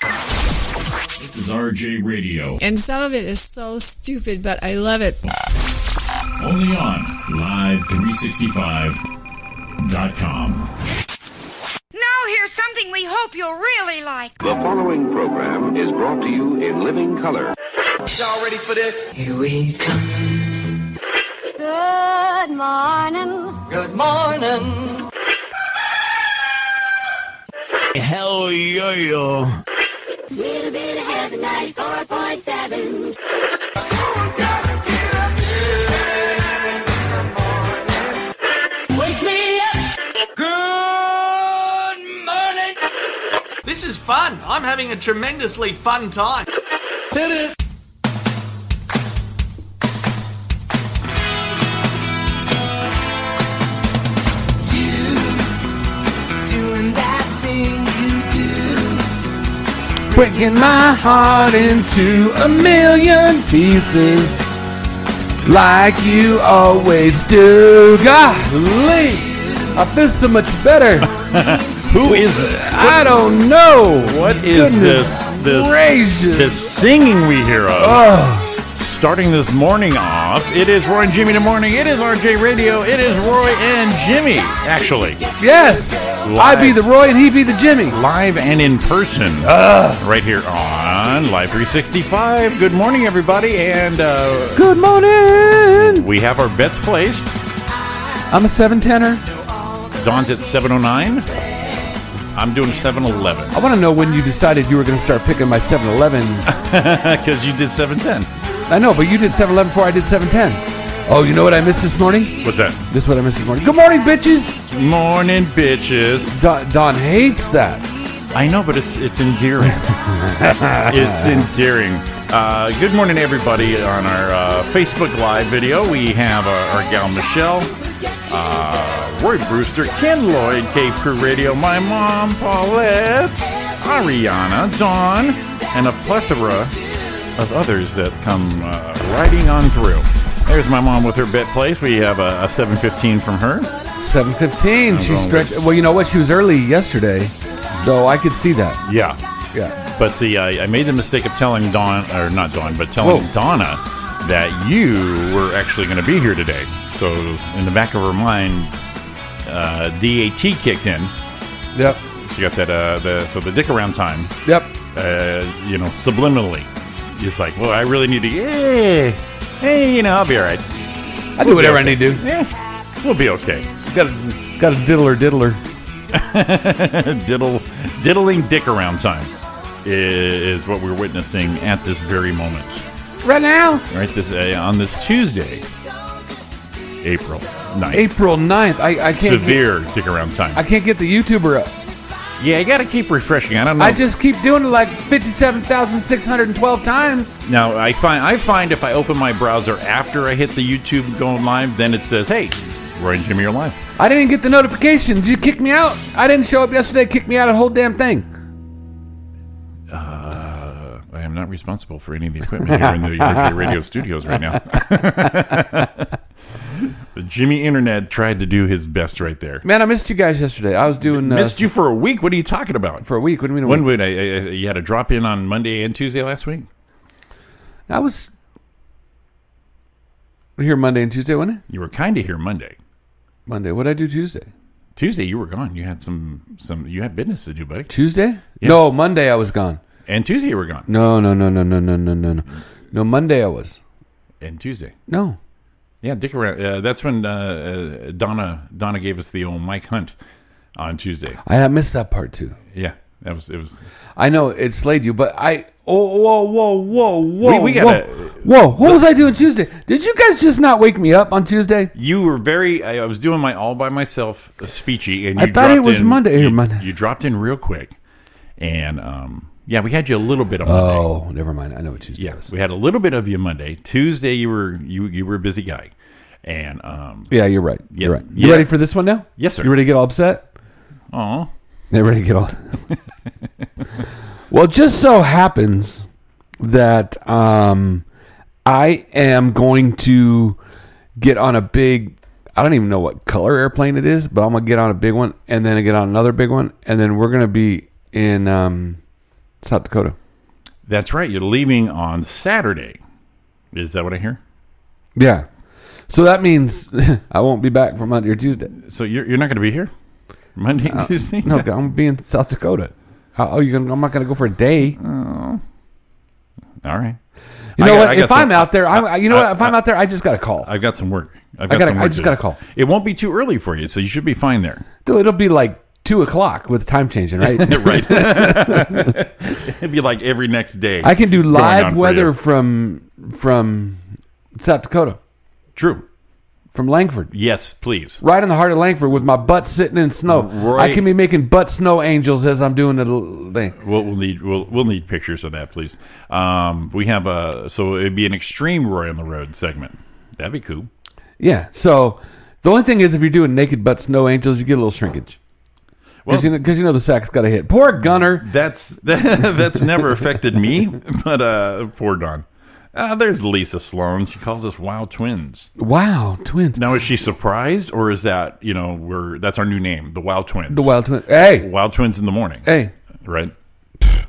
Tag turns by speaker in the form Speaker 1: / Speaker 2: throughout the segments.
Speaker 1: This is RJ Radio.
Speaker 2: And some of it is so stupid, but I love it.
Speaker 1: Only on Live365.com.
Speaker 3: Now here's something we hope you'll really like.
Speaker 4: The following program is brought to you in living color.
Speaker 5: Y'all ready for this?
Speaker 3: Good morning.
Speaker 5: Good morning.
Speaker 6: Hell yo yo.
Speaker 3: Little bit of heaven, 94.7.
Speaker 6: Wake me up.
Speaker 5: Good morning. This is fun. I'm having a tremendously fun time.
Speaker 7: doing that thing you do.
Speaker 8: Breaking my heart into a million pieces Like you always do Golly, I feel so much better
Speaker 6: Who is it?
Speaker 8: I don't know
Speaker 6: What is
Speaker 8: Goodness
Speaker 6: this? This
Speaker 8: gracious.
Speaker 6: this singing we hear of. Starting this morning off, it is Roy and Jimmy in the morning. It is RJ Radio. It is Roy and Jimmy, actually,
Speaker 8: Yes, I be the Roy and he be the Jimmy
Speaker 6: live and in person, right here on Live 365. Good morning, everybody, and uh,
Speaker 8: Good morning
Speaker 6: we have our bets placed.
Speaker 8: I'm a 710er
Speaker 6: Dawn's at 7:09. I'm doing 7:11
Speaker 8: I want to know when you decided you were going to start picking my 711
Speaker 6: because you did 7:10.
Speaker 8: I know, but you did 711 before I did 710 Oh, you know what I missed this morning?
Speaker 6: What's that?
Speaker 8: This is what I missed this morning. Good morning, bitches!
Speaker 6: Morning, bitches.
Speaker 8: Don, Don hates that.
Speaker 6: I know, but it's it's endearing. it's endearing. Uh, good morning, everybody, on our uh, Facebook Live video. We have uh, our gal Michelle, uh, Roy Brewster, Ken Lloyd, Cave Crew Radio, my mom, Paulette, Ariana, Dawn, and a plethora of others that come uh, riding on through. There's my mom with her bet place. We have a, a 715 from her.
Speaker 8: 7:15. She
Speaker 6: wrong
Speaker 8: stretched.
Speaker 6: with-
Speaker 8: Well, you know what? She was early yesterday, so I could see that.
Speaker 6: Yeah.
Speaker 8: Yeah.
Speaker 6: But see, I, I made the mistake of telling Dawn, or not Dawn, but telling
Speaker 8: Whoa.
Speaker 6: Donna that you were actually going to be here today. So in the back of her mind, uh, DAT kicked in.
Speaker 8: Yep.
Speaker 6: She got that, uh, the, so the dick around time,
Speaker 8: Yep.
Speaker 6: uh, you know, subliminally. It's like, well, I really need to, yeah, hey, you know, I'll be all right.
Speaker 8: I do whatever I need to. do.
Speaker 6: Yeah, we'll be okay.
Speaker 8: Got a, got a diddler diddler.
Speaker 6: Diddle, diddling dick around time i- is what we're witnessing at this very moment.
Speaker 8: Right now,
Speaker 6: right this uh, on this Tuesday, April 9th.
Speaker 8: April 9th. I, I can't. Get,
Speaker 6: Severe stick around time.
Speaker 8: I can't get the YouTuber up.
Speaker 6: yeah, you got to keep refreshing. I don't know.
Speaker 8: I just keep doing it like 57,612 times.
Speaker 6: now I find I find if I open my browser after I hit the YouTube going live, then it says, "Hey, Roy and Jimmy are live."
Speaker 8: I didn't get the notification. Did you kick me out? I didn't show up yesterday. Kick me out of the whole damn thing.
Speaker 6: Uh, I am not responsible for any of the equipment here in the RJ Radio studios right now. But Jimmy Internet tried to do his best right there.
Speaker 8: Man, I missed you guys yesterday. I was doing uh,
Speaker 6: Missed you for a week. What are you talking about?
Speaker 8: for a week. What do you mean? A
Speaker 6: When
Speaker 8: week?
Speaker 6: would I, I, I- you had a drop in on Monday and Tuesday last week?
Speaker 8: I was here Monday and Tuesday, wasn't it?
Speaker 6: You were kind of here Monday.
Speaker 8: Monday. What did I do Tuesday?
Speaker 6: Tuesday you were gone. You had some some you had business to do, buddy.
Speaker 8: Tuesday? No, Monday I was gone.
Speaker 6: And Tuesday you were gone.
Speaker 8: No, no, no, no, no, no, no, no, no. No, Monday I was.
Speaker 6: And Tuesday.
Speaker 8: No.
Speaker 6: Yeah, dick around. Uh, that's when uh, uh, Donna Donna gave us the old Mike Hunt on Tuesday.
Speaker 8: I I missed that part too.
Speaker 6: Yeah, that was it was.
Speaker 8: I know it slayed you, but I oh whoa whoa whoa
Speaker 6: We-
Speaker 8: whoa
Speaker 6: we
Speaker 8: whoa,
Speaker 6: gotta-
Speaker 8: whoa what was I doing Tuesday? Did you guys just not wake me up on Tuesday?
Speaker 6: You were very. I, I was doing my all by myself speechy, and
Speaker 8: I
Speaker 6: you
Speaker 8: thought it
Speaker 6: dropped
Speaker 8: was
Speaker 6: in-
Speaker 8: Monday.
Speaker 6: You,
Speaker 8: Here, Monday.
Speaker 6: you dropped in real quick, and um, yeah, we had you a little bit on Monday.
Speaker 8: Oh, never mind. I know what Tuesday
Speaker 6: Yeah,
Speaker 8: was.
Speaker 6: we had a little bit of you Monday. Tuesday you were you you were a busy guy, and um,
Speaker 8: Yeah, you're right. You're
Speaker 6: Yeah.
Speaker 8: right. You
Speaker 6: Yeah.
Speaker 8: ready for this one now?
Speaker 6: Yes, sir.
Speaker 8: You ready to get all upset?
Speaker 6: oh,
Speaker 8: They're ready to get on. well, it just so happens that um, I am going to get on a big. I don't even know what color airplane it is, but I'm gonna get on a big one, and then I get on another big one, and then we're gonna be in um, South Dakota.
Speaker 6: That's right. You're leaving on Saturday. Is that what I hear?
Speaker 8: Yeah. So that means I won't be back for Monday or Tuesday.
Speaker 6: So you're, you're not going to be here Monday, and Tuesday.
Speaker 8: Uh, No, I'm gonna be in South Dakota. How are you gonna, I'm not going to go for a day.
Speaker 6: All right.
Speaker 8: You
Speaker 6: I got-
Speaker 8: know
Speaker 6: I
Speaker 8: what?
Speaker 6: got
Speaker 8: If
Speaker 6: some-
Speaker 8: I'm out there, I'm, I- you know
Speaker 6: I-
Speaker 8: what? If I'm out there, I just got to call.
Speaker 6: I've got some work. I've
Speaker 8: I
Speaker 6: got
Speaker 8: gotta-
Speaker 6: some
Speaker 8: I
Speaker 6: work
Speaker 8: just
Speaker 6: to
Speaker 8: gotta
Speaker 6: do.
Speaker 8: call.
Speaker 6: It won't be too early for you, so you should be fine there.
Speaker 8: Dude, It'll be like two o'clock with time changing, right?
Speaker 6: Right. It'd be like every next day.
Speaker 8: I can do
Speaker 6: going on
Speaker 8: live
Speaker 6: for
Speaker 8: weather
Speaker 6: you.
Speaker 8: from from South Dakota,
Speaker 6: True.
Speaker 8: from Langford,
Speaker 6: Yes, please.
Speaker 8: right in the heart of Langford, with my butt sitting in snow.
Speaker 6: Right.
Speaker 8: I can be making butt snow angels as I'm doing the little thing.
Speaker 6: We'll, we'll need we'll, we'll need pictures of that, please. Um, we have a so it'd be an extreme Roy on the Road segment. That'd be cool.
Speaker 8: Yeah. So the only thing is, if you're doing naked butt snow angels, you get a little shrinkage.
Speaker 6: Well-
Speaker 8: Because you, know, 'cause you know the sack's got to hit. Poor Gunner.
Speaker 6: That's that's never affected me, but uh, poor Don. Uh, there's Lisa Sloan. She calls us Wow Twins.
Speaker 8: Wow, twins.
Speaker 6: Now, is she surprised, or is that you know we're that's our new name, the Wow Twins?
Speaker 8: The wild twin. Hey,
Speaker 6: Wow Twins in the morning,
Speaker 8: hey,
Speaker 6: right?
Speaker 8: hey!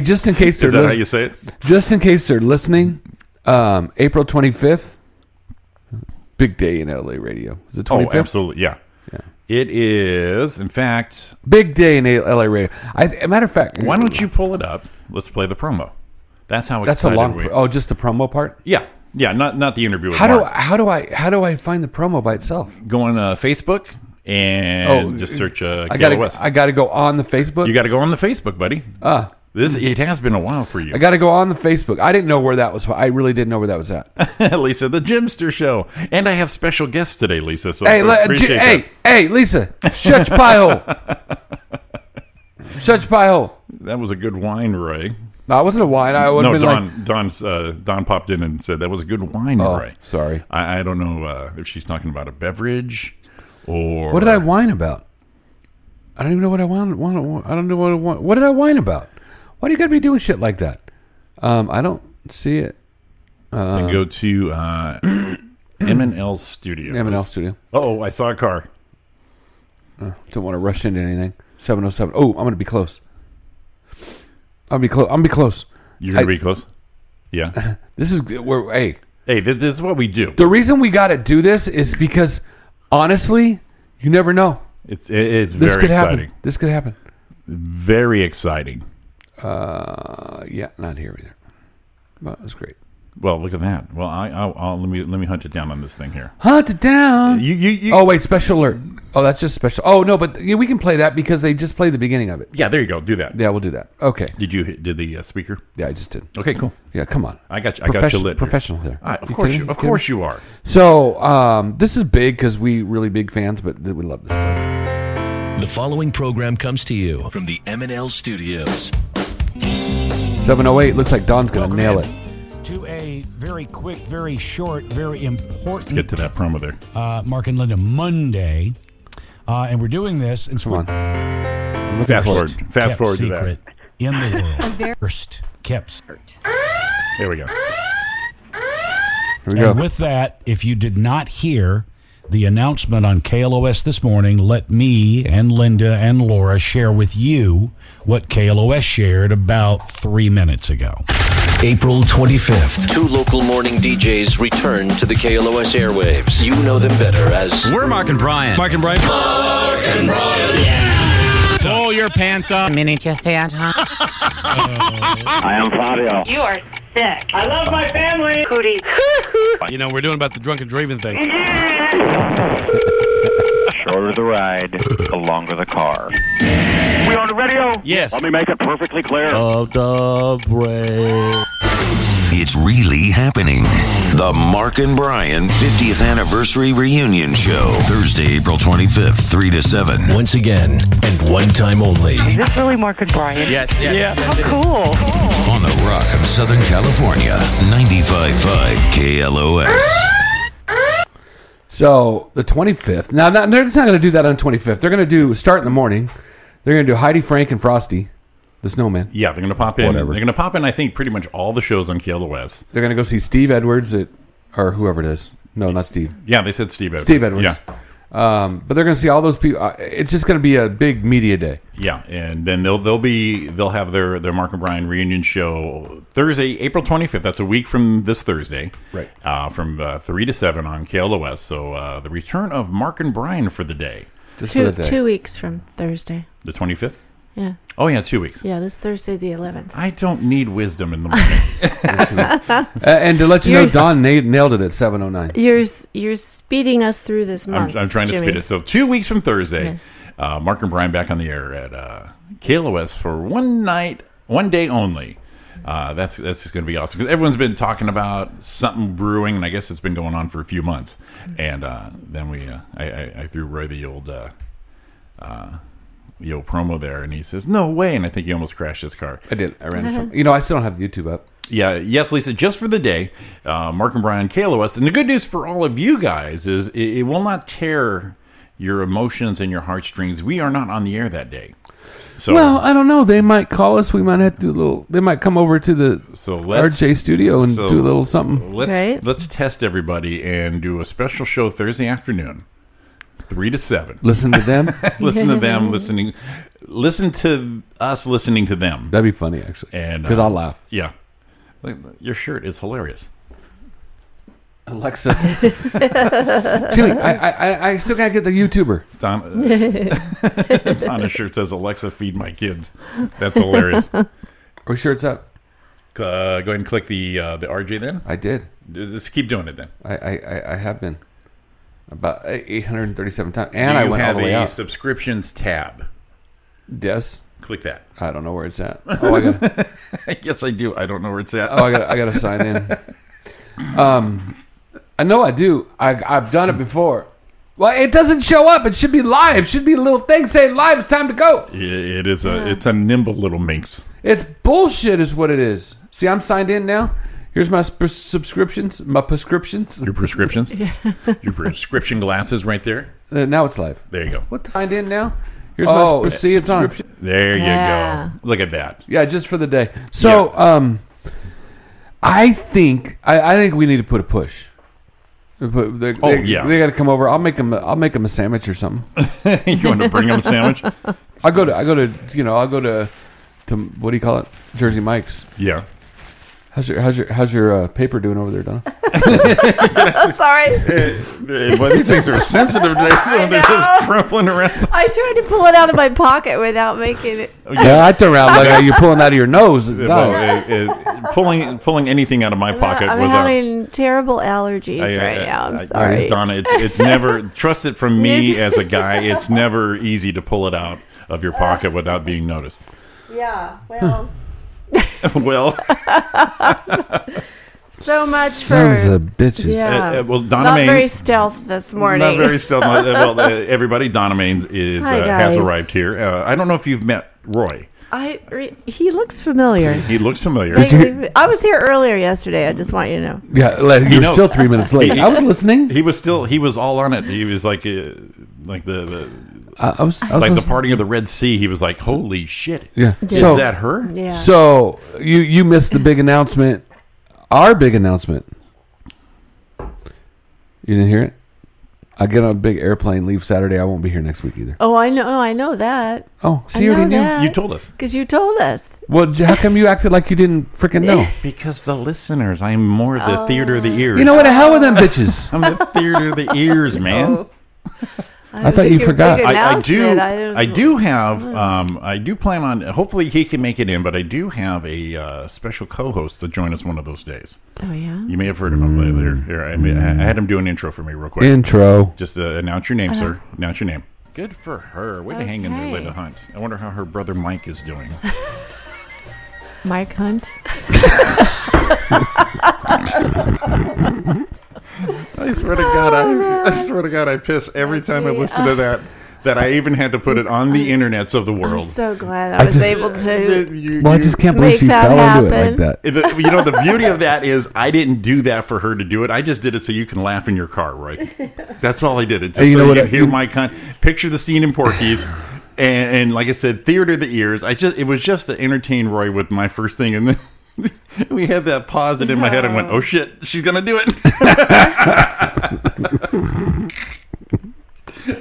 Speaker 8: Just in case they're
Speaker 6: Is that how
Speaker 8: li-
Speaker 6: you say it?
Speaker 8: just in case they're listening, um, April 25th, big day in LA radio. Is it
Speaker 6: Oh,
Speaker 8: 25th?
Speaker 6: absolutely, yeah. It is. In fact,
Speaker 8: Big day in LA radio. I, a matter of fact,
Speaker 6: why don't you pull it up? Let's play the promo. That's how
Speaker 8: That's a
Speaker 6: excited
Speaker 8: long.
Speaker 6: we.
Speaker 8: Pro- oh, just the promo part.
Speaker 6: Yeah, yeah. Not not the interview. With
Speaker 8: How do
Speaker 6: Mark.
Speaker 8: I, how do I how do I find the promo by itself?
Speaker 6: go on uh, Facebook and just search uh,
Speaker 8: Oh, I gotta
Speaker 6: Kayla West.
Speaker 8: I gotta go on the Facebook.
Speaker 6: you got to go on the Facebook, buddy.
Speaker 8: Ah.
Speaker 6: this it has been a while for you.
Speaker 8: I gotta go on the Facebook. I didn't know where that was. I really didn't know where that was at.
Speaker 6: Lisa, the Jimster Show, and I have special guests today, Lisa. So
Speaker 8: hey,
Speaker 6: I
Speaker 8: le-
Speaker 6: appreciate
Speaker 8: J-
Speaker 6: that.
Speaker 8: hey, hey, Lisa, shut your pie hole. Shut your pie hole.
Speaker 6: that was a good wine, Ray.
Speaker 8: No, I wasn't a wine. I would have
Speaker 6: No,
Speaker 8: been
Speaker 6: Don
Speaker 8: like,
Speaker 6: Don's, uh, Don popped in and said that was a good wine,
Speaker 8: Oh,
Speaker 6: Ray.
Speaker 8: sorry.
Speaker 6: I, I don't know uh, if she's talking about a beverage or
Speaker 8: what did I whine about? I don't even know what I want. want I don't know what I want. What did I whine about? Why do you gotta be doing shit like that? Um, I don't see it.
Speaker 6: Then go to uh, M and L Studio.
Speaker 8: M and L Studio.
Speaker 6: Oh, I saw a car.
Speaker 8: Don't want to rush into anything. Seven oh seven. Oh, I'm gonna be close. I'll be close. I'm gonna be close.
Speaker 6: You're gonna
Speaker 8: I-
Speaker 6: be close. Yeah.
Speaker 8: This is g- where. Hey,
Speaker 6: hey, this, this is what we do.
Speaker 8: the reason we got to do this is because honestly, you never know.
Speaker 6: It's it, it's
Speaker 8: This
Speaker 6: very
Speaker 8: could
Speaker 6: exciting.
Speaker 8: happen. This could happen.
Speaker 6: Very exciting.
Speaker 8: Uh, yeah, not here either. Well, that's great.
Speaker 6: Well, look at that. Well, I I'll, I'll let me let me hunt it down on this thing here.
Speaker 8: Hunt it down.
Speaker 6: You you, you
Speaker 8: oh wait, special alert. Oh, that's just special. Oh no, but yeah, we can play that because they just played the beginning of it.
Speaker 6: yeah. There you go. Do that.
Speaker 8: Yeah, we'll do that. Okay.
Speaker 6: Did you hit- did the uh, speaker?
Speaker 8: Yeah, I just did.
Speaker 6: Okay, cool.
Speaker 8: Yeah, come on.
Speaker 6: I got you. I got you
Speaker 8: Profession-
Speaker 6: lit. here.
Speaker 8: Professional here.
Speaker 6: Ah, of course
Speaker 8: kidding?
Speaker 6: you. Of
Speaker 8: kidding?
Speaker 6: course you are.
Speaker 8: So um, this is big because we really big fans, but th- we love this.
Speaker 4: The following program comes to you from the M&L Studios.
Speaker 8: 708 looks like Don's gonna
Speaker 9: Welcome
Speaker 8: nail
Speaker 9: in
Speaker 8: it.
Speaker 9: To a very quick, very short, very important
Speaker 6: Get to that promo there.
Speaker 9: uh, Mark and Linda Monday. Uh, and we're doing this. And so
Speaker 8: Come on. I'm looking
Speaker 6: Fast
Speaker 8: for it.
Speaker 6: forward. Fast
Speaker 9: kept
Speaker 6: forward to that.
Speaker 9: secret in the world. First kept secret.
Speaker 6: There we go.
Speaker 8: Here we go.
Speaker 9: And with that, if you did not hear the announcement on KLOS this morning, let me and Linda and Laura share with you what KLOS shared about three minutes ago.
Speaker 4: April 25th. Two local morning DJs return to the KLOS airwaves. You know them better as
Speaker 5: We're Mark and Brian. Mark and Brian. Mark and Brian. Yeah. Pull your pants up.
Speaker 10: Miniature theater.
Speaker 11: You are sick. I love my family. Cootie.
Speaker 5: You know, we're doing about the drunken Draven thing.
Speaker 12: Shorter the ride, the longer the car.
Speaker 13: We on the radio?
Speaker 5: Yes.
Speaker 13: Let me make it perfectly clear.
Speaker 4: It's really happening. The Mark and Brian 50th Anniversary Reunion Show. Thursday, April 25th, 3 to 7. Once again, and one time only.
Speaker 10: That's really Mark and Brian.
Speaker 5: Yes. yes. Yeah.
Speaker 10: Cool.
Speaker 4: On the Rock of Southern California, 95.5 KLOS.
Speaker 8: So the 25th. Now not, they're just not going to do that on 25th. They're going to do start in the morning. They're going to do Heidi, Frank, and Frosty, the Snowman.
Speaker 6: Yeah, they're gonna pop in.
Speaker 8: Whatever.
Speaker 6: They're gonna pop in. I think pretty much all the shows on KLOS.
Speaker 8: They're going to go see Steve Edwards at or whoever it is. No, not Steve.
Speaker 6: Yeah, they said Steve Edwards.
Speaker 8: Steve Edwards.
Speaker 6: Yeah.
Speaker 8: Um, but they're going to see all those people. uh, It's just going to be a big media day.
Speaker 6: Yeah, and then they'll they'll be they'll have their their Mark and Brian reunion show Thursday, April twenty fifth. That's a week from this Thursday,
Speaker 8: Right.
Speaker 6: Uh, from uh, three to seven on KLOS. So uh, the return of Mark and Brian for the day,
Speaker 8: Just
Speaker 2: two, two weeks from Thursday.
Speaker 6: the twenty fifth.
Speaker 2: Yeah.
Speaker 6: Oh yeah, two weeks.
Speaker 2: Yeah, this Thursday the 11th.
Speaker 6: I don't need wisdom in the morning.
Speaker 8: Uh, and to let you know,
Speaker 2: You're-
Speaker 8: Don na- nailed it at 709.
Speaker 2: You're s- you're speeding us through this month.
Speaker 6: I'm, I'm trying to
Speaker 2: Jimmy.
Speaker 6: speed it. So two weeks from Thursday, uh, Mark and Brian back on the air at uh, KLOS for one night, one day only. Uh, that's that's just going to be awesome because everyone's been talking about something brewing, and I guess it's been going on for a few months. And uh, then we, uh, I, I, I threw Roy the old. Uh, uh, the old promo there, and he says, "No way!" And I think he almost crashed his car.
Speaker 8: I did. I ran. some- you know, I still don't have YouTube up.
Speaker 6: Yeah, yes, Lisa, just for the day, uh, Mark and Brian KLOS. And the good news for all of you guys is it, it will not tear your emotions and your heartstrings. We are not on the air that day. So,
Speaker 8: well, I don't know. They might call us. We might have to do a little. They might come over to the
Speaker 6: so let's,
Speaker 8: RJ studio and
Speaker 6: so
Speaker 8: do a little something.
Speaker 6: Let's, let's test everybody and do a special show Thursday afternoon, 3 to 7.
Speaker 8: Listen to them.
Speaker 6: listen to them listening. Listen to us listening to them.
Speaker 8: That'd be funny, actually.
Speaker 6: And uh,
Speaker 8: 'Cause I'll laugh.
Speaker 6: Yeah. Like, Your shirt is hilarious.
Speaker 8: Alexa. Jimmy, I, I, I- I still got to get the YouTuber.
Speaker 6: Donna, Donna's shirt says Alexa feed my kids. That's hilarious. Uh,
Speaker 8: Are we sure it's up?
Speaker 6: go ahead and click the uh, the RJ then.
Speaker 8: I did.
Speaker 6: Just keep doing it then.
Speaker 8: I, I, I- I have been about 837 times. And I
Speaker 6: You
Speaker 8: went all
Speaker 6: have
Speaker 8: the way
Speaker 6: a
Speaker 8: out.
Speaker 6: subscriptions tab.
Speaker 8: Yes.
Speaker 6: Click that.
Speaker 8: I don't know where it's at. Oh, I got
Speaker 6: yes, I do. I don't know where it's at.
Speaker 8: oh, I got I got to sign in. Um, I know I do. I, I've done it before. Well, it doesn't show up. It should be live. Should be a little thing saying live. It's time to go.
Speaker 6: It is a it's a nimble little minx.
Speaker 8: It's bullshit, is what it is. See, I'm signed in now. Here's my sp- subscriptions. My prescriptions.
Speaker 6: Your prescriptions. Your prescription glasses right there.
Speaker 8: Uh, now it's live.
Speaker 6: There you go.
Speaker 8: What the signed in now? Here's
Speaker 6: Oh,
Speaker 8: my sp- see. It's on.
Speaker 6: There you
Speaker 8: Yeah.
Speaker 6: go. Look at that.
Speaker 8: Yeah, just for the day. So, um, I think I, I think we need to put a push. We put- they-
Speaker 6: Oh,
Speaker 8: they-
Speaker 6: yeah.
Speaker 8: they got to come over. I'll make them. I'll make them a sandwich or something.
Speaker 6: you want to bring him a sandwich?
Speaker 8: I go to. I go to. You know. I'll go to. To what do you call it? Jersey Mike's.
Speaker 6: Yeah.
Speaker 8: How's your How's your How's your uh, paper doing over there, Donna?
Speaker 2: I'm sorry.
Speaker 6: Well, these things are sensitive today. So they're just crumpling around.
Speaker 2: I tried to pull it out of my pocket without making it.
Speaker 8: yeah, I turn around like you're pulling out of your nose.
Speaker 6: Yeah,
Speaker 8: No.
Speaker 6: well, uh, uh, pulling pulling anything out of my pocket
Speaker 2: I'm
Speaker 6: with our-
Speaker 2: having terrible allergies
Speaker 6: I- I-
Speaker 2: right now. I'm
Speaker 6: I-
Speaker 2: sorry.
Speaker 6: Donna, it's it's never trust it from me as a guy. It's never easy to pull it out of your pocket without being noticed.
Speaker 2: yeah. Well,
Speaker 6: well, uh,
Speaker 2: so much
Speaker 6: Sons
Speaker 2: for
Speaker 8: of bitches.
Speaker 2: Yeah.
Speaker 6: Uh, uh, well, Donna
Speaker 2: not
Speaker 6: Main-
Speaker 2: very stealth this morning.
Speaker 6: Not very still. uh, well, uh, everybody, Donna Maines is
Speaker 2: Hi,
Speaker 6: uh, has
Speaker 2: guys.
Speaker 6: arrived here. Uh, I don't know if you've met Roy.
Speaker 2: I re- he looks familiar.
Speaker 6: He looks familiar.
Speaker 2: Like, we- I was here earlier yesterday. I just want you to know.
Speaker 8: Yeah, like,
Speaker 6: He
Speaker 8: you're
Speaker 6: knows.
Speaker 8: still three minutes late.
Speaker 6: He-
Speaker 8: I was listening.
Speaker 6: He was still. He was all on it. He was like, uh, like the, the
Speaker 8: I- I was- I was
Speaker 6: like the
Speaker 8: listening.
Speaker 6: parting of the Red Sea. He was like, "Holy shit!"
Speaker 8: Yeah.
Speaker 6: is that her?
Speaker 8: So you you missed the big announcement. Our big announcement. You didn't hear it. I get on a big airplane, leave Saturday. I won't be here next week either.
Speaker 2: Oh, I know. I know that.
Speaker 8: Oh, so you already knew? You told
Speaker 6: us.
Speaker 2: because you told us.
Speaker 8: Well, j- how come you acted like you didn't freaking know?
Speaker 6: Because the listeners, I'm more the theater of
Speaker 2: Oh.
Speaker 6: the ears.
Speaker 8: You know what? The hell with them bitches.
Speaker 6: I'm the theater of the
Speaker 2: Oh,
Speaker 6: ears, man.
Speaker 8: I thought you forgot.
Speaker 6: I, I do.
Speaker 2: announcement, I Hmm.
Speaker 6: I,
Speaker 2: was-
Speaker 6: do have. Um, I do plan on. Hopefully, he can make it in. But I do have a uh, special co-host to join us one of those days.
Speaker 2: Oh yeah.
Speaker 6: You may have heard of him later. Here, I, mean, I had him do an intro for me real quick.
Speaker 8: Intro.
Speaker 6: Just uh, announce your name, sir.
Speaker 2: Uh-huh.
Speaker 6: Announce your name. Good for her. Way to hang in there,
Speaker 2: Okay.
Speaker 6: Linda Hunt. I wonder how her brother Mike is doing.
Speaker 2: Mike Hunt.
Speaker 6: I swear to God,
Speaker 2: Oh,
Speaker 6: I, I swear to God, I piss every time I listen to that. That I even had to put it on the internets of the
Speaker 2: I'm
Speaker 6: world.
Speaker 2: so glad I,
Speaker 6: I
Speaker 2: was
Speaker 6: just-
Speaker 2: able to.
Speaker 8: Well, I just can't believe
Speaker 2: make
Speaker 8: she
Speaker 2: that
Speaker 8: fell into it like
Speaker 2: happen.
Speaker 8: that.
Speaker 6: The- you know the beauty of that is I didn't do that for her to do it. I just did it so you can laugh in your car, Roy. That's all I did. It just
Speaker 8: Hey,
Speaker 6: so
Speaker 8: you know
Speaker 6: you
Speaker 8: what?
Speaker 6: can hear
Speaker 8: You-
Speaker 6: my con- picture the scene in Porky's. And, and like I said, theater of the ears. I just it was just to entertain Roy with my first thing, and then we had that pause, and in my head, I went, "Oh shit, she's gonna do it."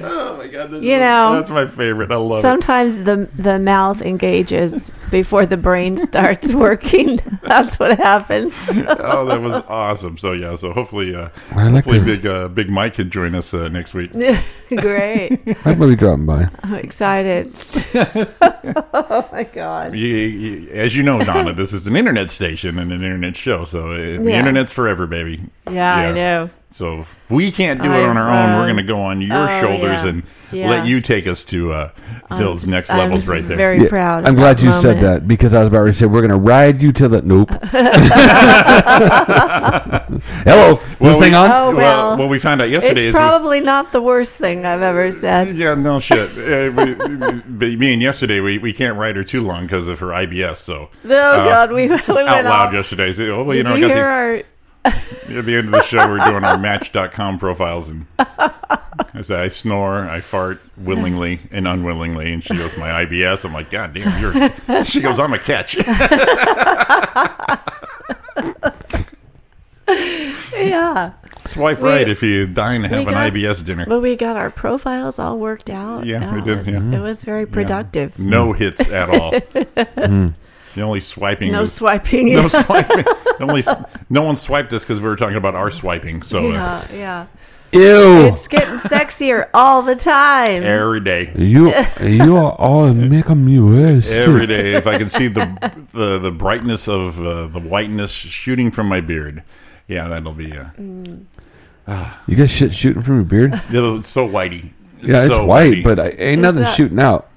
Speaker 6: oh my god, this
Speaker 2: You
Speaker 6: is-
Speaker 2: know,
Speaker 6: that's my favorite. I love it.
Speaker 2: Sometimes the the mouth engages before the brain starts working. That's what happens.
Speaker 6: oh, that was awesome. So yeah, so hopefully, uh,
Speaker 8: I like
Speaker 6: hopefully
Speaker 8: the-
Speaker 6: big uh, big Mike can join us uh, next week.
Speaker 2: Great.
Speaker 8: I'd be dropping by.
Speaker 2: I'm excited. oh my god.
Speaker 6: You, you- as you know, Donna, this is an internet station and an internet show, so uh, the
Speaker 2: Yeah.
Speaker 6: internet's forever, baby.
Speaker 2: Yeah, I know.
Speaker 6: So if we can't do it
Speaker 2: I've,
Speaker 6: on our own, we're
Speaker 2: um,
Speaker 6: going to go on your
Speaker 2: oh,
Speaker 6: shoulders
Speaker 2: yeah.
Speaker 6: and
Speaker 2: Yeah.
Speaker 6: let you take us to uh,
Speaker 2: I'm
Speaker 6: those
Speaker 2: just-
Speaker 6: next
Speaker 2: I'm
Speaker 6: levels right there.
Speaker 2: very-
Speaker 8: Yeah,
Speaker 2: proud of
Speaker 8: I'm glad
Speaker 2: that
Speaker 8: you said
Speaker 2: moment.
Speaker 8: that because I was about to say we're gonna ride you till the nope. Hello, is this thing on?
Speaker 2: Oh, well,
Speaker 6: what we found out yesterday
Speaker 2: it's
Speaker 6: is we-
Speaker 2: probably not the worst thing I've ever said.
Speaker 6: Yeah, no shit. Uh, we, but me and yesterday, we, we can't ride her too long because of her IBS. So uh,
Speaker 2: Oh, God, we-
Speaker 6: just
Speaker 2: we went
Speaker 6: out loud
Speaker 2: off.
Speaker 6: yesterday. So, oh, well, you
Speaker 2: Did
Speaker 6: know, I
Speaker 2: you
Speaker 6: got
Speaker 2: hear
Speaker 6: the,
Speaker 2: our?
Speaker 6: at the end of the show, we're doing our Match.com profiles, and I said I snore, I fart willingly and unwillingly, and she goes my IBS. I'm like, God damn, you're. She goes, I'm a catch.
Speaker 2: Yeah.
Speaker 6: Swipe
Speaker 2: We-
Speaker 6: right if you dine to
Speaker 2: we
Speaker 6: have an
Speaker 2: got-
Speaker 6: IBS dinner.
Speaker 2: But we got our profiles all worked out.
Speaker 6: Yeah, we
Speaker 2: it
Speaker 6: did,
Speaker 2: was-
Speaker 6: yeah.
Speaker 2: It was very
Speaker 6: Yeah.
Speaker 2: productive.
Speaker 6: No hits at all. The only swiping.
Speaker 2: No
Speaker 6: was-
Speaker 2: swiping,
Speaker 6: No
Speaker 2: yeah.
Speaker 6: swiping. The only, no one swiped us because we were talking about our swiping. So uh,
Speaker 2: yeah, yeah.
Speaker 8: Ew.
Speaker 2: It's getting sexier all the time.
Speaker 6: every day,
Speaker 8: You you are all making me worse.
Speaker 6: every day, if I can see the the, the brightness of uh, the whiteness shooting from my beard, yeah, that'll be. Uh,
Speaker 8: You got shit shooting from your beard.
Speaker 6: it'll- it's so whitey.
Speaker 8: Yeah, it's
Speaker 6: so
Speaker 8: white,
Speaker 6: whitey.
Speaker 8: but uh, I,
Speaker 2: Is
Speaker 8: ain't nothing
Speaker 2: that-
Speaker 8: shooting out.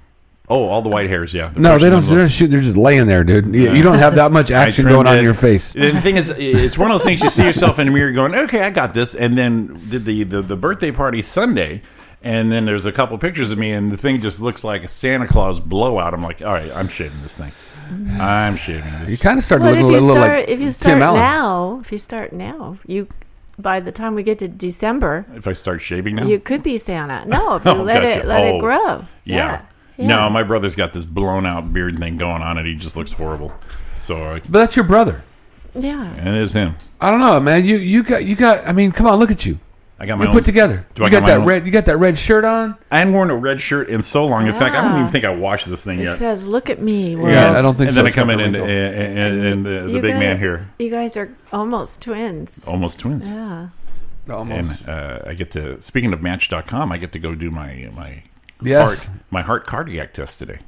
Speaker 6: oh, all the white hairs. Yeah. They're
Speaker 8: No,
Speaker 6: pushing
Speaker 8: they don't.
Speaker 6: those
Speaker 8: They're not shooting. They're just laying there, dude. You, you don't have that much
Speaker 6: I
Speaker 8: action
Speaker 6: trimmed
Speaker 8: going on
Speaker 6: it.
Speaker 8: in your face.
Speaker 6: The thing is, it's one of those things you see yourself in the mirror going, "Okay, I got this," and then did the the, the birthday party Sunday. And then there's a couple pictures of me, and the thing just looks like a Santa Claus blowout. I'm like, all right, I'm shaving this thing. I'm shaving this.
Speaker 8: You kind of start
Speaker 2: Well, if
Speaker 8: looking a
Speaker 2: you
Speaker 8: little
Speaker 2: start,
Speaker 8: like
Speaker 2: if you
Speaker 8: Tim
Speaker 2: start
Speaker 8: Allen.
Speaker 2: now, if you start now, you by the time we get to December,
Speaker 6: If I start shaving now,
Speaker 2: you could be Santa. No, if you
Speaker 6: Oh,
Speaker 2: let
Speaker 6: gotcha.
Speaker 2: it let
Speaker 6: Oh,
Speaker 2: it grow.
Speaker 6: Yeah. No, my brother's got this blown out beard thing going on, and he just looks horrible. So, like,
Speaker 8: But that's your brother.
Speaker 2: Yeah.
Speaker 6: and it is him.
Speaker 8: I don't know, man. You you got you got. I mean, come on, look at you.
Speaker 6: I got my
Speaker 8: You're
Speaker 6: own-
Speaker 8: put together.
Speaker 6: Do
Speaker 8: you
Speaker 6: I
Speaker 8: got,
Speaker 6: my
Speaker 8: that
Speaker 6: own-
Speaker 8: red. You got that red shirt on.
Speaker 6: I hadn't worn a red shirt in so long. In fact, I don't
Speaker 2: Yeah.
Speaker 6: even think I washed this thing
Speaker 2: It
Speaker 6: yet.
Speaker 2: says, "Look at me." World.
Speaker 8: Yeah, I don't think
Speaker 6: and
Speaker 8: so.
Speaker 6: then I
Speaker 8: It's
Speaker 6: come
Speaker 8: got
Speaker 6: in,
Speaker 8: the
Speaker 6: and,
Speaker 8: wrinkle.
Speaker 6: and, and, and the, the
Speaker 2: You
Speaker 6: big
Speaker 2: guys-
Speaker 6: man here, Oh.
Speaker 2: You guys are almost twins.
Speaker 6: almost twins.
Speaker 2: Yeah.
Speaker 8: Almost.
Speaker 6: And uh, I get to speaking of Match.com, I get to go do my my
Speaker 8: Yes.
Speaker 6: heart, my heart cardiac test today.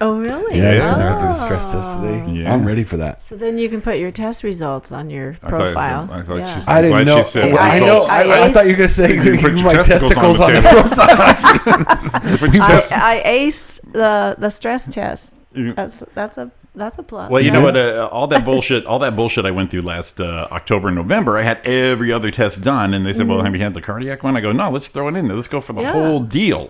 Speaker 2: Oh, really?
Speaker 8: Yeah, he's
Speaker 2: Oh.
Speaker 8: gonna have to do a stress test today.
Speaker 6: Yeah.
Speaker 8: I'm ready for that.
Speaker 2: So then you can put your test results on your
Speaker 6: I thought-
Speaker 2: profile.
Speaker 6: I thought
Speaker 2: yeah.
Speaker 6: she said-
Speaker 8: I didn't
Speaker 6: glad
Speaker 8: know.
Speaker 6: she said
Speaker 8: I, know.
Speaker 6: results.
Speaker 8: I, I
Speaker 2: I-
Speaker 8: thought you were gonna say
Speaker 6: You put your
Speaker 8: my testicles on the
Speaker 6: table.
Speaker 8: profile.
Speaker 6: Put your test-
Speaker 2: I, I aced the the stress test.
Speaker 6: You-
Speaker 2: That's that's a that's a plus.
Speaker 6: well, you know
Speaker 2: Yeah.
Speaker 6: what? Uh, all that bullshit, all that bullshit I went through last uh, October and November, I had every other test done, and they said,
Speaker 8: Mm.
Speaker 6: "Well, have you had the cardiac one?" I go, "No, let's throw it in there. Let's go for the
Speaker 2: Yeah.
Speaker 6: whole deal."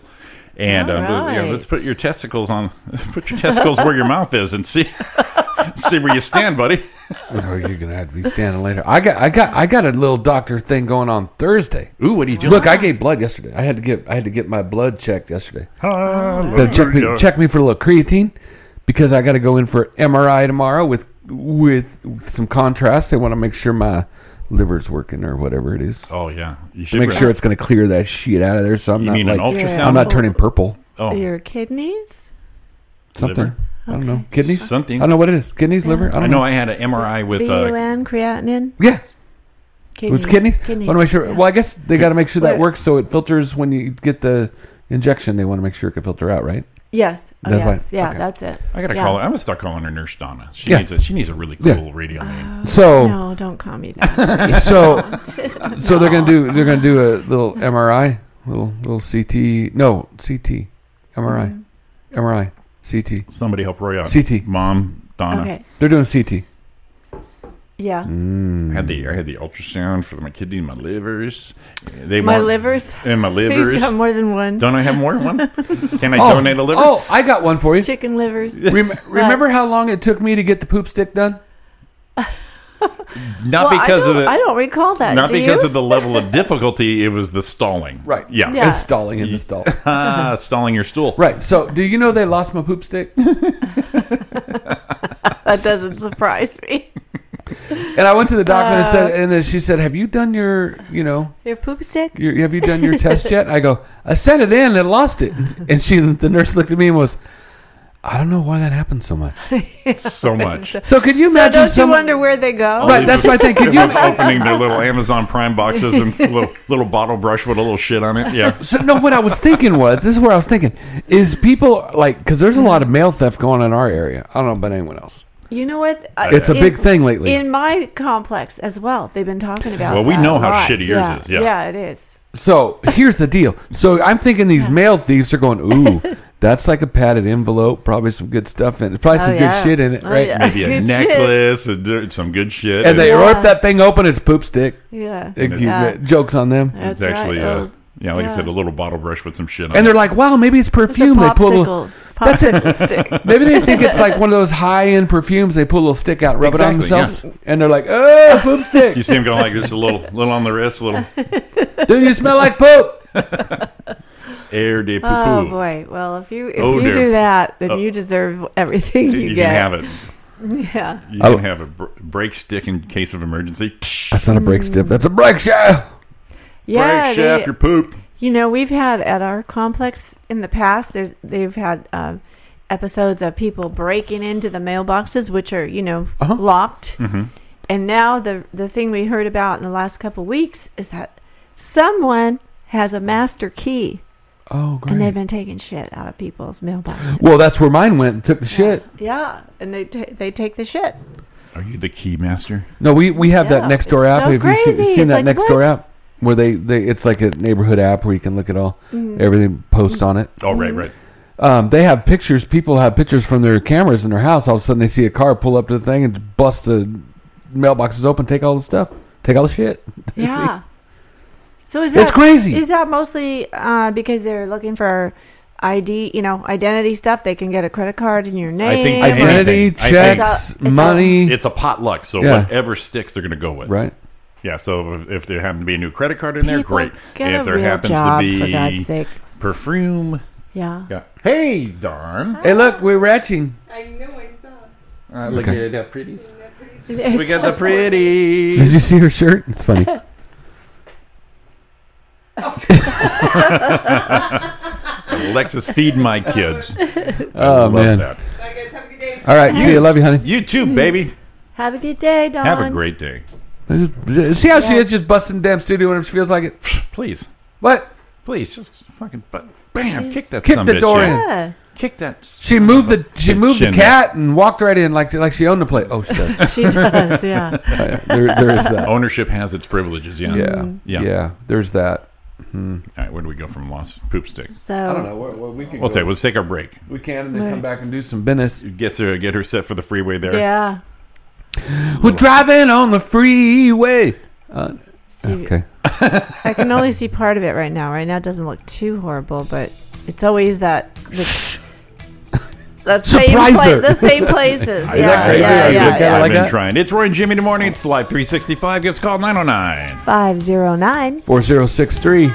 Speaker 6: And
Speaker 2: All
Speaker 6: um, yeah,
Speaker 2: right.
Speaker 6: let's put your testicles on, put your testicles where your mouth is, and see see where you stand, buddy.
Speaker 8: oh, you're gonna have to be standing later. I got. I got. I got a little doctor thing going on Thursday.
Speaker 6: Ooh, what are you doing?
Speaker 8: Look, I gave blood yesterday. I had to get. I had to get my blood checked yesterday.
Speaker 6: Hello,
Speaker 8: They'll check me check me for a little creatine because I got to go in for MRI tomorrow with with some contrast. They want to make sure my liver's working or whatever it is.
Speaker 6: Oh yeah, you should
Speaker 8: To make
Speaker 6: really-
Speaker 8: sure it's going to clear that shit out of there. So I'm
Speaker 6: You
Speaker 8: not
Speaker 6: mean an
Speaker 8: like
Speaker 6: ultrasound?
Speaker 8: I'm not turning purple.
Speaker 6: Oh,
Speaker 2: your kidneys.
Speaker 8: Something.
Speaker 6: Liver?
Speaker 8: I don't know. Kidneys.
Speaker 6: Something.
Speaker 8: I don't know what it is. Kidneys, liver. I don't
Speaker 6: I
Speaker 8: know.
Speaker 6: know I had an MRI with. Uh,
Speaker 2: BUN, creatinine,
Speaker 8: yeah. It
Speaker 2: kidneys.
Speaker 8: was kidneys. Want to make sure.
Speaker 2: yeah.
Speaker 8: Well, I guess they got to make sure that
Speaker 2: Wait.
Speaker 8: works so it filters when you get the injection. They want to make sure it can filter out, right?
Speaker 2: yes. Oh,
Speaker 8: That's
Speaker 2: yes.
Speaker 8: why-
Speaker 2: Yeah,
Speaker 8: okay.
Speaker 2: that's it.
Speaker 6: I gotta
Speaker 2: yeah.
Speaker 6: call her. I'm gonna start calling her Nurse Donna. She
Speaker 8: Yeah.
Speaker 6: needs a she needs a really cool
Speaker 8: Yeah.
Speaker 6: radio
Speaker 2: Uh,
Speaker 6: name.
Speaker 2: Oh,
Speaker 8: So
Speaker 2: No, don't call me
Speaker 8: Uh-huh.
Speaker 2: that.
Speaker 8: so so they're gonna do they're gonna do a little MRI, little little CT. No CT, MRI,
Speaker 2: Mm-hmm.
Speaker 8: MRI, CT.
Speaker 6: Somebody help Roy out.
Speaker 8: CT.
Speaker 6: Mom Donna.
Speaker 2: okay.
Speaker 8: They're doing CT.
Speaker 2: Yeah.
Speaker 6: I had the I had the ultrasound for my kidney, and my livers. They
Speaker 2: My
Speaker 6: want-
Speaker 2: livers.
Speaker 6: and my
Speaker 2: Who's
Speaker 6: livers.
Speaker 2: got more than one?
Speaker 6: Don't I have more than one? Can I
Speaker 8: Oh,
Speaker 6: donate a liver?
Speaker 8: Oh, I got one for you.
Speaker 2: Chicken livers.
Speaker 8: Rem- remember how long it took me to get the poop stick done?
Speaker 6: not
Speaker 2: Well,
Speaker 6: because
Speaker 2: I
Speaker 6: of
Speaker 2: don't,
Speaker 6: the
Speaker 2: I don't recall that.
Speaker 6: not
Speaker 2: do
Speaker 6: because
Speaker 2: you?
Speaker 6: of the level of difficulty. It was the stalling.
Speaker 8: Right.
Speaker 6: Yeah.
Speaker 2: Yeah. Uh-huh.
Speaker 8: It's stalling in the stall.
Speaker 6: Ah, stalling your stool.
Speaker 8: Right. So, do you know they lost my poop stick?
Speaker 2: that doesn't surprise me.
Speaker 8: And I went to the doctor and I said,
Speaker 2: Uh.
Speaker 8: and then she said, "Have you done your, you know,
Speaker 2: Your poop stick?
Speaker 8: your, have you done your test yet?" I go, "I sent it in and lost it." And she, the nurse, looked at me and was, "I don't know why that happened so much,
Speaker 6: so much."
Speaker 8: So could you imagine
Speaker 2: So don't you
Speaker 8: someone- Oh.
Speaker 2: wonder where they go?
Speaker 8: Right, that's my thing. Could you-
Speaker 6: Everyone's opening their little Amazon Prime boxes and little little bottle brush with a little shit on it. Yeah.
Speaker 8: So no, what I was thinking was this is where I was thinking is people like because there's a lot of mail theft going on in our area. I don't know about anyone else.
Speaker 2: You know what? I-
Speaker 8: It's a
Speaker 2: Uh, in-
Speaker 8: big thing lately.
Speaker 2: In my complex as well. They've been talking about
Speaker 8: Well, we
Speaker 2: that
Speaker 8: know
Speaker 2: a
Speaker 8: how
Speaker 2: lot.
Speaker 8: shitty yours
Speaker 2: Yeah.
Speaker 8: is, yeah.
Speaker 2: Yeah, it is.
Speaker 8: So here's the deal. So I'm thinking these mail thieves are going, ooh, that's like a padded envelope, probably some good stuff in it, probably
Speaker 2: Oh,
Speaker 8: some
Speaker 2: yeah.
Speaker 8: good shit in it,
Speaker 2: Oh,
Speaker 8: right?
Speaker 2: yeah.
Speaker 6: Maybe a
Speaker 2: Good
Speaker 6: necklace, a dirt- some good shit.
Speaker 8: And they
Speaker 6: Yeah.
Speaker 8: rip that thing open, it's poop stick.
Speaker 2: Yeah.
Speaker 8: It- you-
Speaker 2: Yeah.
Speaker 8: Jokes on them.
Speaker 6: It's actually, uh, yeah, like I
Speaker 2: Oh, yeah.
Speaker 6: said, a little bottle brush with some shit on it.
Speaker 8: And they're like, wow, maybe it's perfume. they pull a little,
Speaker 2: popsicle-
Speaker 8: that's it.
Speaker 2: popsicle stick.
Speaker 8: Maybe they think it's like one of those high end perfumes. They pull a little stick out, rub it on
Speaker 6: Exactly,
Speaker 8: themselves, and they're like, oh, poop stick.
Speaker 6: You see him going like this, a little, little on the wrist, a little
Speaker 8: Dude, you smell like poop.
Speaker 6: air de poo
Speaker 2: Oh
Speaker 6: poo.
Speaker 2: boy! Well, if you if
Speaker 6: Oh,
Speaker 2: you
Speaker 6: dear.
Speaker 2: do that, then
Speaker 6: Oh.
Speaker 2: you deserve everything you,
Speaker 6: you
Speaker 2: get.
Speaker 6: can have it.
Speaker 2: Yeah.
Speaker 6: You
Speaker 8: I-
Speaker 6: can have a br- brake stick in case of emergency.
Speaker 8: That's not a brake stiff. That's a brake shaft.
Speaker 2: Yeah.
Speaker 6: brake shaft,
Speaker 2: they-
Speaker 6: your poop.
Speaker 2: You know, we've had at our complex in the past. There's they've had um, episodes of people breaking into the mailboxes, which are you know locked.
Speaker 14: Mhm.
Speaker 2: And now the the thing we heard about in the last couple weeks is that someone has a master key,
Speaker 8: Oh,
Speaker 2: and
Speaker 8: great.
Speaker 2: they've been taking shit out of people's mailboxes.
Speaker 8: Well, that's where mine went. and Took the shit.
Speaker 2: Yeah, and they ta they take the shit.
Speaker 6: Are you the key master?
Speaker 8: No, we, we have
Speaker 2: Yeah,
Speaker 8: that next door
Speaker 2: it's
Speaker 8: app.
Speaker 2: so
Speaker 8: have you
Speaker 2: crazy.
Speaker 8: seen,
Speaker 2: It's
Speaker 8: seen that
Speaker 2: like,
Speaker 8: next door
Speaker 2: what?
Speaker 8: app where they, they it's like a neighborhood app where you can look at all
Speaker 2: Mhm.
Speaker 8: everything posts on it.
Speaker 6: Oh, right, right.
Speaker 8: Um, they have pictures. People have pictures from their cameras in their house. All of a sudden, they see a car pull up to the thing and bust the mailboxes open, take all the stuff, take all the shit.
Speaker 2: Yeah. So is that
Speaker 8: It's crazy.
Speaker 2: Is that mostly uh, because they're looking for ID, you know, identity stuff? They can get a credit card in your name. or-
Speaker 8: Identity,
Speaker 6: anything. I think-
Speaker 8: checks, It's all- it's all- money.
Speaker 6: It's a potluck, so
Speaker 8: Yeah.
Speaker 6: whatever sticks they're going to go with.
Speaker 8: Right.
Speaker 6: Yeah. So if, if there happens to be a new credit card in there,
Speaker 2: People
Speaker 6: great.
Speaker 2: get
Speaker 6: if
Speaker 2: a
Speaker 6: there
Speaker 2: real
Speaker 6: happens
Speaker 2: job,
Speaker 6: to be
Speaker 2: for God's sake.
Speaker 6: perfume,
Speaker 2: Yeah.
Speaker 6: yeah. Hey, darn.
Speaker 8: Hey, look, we're ratching.
Speaker 6: All right, look
Speaker 8: Okay.
Speaker 6: at that pretty.
Speaker 2: It's
Speaker 6: We got the
Speaker 2: so
Speaker 6: pretty.
Speaker 8: Did you see her shirt? It's funny.
Speaker 6: Alexis, feed my kids. I
Speaker 8: Oh,
Speaker 6: love
Speaker 8: man.
Speaker 6: that.
Speaker 8: All right, see you. Love you, honey.
Speaker 6: You too, baby.
Speaker 2: Have a good day, Don.
Speaker 6: Have a great day.
Speaker 8: I just- see how she is just busting the damn studio whenever she feels like it.
Speaker 6: Please.
Speaker 8: What?
Speaker 6: Please, just fucking but bam, kick that.
Speaker 8: Kick
Speaker 6: son
Speaker 8: the
Speaker 6: bitch
Speaker 8: door in.
Speaker 2: Yeah.
Speaker 6: Kick that.
Speaker 8: She moved the she moved the
Speaker 6: in
Speaker 8: cat and walked right in like like she owned the place. Oh, she does.
Speaker 2: She does, yeah.
Speaker 8: Uh, there, there is that.
Speaker 6: Ownership has its privileges. Yeah.
Speaker 8: Yeah,
Speaker 6: Yeah.
Speaker 8: yeah, There's that. Hmm.
Speaker 6: All right, where do we go from lost poop stick?
Speaker 2: So
Speaker 3: Oh.
Speaker 8: I don't know. What, what we can
Speaker 6: We'll
Speaker 8: go-
Speaker 6: take let's take our break.
Speaker 8: We can and then
Speaker 2: Right.
Speaker 8: come back and do some business.
Speaker 6: Get her get her set for the freeway there.
Speaker 2: Yeah.
Speaker 8: We're driving on the freeway. Uh, okay.
Speaker 2: I can only see part of it right now. Right now, it doesn't look too horrible, but it's always that. The, the same
Speaker 6: Surprise
Speaker 2: pla-
Speaker 6: her.
Speaker 2: the same places.
Speaker 6: Is that
Speaker 2: yeah,
Speaker 6: crazy?
Speaker 2: yeah,
Speaker 6: I've
Speaker 2: yeah,
Speaker 6: been-
Speaker 2: yeah.
Speaker 6: I've
Speaker 8: like
Speaker 6: been
Speaker 8: that?
Speaker 6: trying. It's Roy and Jimmy in the morning. It's live 365. Gets called 909.
Speaker 2: 509.
Speaker 8: Four zero six three.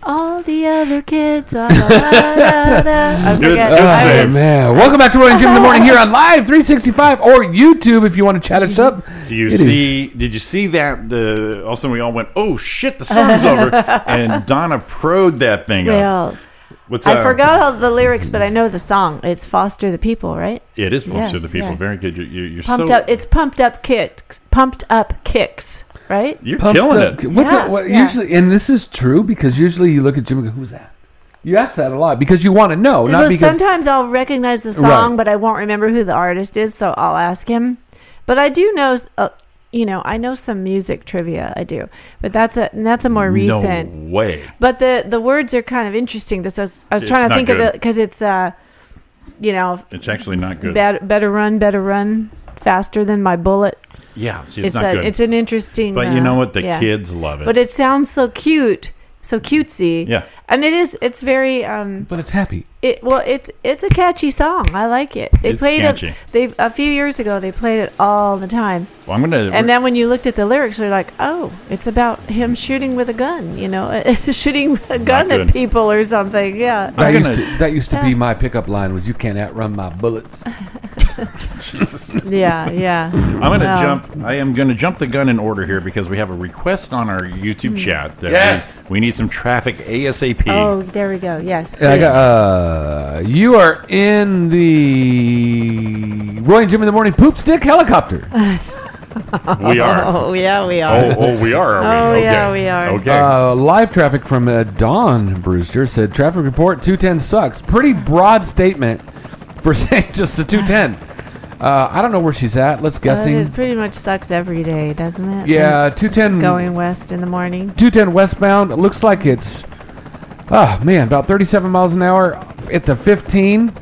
Speaker 2: All the other kids are. I forget.
Speaker 8: Oh, man. Welcome back to Roy and Jim in the morning here on Live 365 or YouTube if you want to chat us up.
Speaker 6: Do you
Speaker 8: It is-
Speaker 6: see? Did you see that? The all of a sudden we all went, "Oh shit, the sun's over!" And Donna proed that thing up.
Speaker 2: Well,
Speaker 6: What's uh,
Speaker 2: I
Speaker 6: up?
Speaker 2: forgot all the lyrics, but I know the song. It's "Foster the People," right?
Speaker 6: It is pumped to
Speaker 2: Yes,
Speaker 6: the people.
Speaker 2: yes.
Speaker 6: Very good. You're, you're, you're
Speaker 2: Pumped
Speaker 6: so
Speaker 2: up. It's pumped up kicks. Pumped up kicks.
Speaker 3: right?
Speaker 6: You're
Speaker 8: Pumped
Speaker 6: killing
Speaker 8: up.
Speaker 6: it.
Speaker 8: What's
Speaker 3: Yeah,
Speaker 8: that? What,
Speaker 3: yeah.
Speaker 8: Usually, and this is true because usually you look at Jim and go, "Who's that?" You ask that a lot because you want to know, not
Speaker 3: well,
Speaker 8: because
Speaker 3: sometimes I'll recognize the song,
Speaker 8: Right.
Speaker 3: but I won't remember who the artist is, so I'll ask him. But I do know, s- uh, you know, I know some music trivia. I do, but that's a and that's a more recent.
Speaker 6: No way.
Speaker 3: But the the words are kind of interesting. This is, I was
Speaker 6: It's
Speaker 3: trying to
Speaker 6: not
Speaker 3: think of
Speaker 6: good.
Speaker 3: it because it's uh, you know,
Speaker 6: It's actually not good.
Speaker 3: bet, better run, better run, faster than my bullet.
Speaker 6: Yeah, see, it's,
Speaker 3: a,
Speaker 6: not good.
Speaker 3: It's an interesting.
Speaker 6: But you
Speaker 3: uh,
Speaker 6: know what? The
Speaker 3: yeah.
Speaker 6: kids love it.
Speaker 3: But it sounds so cute, so cutesy.
Speaker 6: Yeah.
Speaker 3: and it is. It's very. um
Speaker 8: But it's happy.
Speaker 3: It well, it's it's a catchy song. I like it. They
Speaker 6: It's
Speaker 3: played
Speaker 6: catchy.
Speaker 3: it. They a few years ago they played it all the time.
Speaker 6: Well, I'm gonna.
Speaker 3: And then when you looked at the lyrics, you're like, oh, it's about him shooting with a gun. You know, shooting a gun at
Speaker 8: good.
Speaker 3: people or something. Yeah.
Speaker 8: That used, to, that used to be my pickup line was "You can't outrun my bullets." Jesus.
Speaker 3: yeah, yeah.
Speaker 6: I'm gonna
Speaker 3: Wow.
Speaker 6: jump. I am gonna jump the gun in order here because we have a request on our YouTube
Speaker 3: Mm.
Speaker 6: chat. That
Speaker 3: Yes.
Speaker 6: we, we need some traffic ASAP.
Speaker 3: Oh, there we go. Yes.
Speaker 8: Yeah, I
Speaker 3: please.
Speaker 8: got, uh, you are in the Roy and Jim in the morning poop stick helicopter. We are.
Speaker 3: Oh, yeah, we are. Oh, yeah, we are.
Speaker 8: Uh, live traffic from uh, Don Brewster said traffic report 210 sucks. Pretty broad statement for saying just the 210. Uh, I don't know where she's at. Let's
Speaker 3: Uh,
Speaker 8: guessing.
Speaker 3: it pretty much sucks every day, doesn't it?
Speaker 8: Yeah, 210
Speaker 3: Going west in the morning.
Speaker 8: 210 westbound. It looks like it's, oh man, about 37 miles an hour at the 15.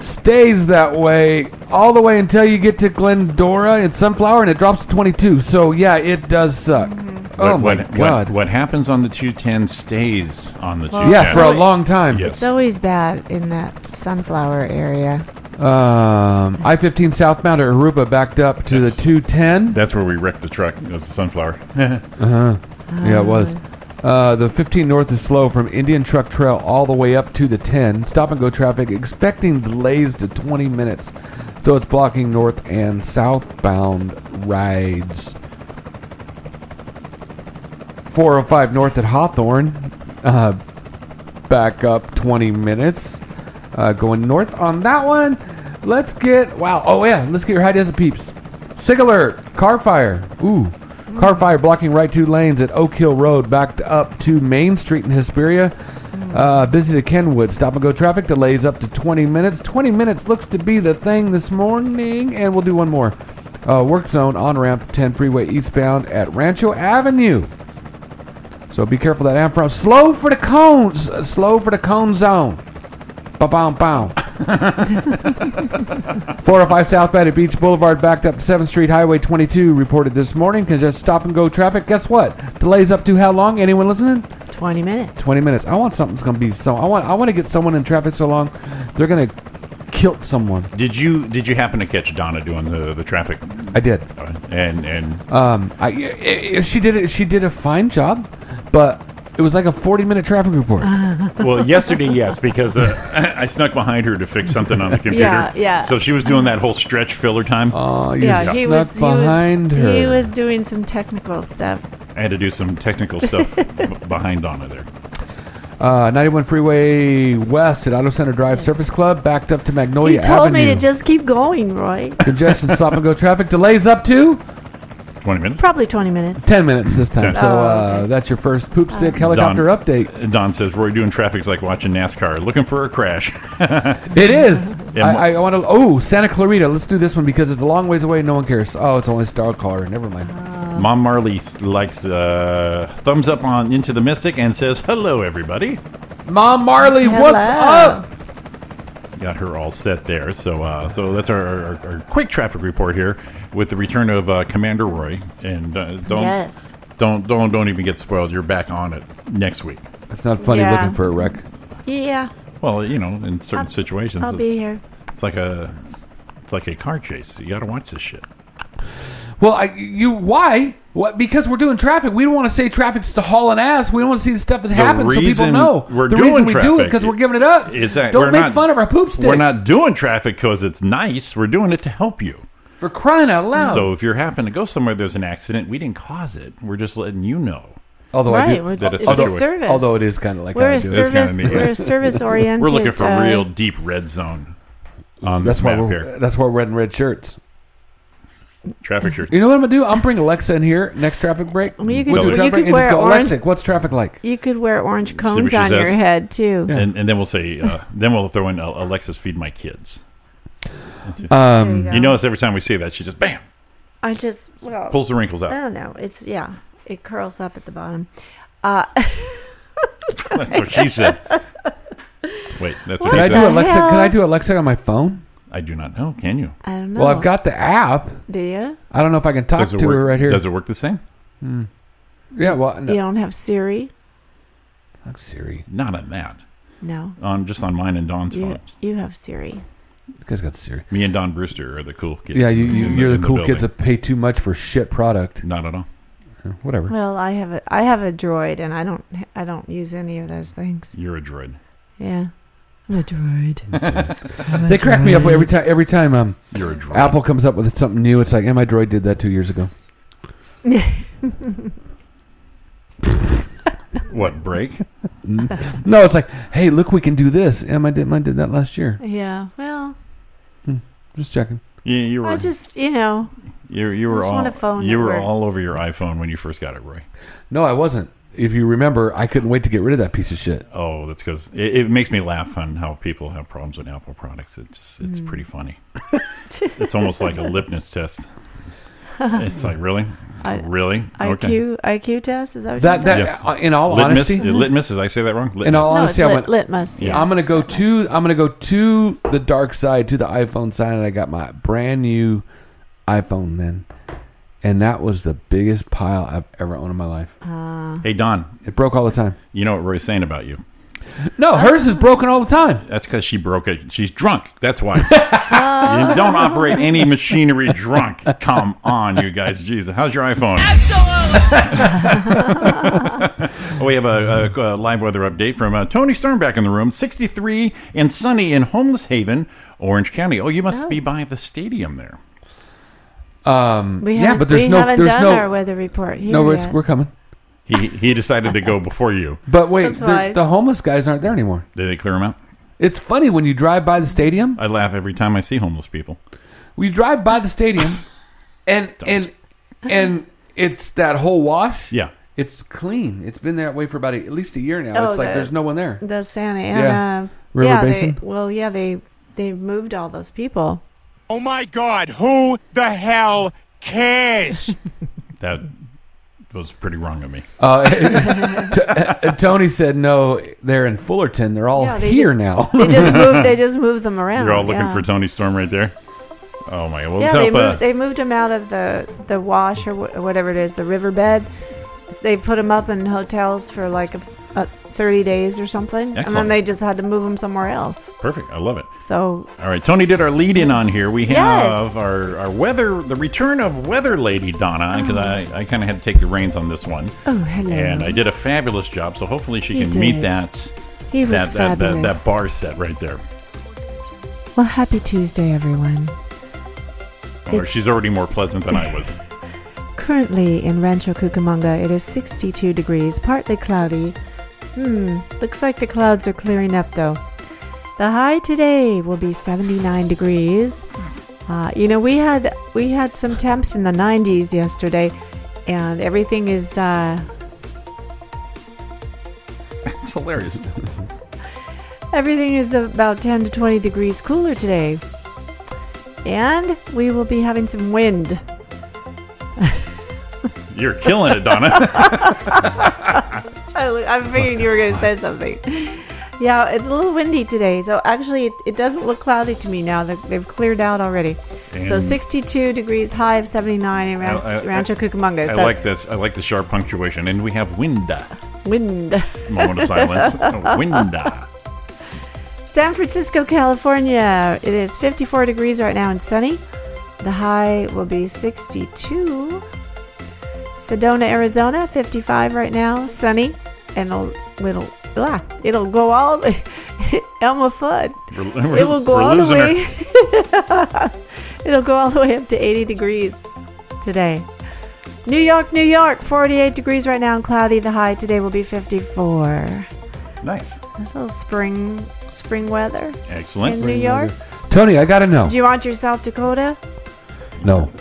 Speaker 8: Stays that way all the way until you get to Glendora and Sunflower, and it drops to 22. So yeah, it does suck.
Speaker 6: What,
Speaker 8: Oh my
Speaker 6: what,
Speaker 8: god.
Speaker 6: What, what happens on the 210 stays on the
Speaker 3: Well,
Speaker 6: 210.
Speaker 8: Yeah, for a long time.
Speaker 6: Yes.
Speaker 3: It's always bad in that sunflower area.
Speaker 8: Um, I 15 southbound at Aruba backed up to the 210.
Speaker 6: That's where we wrecked the truck. It was the sunflower.
Speaker 8: uh-huh. Yeah, it was. Uh, the 15 north is slow from Indian Truck Trail all the way up to the 10. Stop and go traffic, expecting delays to 20 minutes. So it's blocking north and southbound rides. 405 north at Hawthorne. Uh, back up 20 minutes. Uh, going north on that one. Let's get, wow, oh yeah, let's get your high desert peeps. Sig alert, car fire. Ooh. Car fire blocking right two lanes at Oak Hill Road, backed up to Main Street in Hesperia. Uh, busy to Kenwood. Stop and go traffic delays up to 20 minutes. 20 minutes looks to be the thing this morning, and we'll do one more. Uh, work zone on ramp 10 freeway eastbound at Rancho Avenue. So be careful that Afro. Slow for the cones. Uh, Slow for the cone zone. Ba oh bam bam. 405 southbound at Beach Boulevard, backed up to 7th Street Highway 22, reported this morning. Congested stop and go traffic. Guess what? Delays up to how long? Anyone listening?
Speaker 3: 20 minutes.
Speaker 8: 20 minutes. I want something that's going to be so. I want I want to get someone in traffic so long they're going to kilt someone.
Speaker 6: Did you did you happen to catch Donna doing the, the traffic? uh,
Speaker 8: I did.
Speaker 6: And and
Speaker 8: Um, I, i i she did it. She did a fine job, but it was like a 40 minute traffic report.
Speaker 6: well, yesterday, yes, because uh, I snuck behind her to fix something on the computer.
Speaker 3: Yeah, yeah.
Speaker 6: So she was doing that whole stretch filler time.
Speaker 8: Oh,
Speaker 3: He was doing some technical stuff.
Speaker 6: I had to do some technical stuff b- behind Donna there.
Speaker 8: Uh, 91 Freeway West at Auto Center Drive Surface Club, backed up to Magnolia
Speaker 3: you told
Speaker 8: Avenue.
Speaker 3: me to just keep going, Roy.
Speaker 8: Congestion, stop and go traffic delays up to
Speaker 6: 20 minutes.
Speaker 3: Probably 20 minutes.
Speaker 8: 10 minutes this
Speaker 6: Ten.
Speaker 8: time. So
Speaker 6: Oh,
Speaker 8: uh, that's your first poop stick helicopter
Speaker 6: Don,
Speaker 8: update.
Speaker 6: Don says Roy doing traffic's like watching NASCAR, looking for a crash.
Speaker 8: It is.
Speaker 6: Yeah, mo-
Speaker 8: I, I want to. Oh, Santa Clarita. Let's do this one because it's a long ways away. No one cares. Oh, it's only Star Car. Never mind.
Speaker 3: Uh,
Speaker 6: Mom Marley s- likes uh, thumbs up on Into the Mystic and says hello everybody.
Speaker 8: Mom Marley, what's
Speaker 6: Hello.
Speaker 8: up?
Speaker 6: Got her all set there. So uh, so that's our, our, our quick traffic report here with the return of uh, Commander Roy. And uh, don't
Speaker 3: Yes.
Speaker 6: don't don't don't even get spoiled. You're back on it next week.
Speaker 8: It's not
Speaker 3: funny Yeah. looking for
Speaker 8: a wreck.
Speaker 3: Yeah,
Speaker 6: Well, you know, in certain situations,
Speaker 3: I'll
Speaker 6: it's,
Speaker 3: be here.
Speaker 6: it's like a it's like a car chase. You got to watch this shit.
Speaker 8: Well, I, you why? What? Because we're doing traffic. We don't want to say traffic's to haul an ass. We don't want to see the stuff that happens so people
Speaker 6: reason
Speaker 8: know.
Speaker 6: we're
Speaker 8: the
Speaker 6: doing
Speaker 8: reason we do it
Speaker 6: traffic
Speaker 8: because we're giving it up.
Speaker 6: Is that
Speaker 8: don't
Speaker 6: we're
Speaker 8: make
Speaker 6: not-
Speaker 8: fun of our poop stick.
Speaker 6: We're not doing traffic because it's nice. We're doing it to help you.
Speaker 8: for crying out
Speaker 3: Oh.
Speaker 8: loud.
Speaker 6: So if you happen to go somewhere, there's an accident. We didn't cause it. We're just letting you know.
Speaker 8: Although
Speaker 3: I do- Right, we're- it's a service. although it is
Speaker 8: kinda
Speaker 3: like We're how we a do it. service- we're a service-oriented,
Speaker 6: We're looking for
Speaker 3: uh,
Speaker 6: real deep red zone. On
Speaker 8: that's
Speaker 6: this
Speaker 8: why
Speaker 6: map
Speaker 8: we're
Speaker 6: here.
Speaker 8: that's why we're wearing red shirts.
Speaker 6: Traffic shirts.
Speaker 8: You know what I'm gonna do? I'm bring Alexa in here next traffic break.
Speaker 3: Well, you
Speaker 6: could- you
Speaker 8: traffic
Speaker 3: could
Speaker 8: and just
Speaker 3: wear
Speaker 8: go,
Speaker 3: orange-
Speaker 8: Alexa, what's traffic like?
Speaker 3: You could wear orange
Speaker 6: See what
Speaker 3: cones
Speaker 6: she
Speaker 3: on your
Speaker 6: says.
Speaker 3: head too.
Speaker 6: And, and then we'll say, uh, then we'll throw in uh, Alexa's feed my kids. That's it.
Speaker 8: Um,
Speaker 3: There you
Speaker 6: you
Speaker 3: go.
Speaker 6: notice every time we say that, she just bam.
Speaker 3: I just well
Speaker 6: Pulls the wrinkles out.
Speaker 3: I don't know. It's yeah, it curls up at the bottom. Uh, Oh.
Speaker 6: That's what she said. Wait, that's what
Speaker 8: Could
Speaker 6: she
Speaker 8: I
Speaker 6: said.
Speaker 8: do Alexa? Could I do Alexa on my phone?
Speaker 6: I do not know. Can you?
Speaker 3: I don't know.
Speaker 8: Well, I've got the app.
Speaker 3: Do you?
Speaker 8: I don't know if I can talk
Speaker 6: Does it
Speaker 8: to
Speaker 6: work-
Speaker 8: her right here.
Speaker 6: Does it work the same?
Speaker 8: Hmm. Yeah. Well, no.
Speaker 3: You don't have Siri?
Speaker 8: I'm Siri.
Speaker 6: Not on that.
Speaker 3: No.
Speaker 6: On just on mine and Don's
Speaker 3: You,
Speaker 6: phone.
Speaker 3: you have Siri.
Speaker 8: You guys got Siri.
Speaker 6: Me and Don Brewster are the cool kids.
Speaker 8: Yeah, you, you,
Speaker 6: in
Speaker 8: you're the,
Speaker 6: in
Speaker 8: cool kids
Speaker 6: building.
Speaker 8: that pay too much for shit product. Uh,
Speaker 6: Not at all.
Speaker 8: Whatever.
Speaker 3: Well, I have a I have a droid, and I don't I don't use any of those things.
Speaker 6: You're a droid.
Speaker 3: Yeah, I'm a droid. I'm a
Speaker 8: They crack me up
Speaker 3: droid.
Speaker 8: every time. Every time um,
Speaker 6: You're a droid.
Speaker 8: Apple comes up with something new, it's like, "Yeah, my droid did that two years ago."
Speaker 6: What break?
Speaker 8: no, it's like, "Hey, look, we can do this." Yeah, my did mine did that last year.
Speaker 3: Yeah. Well,
Speaker 8: Just checking.
Speaker 6: Yeah, you were.
Speaker 3: I just you know
Speaker 6: you, you were
Speaker 3: just want
Speaker 6: all
Speaker 3: a phone
Speaker 6: you
Speaker 3: that
Speaker 6: were
Speaker 3: works.
Speaker 6: all over your iPhone when you first got it, Roy.
Speaker 8: No, I wasn't. If you remember, I couldn't wait to get rid of that piece of shit.
Speaker 6: Oh, that's because it, it makes me laugh on how people have problems with Apple products. It's just, it's
Speaker 3: Mm.
Speaker 6: pretty funny. it's almost like a lipness test. It's like really,
Speaker 3: I-
Speaker 6: really
Speaker 3: IQ IQ test is that what
Speaker 8: That
Speaker 3: you
Speaker 8: that
Speaker 3: said?
Speaker 8: uh, in all
Speaker 6: litmus,
Speaker 8: honesty,
Speaker 6: uh, litmus. Did I say that wrong? Litmus.
Speaker 8: In all
Speaker 3: No,
Speaker 8: honesty,
Speaker 3: it's
Speaker 8: I'm
Speaker 3: lit-
Speaker 8: gonna,
Speaker 3: litmus, yeah.
Speaker 8: I'm gonna go to I'm gonna go to the dark side, to the iPhone side, and I got my brand new iPhone then, and that was the biggest pile I've ever owned in my life.
Speaker 6: hey Don,
Speaker 8: it broke all the time.
Speaker 6: You know what Roy's saying about you?
Speaker 8: No,
Speaker 3: Oh.
Speaker 8: hers is broken all the time.
Speaker 6: That's because she broke it. She's drunk. That's why. you don't operate any machinery drunk. Come on, you guys. Jesus, how's your iPhone? Oh, we have a, a, a live weather update from uh, Tony Storm back in the room. 63 and sunny in Homeless Haven, Orange County. Oh, you must be by the stadium there.
Speaker 8: Um,
Speaker 3: We
Speaker 8: yeah,
Speaker 3: haven't-
Speaker 8: but there's
Speaker 3: we
Speaker 8: no
Speaker 3: haven't
Speaker 8: there's
Speaker 3: done
Speaker 8: no
Speaker 3: our weather report here
Speaker 8: no, it's,
Speaker 3: yet.
Speaker 8: we're coming.
Speaker 6: He he decided to go before you.
Speaker 8: But wait,
Speaker 3: That's
Speaker 8: the-
Speaker 3: why.
Speaker 8: the homeless guys aren't there anymore.
Speaker 6: Did they clear him out?
Speaker 8: It's funny when you drive by the stadium.
Speaker 6: I laugh every time I see homeless people.
Speaker 8: We drive by the stadium, and and and it's that whole wash.
Speaker 6: Yeah.
Speaker 8: it's clean. It's been that way for about a, at least a year now.
Speaker 3: Oh,
Speaker 8: it's like
Speaker 3: the-
Speaker 8: there's no one there.
Speaker 3: The Santa
Speaker 8: Yeah.
Speaker 3: Ana
Speaker 8: River
Speaker 3: yeah, they-
Speaker 8: Basin?
Speaker 3: well, yeah, they they moved all those people.
Speaker 15: Oh my God, who the hell cares?
Speaker 6: That was pretty wrong of me.
Speaker 8: Uh, T- uh, Tony said no. They're in Fullerton. They're all
Speaker 3: Yeah, they
Speaker 8: here
Speaker 3: just-
Speaker 8: now.
Speaker 3: They just moved. They just moved them around.
Speaker 6: You're all looking
Speaker 3: yeah.
Speaker 6: for Tony Storm right there. Oh my god. Well,
Speaker 3: Oh yeah,
Speaker 6: let's
Speaker 3: they
Speaker 6: hope,
Speaker 3: moved,
Speaker 6: uh,
Speaker 3: they moved them out of the the wash or wh- whatever it is, the riverbed. They put them up in hotels for like a, a 30 days or something, and then
Speaker 6: Excellent.
Speaker 3: they just had to move them somewhere else.
Speaker 6: Perfect. I love it.
Speaker 3: So
Speaker 6: All right, Tony did our lead in on here. We have
Speaker 3: Yes.
Speaker 6: our, our weather, the return of weather lady Donna, because I, I kind of had to take the reins on this one.
Speaker 3: Oh, hello.
Speaker 6: And I did a fabulous job, so hopefully she
Speaker 3: You
Speaker 6: can meet
Speaker 3: did.
Speaker 6: that
Speaker 3: He was
Speaker 6: that, that, that that
Speaker 3: fabulous.
Speaker 6: bar set right there.
Speaker 3: well, happy Tuesday, everyone.
Speaker 6: Or
Speaker 3: It's-
Speaker 6: she's already more pleasant than I was.
Speaker 3: Currently in Rancho Cucamonga, it is 62 degrees, partly cloudy. Hmm, looks like the clouds are clearing up though. The high today will be 79 degrees. Uh, you know, we had we had some temps in the 90s yesterday, and everything is uh,
Speaker 6: it's hilarious.
Speaker 3: everything is about 10 to 20 degrees cooler today. And we will be having some wind.
Speaker 6: You're killing it, Donna.
Speaker 3: I, li- I figured you were going to say something. Yeah, it's a little windy today, so actually it, it doesn't look cloudy to me now. They- They've cleared out already. so
Speaker 6: And-
Speaker 3: 62 degrees high of 79 in Ran-
Speaker 6: I- I-
Speaker 3: Rancho Cucamonga.
Speaker 6: I
Speaker 3: so
Speaker 6: like this. I like the sharp punctuation, and we have winda.
Speaker 3: wind.
Speaker 6: Moment of silence. winda.
Speaker 3: San Francisco, California. It is 54 degrees right now and sunny. The high will be 62. Sedona, Arizona, 55 right now, sunny, and it'll it'll, ah, it'll go all Elma Fudd.
Speaker 6: We're-
Speaker 3: it will go
Speaker 6: we're
Speaker 3: all the
Speaker 6: losing her.
Speaker 3: way. it'll go all the way up to 80 degrees today. New York, New York, 48 degrees right now and cloudy. The high today will be 54.
Speaker 6: Nice.
Speaker 3: A little spring spring weather.
Speaker 6: Excellent.
Speaker 3: In New York.
Speaker 8: Tony, I gotta know.
Speaker 3: Do you want your South Dakota?
Speaker 8: No,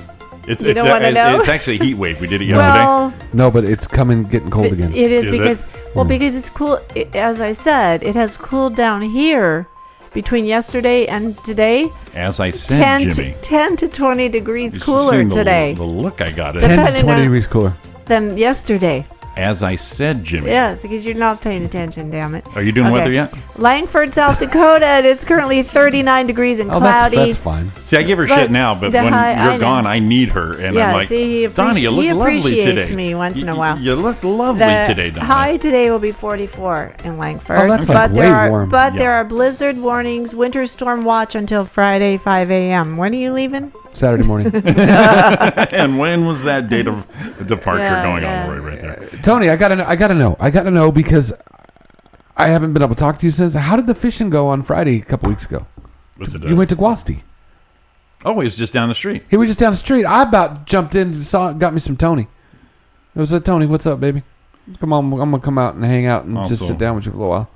Speaker 6: It's
Speaker 3: You
Speaker 6: it's,
Speaker 3: don't wanna
Speaker 6: it-
Speaker 3: know?
Speaker 6: it's actually a heat wave. We did it yesterday.
Speaker 3: Well,
Speaker 8: No, but it's coming, getting cold again.
Speaker 3: it is,
Speaker 6: Is it?
Speaker 3: because well
Speaker 6: Hmm.
Speaker 3: because it's cool. It, as I said, it has cooled down here between yesterday and today.
Speaker 6: As I said,
Speaker 3: 10
Speaker 6: Jimmy.
Speaker 3: to, 10 to 20 degrees
Speaker 6: You've
Speaker 3: cooler
Speaker 6: seen the-
Speaker 3: today
Speaker 6: The look I got.
Speaker 3: 10 to Depending 20 on- degrees
Speaker 8: cooler.
Speaker 3: than yesterday.
Speaker 6: As I said, Jimmy.
Speaker 3: Yes, because you're not paying attention, damn it.
Speaker 6: Are you doing
Speaker 3: Okay.
Speaker 6: weather yet?
Speaker 3: Langford, South Dakota, it is currently 39 degrees and
Speaker 6: Oh, that's-
Speaker 3: cloudy.
Speaker 6: that's fine. See, I give her
Speaker 3: But
Speaker 6: shit now, but
Speaker 3: the
Speaker 6: when
Speaker 3: high-
Speaker 6: you're
Speaker 3: I know.
Speaker 6: gone, I need her, and
Speaker 3: yeah,
Speaker 6: I'm like,
Speaker 3: see, he, appreci-
Speaker 6: Donnie, you look
Speaker 3: he
Speaker 6: lovely
Speaker 3: appreciates
Speaker 6: today.
Speaker 3: me once in a while.
Speaker 6: You look lovely
Speaker 3: the
Speaker 6: today, Donnie.
Speaker 3: high today will be 44 in Langford,
Speaker 6: Oh, that's,
Speaker 3: but
Speaker 6: like, way
Speaker 3: there are
Speaker 6: warm.
Speaker 3: but
Speaker 6: Yeah.
Speaker 3: there are blizzard warnings, winter storm watch until Friday 5 a.m. When are you leaving?
Speaker 8: Saturday morning.
Speaker 6: and when was that date of departure
Speaker 3: Yeah,
Speaker 6: going
Speaker 3: yeah.
Speaker 6: on, Roy? Right there.
Speaker 8: Tony, I gotta, know, I gotta know, I gotta know because I haven't been able to talk to you since. How did the fishing go on Friday a couple weeks ago?
Speaker 6: What's it? uh,
Speaker 8: You went to Guasti.
Speaker 6: Oh, it was just down the street.
Speaker 8: He was just down the street. I about jumped in, and saw, got me some Tony. It was like, Tony, what's up, baby? Come on, I'm gonna come out and hang out and just
Speaker 6: Also-
Speaker 8: sit down with you for a little while.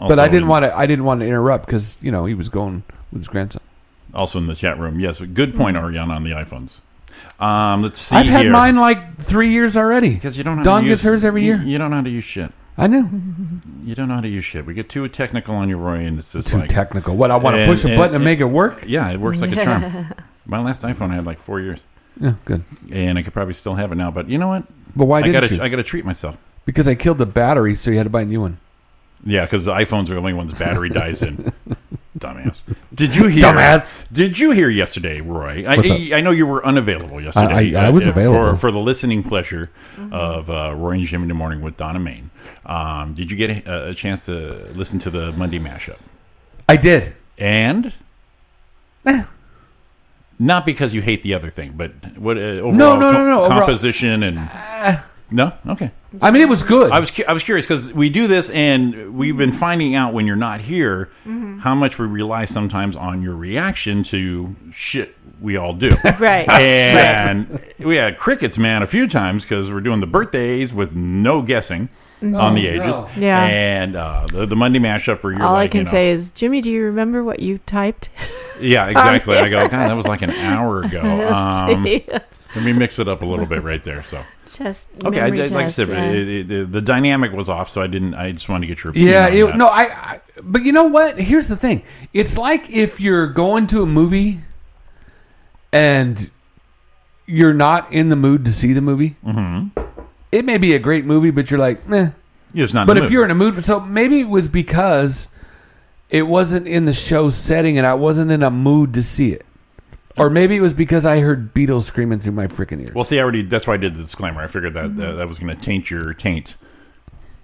Speaker 8: but
Speaker 6: also
Speaker 8: I didn't
Speaker 6: in-
Speaker 8: want to. I didn't want to interrupt because you know he was going with his grandson.
Speaker 6: Also in the chat room. Yes, good point, Ariana, on the iPhones. Um, let's see
Speaker 8: I've had
Speaker 6: here.
Speaker 8: mine like three years already.
Speaker 6: Because you don't. Know how
Speaker 8: Dawn
Speaker 6: to
Speaker 8: gets
Speaker 6: use-
Speaker 8: hers every
Speaker 6: you-
Speaker 8: year.
Speaker 6: You, don't know how to use shit.
Speaker 8: I know.
Speaker 6: You don't know how to use shit. We get too technical on your Roy, and it's just
Speaker 8: Too
Speaker 6: like
Speaker 8: technical. What I want to
Speaker 6: And-
Speaker 8: push a button and
Speaker 6: and-
Speaker 8: make it work.
Speaker 6: Yeah, it works like a charm. My last iPhone I had like four years.
Speaker 8: Yeah, good.
Speaker 6: And I could probably still have it now, but you know what?
Speaker 8: But why
Speaker 6: I
Speaker 8: didn't
Speaker 6: gotta,
Speaker 8: you?
Speaker 6: I got to treat myself.
Speaker 8: Because I killed the battery, so you had to buy a new one.
Speaker 6: Yeah, because the iPhones are the only ones battery dies in. Dumbass. Did you hear?
Speaker 8: Dumbass.
Speaker 6: Did you hear yesterday, Roy? I,
Speaker 8: What's up?
Speaker 6: I, I know you were unavailable yesterday.
Speaker 8: I- I was available. Mm-hmm.
Speaker 6: for, for the listening pleasure of uh, Roy and Jim in the morning with Donna Main. Um, did you get a, a chance to listen to the Monday mashup?
Speaker 8: I did,
Speaker 6: and not because you hate the other thing, but what uh, overall
Speaker 8: no,
Speaker 6: co-
Speaker 8: no, no, overall-
Speaker 6: composition and no, okay.
Speaker 8: I mean, it was good.
Speaker 6: I was cu- I was curious because we do this, and we've been finding out when you're not here
Speaker 3: Mm-hmm.
Speaker 6: how much we rely sometimes on your reaction to shit we all do.
Speaker 3: Right.
Speaker 6: and we had crickets, man, a few times because we're doing the birthdays with no guessing
Speaker 3: Mhm.
Speaker 6: on the
Speaker 3: Oh,
Speaker 6: ages.
Speaker 3: no. Yeah.
Speaker 6: and uh, the the Monday mashup where you're
Speaker 3: All
Speaker 6: like,
Speaker 3: I can
Speaker 6: you know,
Speaker 3: say is, Jimmy, do you remember what you typed?
Speaker 6: yeah,
Speaker 3: on
Speaker 6: exactly. I go,
Speaker 3: here?"
Speaker 6: God, that was like an hour ago. Um,
Speaker 3: See?
Speaker 6: let me mix it up a little bit right there. So
Speaker 3: Test.
Speaker 6: okay, I
Speaker 3: memory
Speaker 6: did, like I
Speaker 3: test,
Speaker 6: said,
Speaker 3: yeah.
Speaker 6: it, it, it- the dynamic was off, so I didn't. I just wanted to get your opinion
Speaker 8: Yeah,
Speaker 6: on
Speaker 8: it,
Speaker 6: that.
Speaker 8: no, I, I. But you know what? Here's the thing. It's like if you're going to a movie, and you're not in the mood to see the movie. Mm-hmm. It may be a great movie, but you're like, meh.
Speaker 6: It's not in
Speaker 8: But
Speaker 6: the
Speaker 8: if
Speaker 6: mood.
Speaker 8: you're in a mood, so maybe it was because it wasn't in the show setting, and I wasn't in a mood to see it. Or maybe it was because I heard Beatles screaming through my freaking ears.
Speaker 6: Well, see, I already. That's why I did the disclaimer. I figured that that,
Speaker 3: Mm-hmm.
Speaker 6: that was going to taint your taint.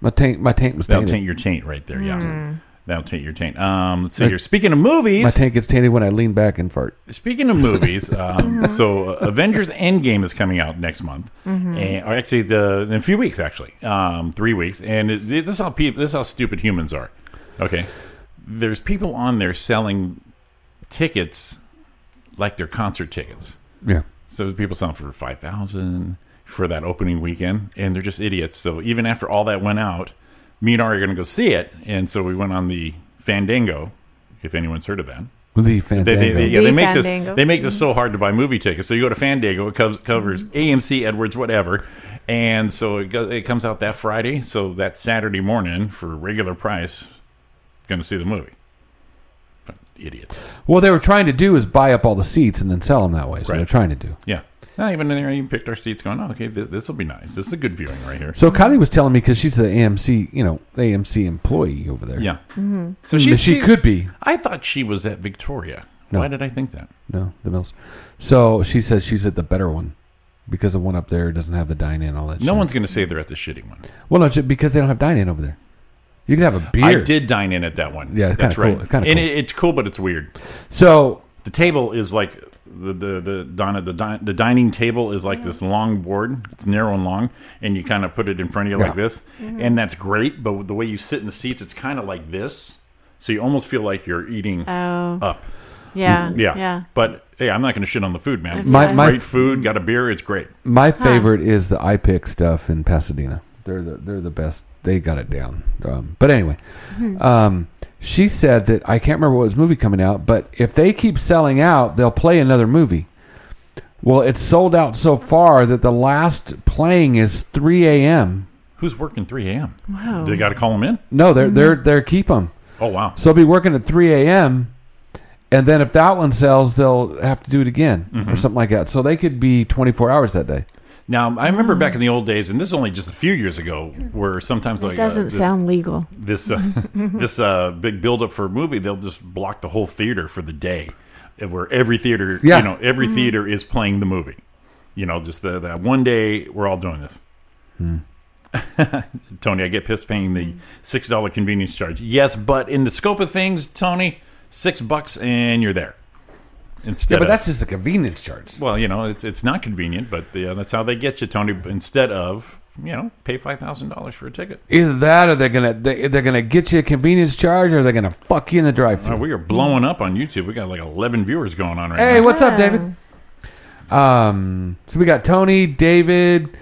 Speaker 8: My taint, my taint was
Speaker 6: That'll
Speaker 8: tainted.
Speaker 6: taint your taint right there. Yeah,
Speaker 3: Mm.
Speaker 6: that'll taint your taint. Um, let's see
Speaker 8: My-
Speaker 6: here. Speaking of movies,
Speaker 8: My taint gets tainted when I lean back and fart.
Speaker 6: Speaking of movies, um, so uh, Avengers Endgame is coming out next month,
Speaker 8: Mhm.
Speaker 6: and, or actually the in a few weeks, actually um, three weeks. And it, this is how people, this is how stupid humans are. Okay, there's people on there selling tickets like they're concert tickets.
Speaker 8: Yeah.
Speaker 6: So people selling for five thousand for that opening weekend, and they're just idiots. So even after all that went out, me and Ari are going to go see it, and so we went on the Fandango, if anyone's heard of that.
Speaker 8: The
Speaker 6: They,
Speaker 8: Fandango.
Speaker 6: they, they, yeah, they
Speaker 3: The
Speaker 6: make this.
Speaker 3: Fandango.
Speaker 6: They make this so hard to buy movie tickets. So you go to Fandango, it covers, covers
Speaker 3: Mm-hmm.
Speaker 6: AMC, Edwards, whatever, and so it, go, it comes out that Friday. So that Saturday morning for regular price, going to see the movie. Fucking Idiots.
Speaker 8: Well, they were trying to do is buy up all the seats and then sell them that way. So they're trying to do.
Speaker 6: Yeah. Not even in there. You picked our seats, going, oh, okay, th- this will be nice. This is a good viewing right here.
Speaker 8: So Kylie was telling me because she's the AMC, you know, AMC employee over there.
Speaker 6: Yeah.
Speaker 3: Mm-hmm.
Speaker 8: Mhm.
Speaker 6: So she,
Speaker 8: But she could be.
Speaker 6: I thought she was at Victoria.
Speaker 8: No.
Speaker 6: Why did I think that?
Speaker 8: No, the Mills. So she says she's at the better one because the one up there doesn't have the dine in all that.
Speaker 6: No
Speaker 8: shit.
Speaker 6: one's going to say they're at the shitty one.
Speaker 8: Well, no, ju- because they don't have dine in over there. You could have a beer.
Speaker 6: I did dine in at that one.
Speaker 8: Yeah, it's
Speaker 6: that's
Speaker 8: kinda cool.
Speaker 6: right.
Speaker 8: It's kinda
Speaker 6: and
Speaker 8: cool.
Speaker 6: It, it's cool, but it's weird.
Speaker 8: So
Speaker 6: the table is like the the the Donna the di- the dining table is like this long board. It's narrow and long, and you kind of put it in front of you like
Speaker 8: Yeah.
Speaker 6: this,
Speaker 3: Mm-hmm.
Speaker 8: Mhm.
Speaker 6: and that's great. But the way you sit in the seats, it's kind of like this, so you almost feel like you're eating
Speaker 3: Oh.
Speaker 6: up.
Speaker 3: Yeah,
Speaker 6: mm, yeah,
Speaker 3: yeah.
Speaker 6: But hey, I'm not going to shit on the food, man.
Speaker 8: My- my-
Speaker 6: great food, got a beer, it's great.
Speaker 8: My
Speaker 6: Huh.
Speaker 8: favorite is the iPick stuff in Pasadena. They're the they're the best. They got it down. Um, but anyway,
Speaker 16: Hmm.
Speaker 8: um, she said that I can't remember what was movie coming out, but if they keep selling out, they'll play another movie. Well, it's sold out so far that the last playing is 3 a.m.
Speaker 6: Who's working 3 a.m.?
Speaker 3: Wow.
Speaker 6: Do they got to call them in?
Speaker 8: No, they're they're they're keep them.
Speaker 6: Oh, wow.
Speaker 8: So they'll be working at 3 a.m. And then if that one sells, they'll have to do it again or
Speaker 6: Mhm.
Speaker 8: something like that. So they could be 24 hours that day.
Speaker 6: Now, I remember back in the old days, and this is only just a few years ago, where sometimes like
Speaker 3: it
Speaker 6: uh,
Speaker 3: doesn't
Speaker 6: this-
Speaker 3: sound legal.
Speaker 6: this uh, this uh, big buildup for a movie, they'll just block the whole theater for the day, where every theater,
Speaker 8: Yeah.
Speaker 6: you know, every
Speaker 8: Mhm.
Speaker 6: theater is playing the movie. You know, just the, that one day we're all doing this.
Speaker 8: Hmm.
Speaker 6: Tony, I get pissed paying the six dollar convenience charge. Yes, but in the scope of things, Tony, six bucks and you're there. Instead,
Speaker 8: Yeah, but
Speaker 6: of-
Speaker 8: that's just a convenience charge.
Speaker 6: Well, you know, it's it's not convenient, but yeah, that's how they get you, Tony. Instead of you know, pay five thousand dollars for a ticket.
Speaker 8: Either that, or they're gonna they, they're gonna get you a convenience charge, or they're gonna fuck you in the drive-thru.
Speaker 6: Wow, Oh, we are blowing up on YouTube. We got like 11 viewers going on right now.
Speaker 8: Hey, what's up, David? Um, so we got Tony, David,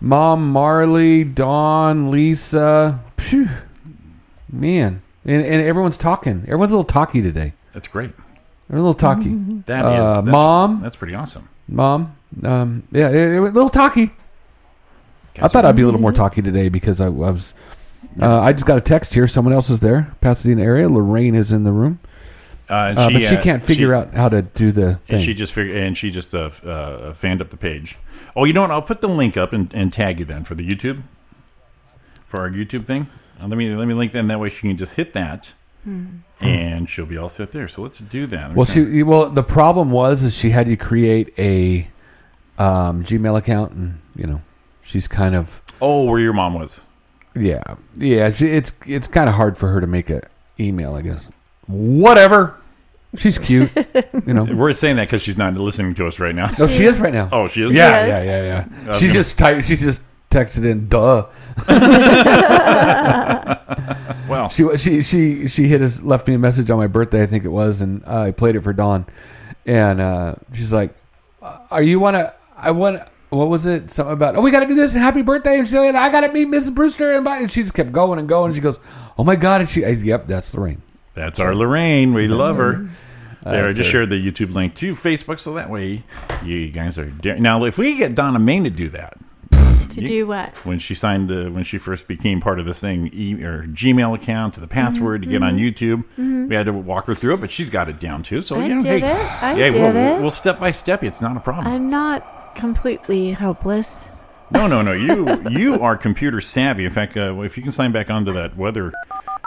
Speaker 8: Mom, Marley, Dawn, Lisa. Phew. Man, and, and everyone's talking. Everyone's a little talky today.
Speaker 6: That's great.
Speaker 8: They're a little talky.
Speaker 6: That is
Speaker 8: Uh,
Speaker 6: that's,
Speaker 8: mom,
Speaker 6: That's pretty awesome.
Speaker 8: mom. Um, yeah, it, it was a little talky. I thought I'd be a little more talky today because I, I was. Uh, I just got a text here. Someone else is there, Pasadena area. Lorraine is in the room,
Speaker 6: Uh, and
Speaker 8: uh,
Speaker 6: she,
Speaker 8: but she
Speaker 6: uh,
Speaker 8: can't figure
Speaker 6: she-
Speaker 8: out how to do the
Speaker 6: And
Speaker 8: thing.
Speaker 6: she just figured, and she just uh, f- uh, fanned up the page. Oh, you know what? I'll put the link up and, and tag you then for the YouTube, for our YouTube thing. Uh, let me let me link that. And that way she can just hit that, and she'll be all set there. So let's do that.
Speaker 8: Well, she well the problem was is she had you create a um, Gmail account, and you know she's kind of
Speaker 6: oh, where your mom was.
Speaker 8: yeah yeah she, it's it's kind of hard for her to make a email, I guess. Whatever, she's cute, you know.
Speaker 6: We're saying that because she's not listening to us right now.
Speaker 8: No, she is right now.
Speaker 6: Oh, she is.
Speaker 8: Yeah, yeah, yeah, yeah.
Speaker 6: I was
Speaker 8: She
Speaker 6: gonna-
Speaker 8: just typed. She just texted in, "Duh."
Speaker 6: Wow.
Speaker 8: She wa- she she she hit us left me a message on my birthday, I think it was, and uh, I played it for Dawn, and uh, she's like, "Are you wanna? I want." What was it? Something about oh we got to do this and happy birthday and she's like I got to meet Mrs. Brewster and, blah," and she just kept going and going and she goes oh my god and she I, yep that's Lorraine
Speaker 6: That's our Lorraine. We
Speaker 8: That's
Speaker 6: love her.
Speaker 8: her.
Speaker 6: There, I
Speaker 8: That's
Speaker 6: just
Speaker 8: her.
Speaker 6: shared the YouTube link to Facebook, so that way you guys are da- now. If we get Donna Main to do that
Speaker 16: To do what?
Speaker 6: when she signed, uh, when she first became part of this thing, e- or Gmail account to the password to get
Speaker 3: Mm-hmm.
Speaker 6: on YouTube,
Speaker 16: mhm.
Speaker 6: we had to walk her through it, but she's got it down too. So
Speaker 3: I
Speaker 6: you know,
Speaker 3: did
Speaker 6: hey,
Speaker 3: it. I
Speaker 6: hey, we'll,
Speaker 3: did it.
Speaker 6: we'll step by step. It's not a problem.
Speaker 3: I'm not completely helpless.
Speaker 6: No, no, no. You you are computer savvy. In fact, uh, if you can sign back onto that weather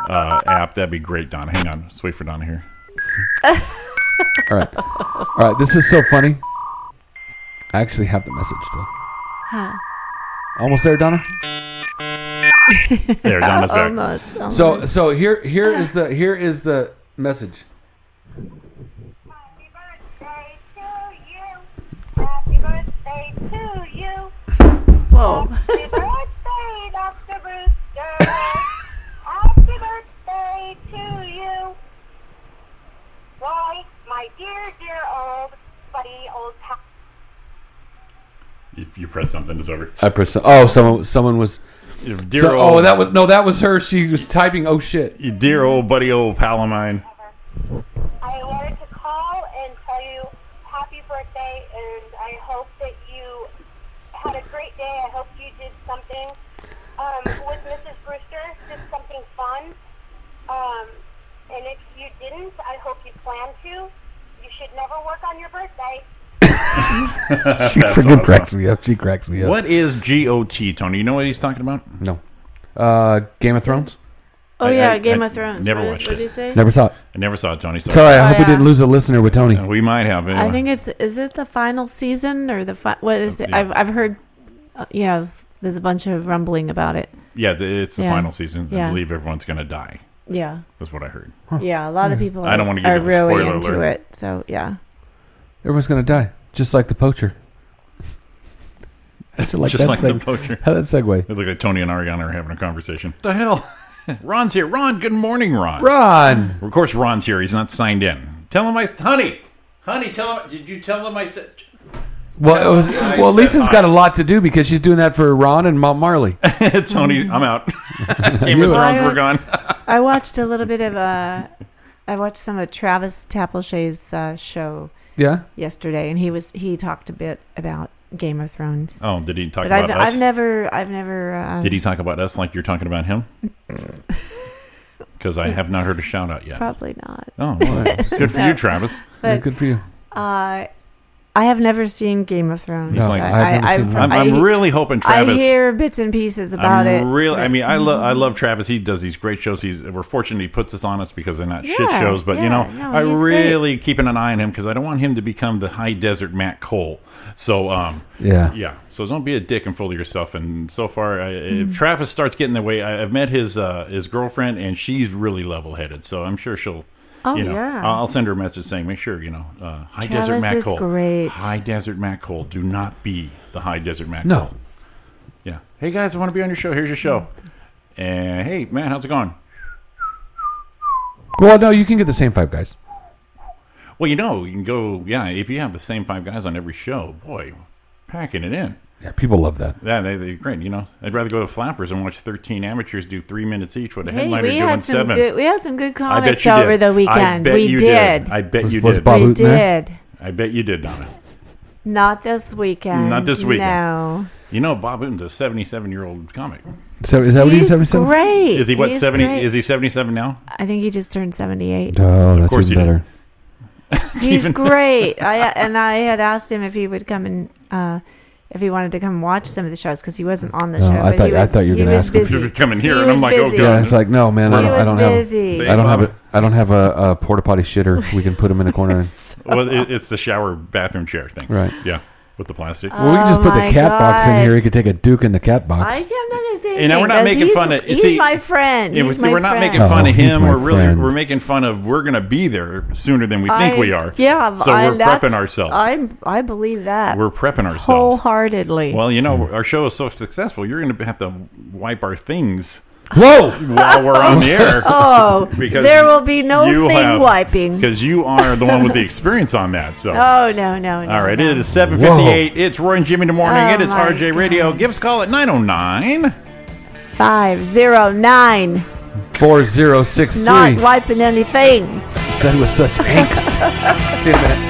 Speaker 6: uh, app, that'd be great, Donna. Hang on, let's wait for Donna here.
Speaker 8: all right all right this is so funny I actually have the message still
Speaker 3: Huh.
Speaker 8: almost there Donna
Speaker 6: There, Donna's back.
Speaker 3: Almost, almost.
Speaker 8: So so here here is the here is the message.
Speaker 3: Whoa.
Speaker 6: You, you press something, it's over.
Speaker 8: I press. Oh, someone someone was.
Speaker 6: Dear
Speaker 8: so-
Speaker 6: old-
Speaker 8: oh, that was no, that was her. She was typing. Oh shit.
Speaker 6: You dear old buddy, old pal of mine.
Speaker 11: um, Um,
Speaker 8: She
Speaker 6: That's
Speaker 8: freaking cracks me up. She cracks me up.
Speaker 6: What is GOT, Tony? You know what he's talking about?
Speaker 8: No. Uh, Game of Thrones.
Speaker 3: Oh,
Speaker 6: I-
Speaker 3: yeah,
Speaker 6: I-
Speaker 3: Game
Speaker 6: I
Speaker 3: of Thrones.
Speaker 6: Never
Speaker 3: What is-
Speaker 6: watched
Speaker 3: what
Speaker 6: it.
Speaker 3: do you say?
Speaker 8: Never saw it.
Speaker 6: I never saw it, Tony. Sorry.
Speaker 8: Sorry, I hope we
Speaker 3: Oh, yeah.
Speaker 8: didn't lose a listener with Tony.
Speaker 6: Uh, We might have. Anyway.
Speaker 3: I think it's is it the final season or the fi- what is it?
Speaker 6: Yeah.
Speaker 3: I've I've heard, uh, you know, there's a bunch of rumbling about it.
Speaker 6: yeah, th- it's the
Speaker 3: Yeah.
Speaker 6: final season. I
Speaker 3: Yeah.
Speaker 6: believe everyone's going to die.
Speaker 3: Yeah.
Speaker 6: That's what I heard.
Speaker 3: Yeah, a lot of people.
Speaker 6: Hmm. I don't want to give
Speaker 3: are
Speaker 6: you the
Speaker 3: really
Speaker 6: spoiler
Speaker 3: into
Speaker 6: alert.
Speaker 3: it. So yeah,
Speaker 8: Everyone's gonna die, just like the poacher. How'd you like
Speaker 6: Just
Speaker 8: that
Speaker 6: like
Speaker 8: seg-
Speaker 6: the poacher.
Speaker 8: How that segue?
Speaker 6: It looked like Tony and Ariana are having a conversation. The hell? Ron's here. Ron, good morning, Ron.
Speaker 8: Ron.
Speaker 6: Of course, Ron's here. He's not signed in. Tell him I, honey, honey, tell him. Did you tell him I said?
Speaker 8: Well, it was,
Speaker 6: I
Speaker 8: well,
Speaker 6: said
Speaker 8: Lisa's
Speaker 6: hi.
Speaker 8: got a lot to do because she's doing that for Ron and Mom Marley.
Speaker 6: Tony, I'm out. Game of
Speaker 8: You-
Speaker 6: Thrones,
Speaker 3: I-
Speaker 6: we're gone.
Speaker 3: I watched a little bit of uh, I watched some of Travis Tappleshay's uh, show.
Speaker 8: Yeah?
Speaker 3: yesterday, and he was he talked a bit about Game of Thrones.
Speaker 6: Oh, did he talk
Speaker 3: But
Speaker 6: about
Speaker 3: I've,
Speaker 6: us?
Speaker 3: I've never, I've never. Um,
Speaker 6: Did he talk about us like you're talking about him? Because I have not heard a shout out yet.
Speaker 3: Probably not.
Speaker 6: Oh, well, good for
Speaker 3: No.
Speaker 6: you, Travis.
Speaker 3: But, Uh, I have never seen Game of Thrones.
Speaker 6: He's like, I've never seen
Speaker 3: I've-
Speaker 6: that. I'm- I'm really hoping
Speaker 3: I
Speaker 6: Travis-
Speaker 3: hear bits and pieces about
Speaker 6: I'm
Speaker 3: it. Mm-hmm.
Speaker 6: Really, I mean, I love I love Travis. He does these great shows. He's we're fortunate he puts us on us because they're not shit
Speaker 3: Yeah,
Speaker 6: shows. But
Speaker 3: yeah,
Speaker 6: you know,
Speaker 3: no,
Speaker 6: I
Speaker 3: he's
Speaker 6: really keeping an eye on him because I don't want him to become the high desert Matt Cole. So um,
Speaker 8: Yeah.
Speaker 6: yeah. So don't be a dick and fool yourself. And so far, I, if
Speaker 3: Mm-hmm.
Speaker 8: Mm.
Speaker 6: Travis starts getting the way, I, I've met his uh, his girlfriend, and she's really level headed. So I'm sure she'll.
Speaker 3: Oh,
Speaker 6: you know, uh,
Speaker 3: yeah.
Speaker 6: I'll I'll send her a message saying, make sure you know, uh, high desert
Speaker 3: Travis
Speaker 6: Matt
Speaker 3: is
Speaker 6: Cole,
Speaker 3: great.
Speaker 6: high desert Matt Cole. Do not be the high desert Matt
Speaker 8: No.
Speaker 6: Cole. Yeah. Hey guys, I want to be on your show. Here's your show. And hey, man, how's it going?
Speaker 8: Well, no, you can get the same five guys.
Speaker 6: Well, you know, you can go. Yeah, if you have the same five guys on every show, boy, packing it in.
Speaker 8: Yeah, people love that.
Speaker 6: Yeah, they, they're great. You know, I'd rather go to Flappers and watch thirteen amateurs do three minutes each with a
Speaker 3: Hey,
Speaker 6: headliner
Speaker 3: we
Speaker 6: doing
Speaker 3: had some
Speaker 6: seven.
Speaker 3: good. We had some good
Speaker 6: I bet
Speaker 3: comics
Speaker 6: you
Speaker 3: over
Speaker 6: did.
Speaker 3: the
Speaker 6: I
Speaker 3: weekend.
Speaker 6: bet
Speaker 3: We
Speaker 6: you
Speaker 3: did.
Speaker 6: I bet you
Speaker 8: Was- was
Speaker 6: did.
Speaker 8: Bob We
Speaker 3: Hoot there? did.
Speaker 6: I bet you did, Donna.
Speaker 3: Not this weekend.
Speaker 6: Not this weekend.
Speaker 3: No.
Speaker 6: You know, Bob Hooten's a seventy-seven-year-old comic.
Speaker 8: So is that what he's
Speaker 3: He's
Speaker 8: seventy seven?
Speaker 3: great.
Speaker 6: Is he what
Speaker 3: He's
Speaker 6: seventy?
Speaker 3: great.
Speaker 6: Is he seventy-seven now?
Speaker 3: I think he just turned seventy-eight.
Speaker 8: Oh, that's
Speaker 6: course
Speaker 8: even
Speaker 6: you did.
Speaker 8: better.
Speaker 3: He's
Speaker 6: Even-
Speaker 3: great. I and I had asked him if he would come and uh, if he wanted to come watch some of the shows because he wasn't on the
Speaker 8: No,
Speaker 3: show.
Speaker 8: Oh, I
Speaker 3: but
Speaker 8: thought-
Speaker 3: he
Speaker 8: I
Speaker 3: was-
Speaker 8: thought you were
Speaker 3: he
Speaker 8: gonna
Speaker 3: was
Speaker 8: ask him.
Speaker 3: busy.
Speaker 6: You're coming here,
Speaker 3: He
Speaker 6: and I'm
Speaker 3: was
Speaker 6: like, oh,
Speaker 3: busy.
Speaker 6: God.
Speaker 8: Yeah, it's like no, man. I
Speaker 3: He
Speaker 8: don't, I
Speaker 3: was
Speaker 8: don't
Speaker 3: busy.
Speaker 8: have. I don't have a. I don't have a, a porta potty shitter. We can put him in a corner. And,
Speaker 6: Well, it, it's the shower bathroom chair thing.
Speaker 8: Right.
Speaker 6: Yeah, with the plastic.
Speaker 8: well, we can just
Speaker 3: Oh
Speaker 8: put
Speaker 3: my
Speaker 8: the cat box in
Speaker 3: God.
Speaker 8: here. He could take a Duke in the cat box.
Speaker 3: I, am not going to say anything.
Speaker 6: And now we're not
Speaker 3: 'cause
Speaker 6: making
Speaker 3: he's,
Speaker 6: fun of.
Speaker 3: He's
Speaker 6: see,
Speaker 3: my friend.
Speaker 6: yeah,
Speaker 3: He's
Speaker 6: see,
Speaker 3: my
Speaker 6: we're not
Speaker 3: friend.
Speaker 6: making fun
Speaker 8: Oh,
Speaker 6: of
Speaker 8: he's
Speaker 6: him.
Speaker 8: my
Speaker 6: We're really
Speaker 8: friend.
Speaker 6: we're making fun of. We're gonna be there sooner than we
Speaker 3: I-
Speaker 6: think we are.
Speaker 3: Yeah, um,
Speaker 6: so
Speaker 3: I,
Speaker 6: we're
Speaker 3: that's-
Speaker 6: prepping ourselves.
Speaker 3: I'm, I believe that.
Speaker 6: we're prepping ourselves
Speaker 3: wholeheartedly.
Speaker 6: Well, you know, our show is so successful. You're gonna have to wipe our things.
Speaker 8: Whoa!
Speaker 6: While we're on the air.
Speaker 3: Oh, there will be no
Speaker 6: you
Speaker 3: thing
Speaker 6: have-
Speaker 3: wiping.
Speaker 6: Because you are the one with the experience on that. So.
Speaker 3: oh no, no, no.
Speaker 6: All right, it is 758. It's Roy and Jimmy in the morning.
Speaker 3: Oh,
Speaker 6: it is
Speaker 3: my
Speaker 6: RJ Radio. Give us a call at 909.
Speaker 3: Five zero nine.
Speaker 8: Four zero six three.
Speaker 3: Not wiping any things.
Speaker 8: Said with such angst. See you in a minute.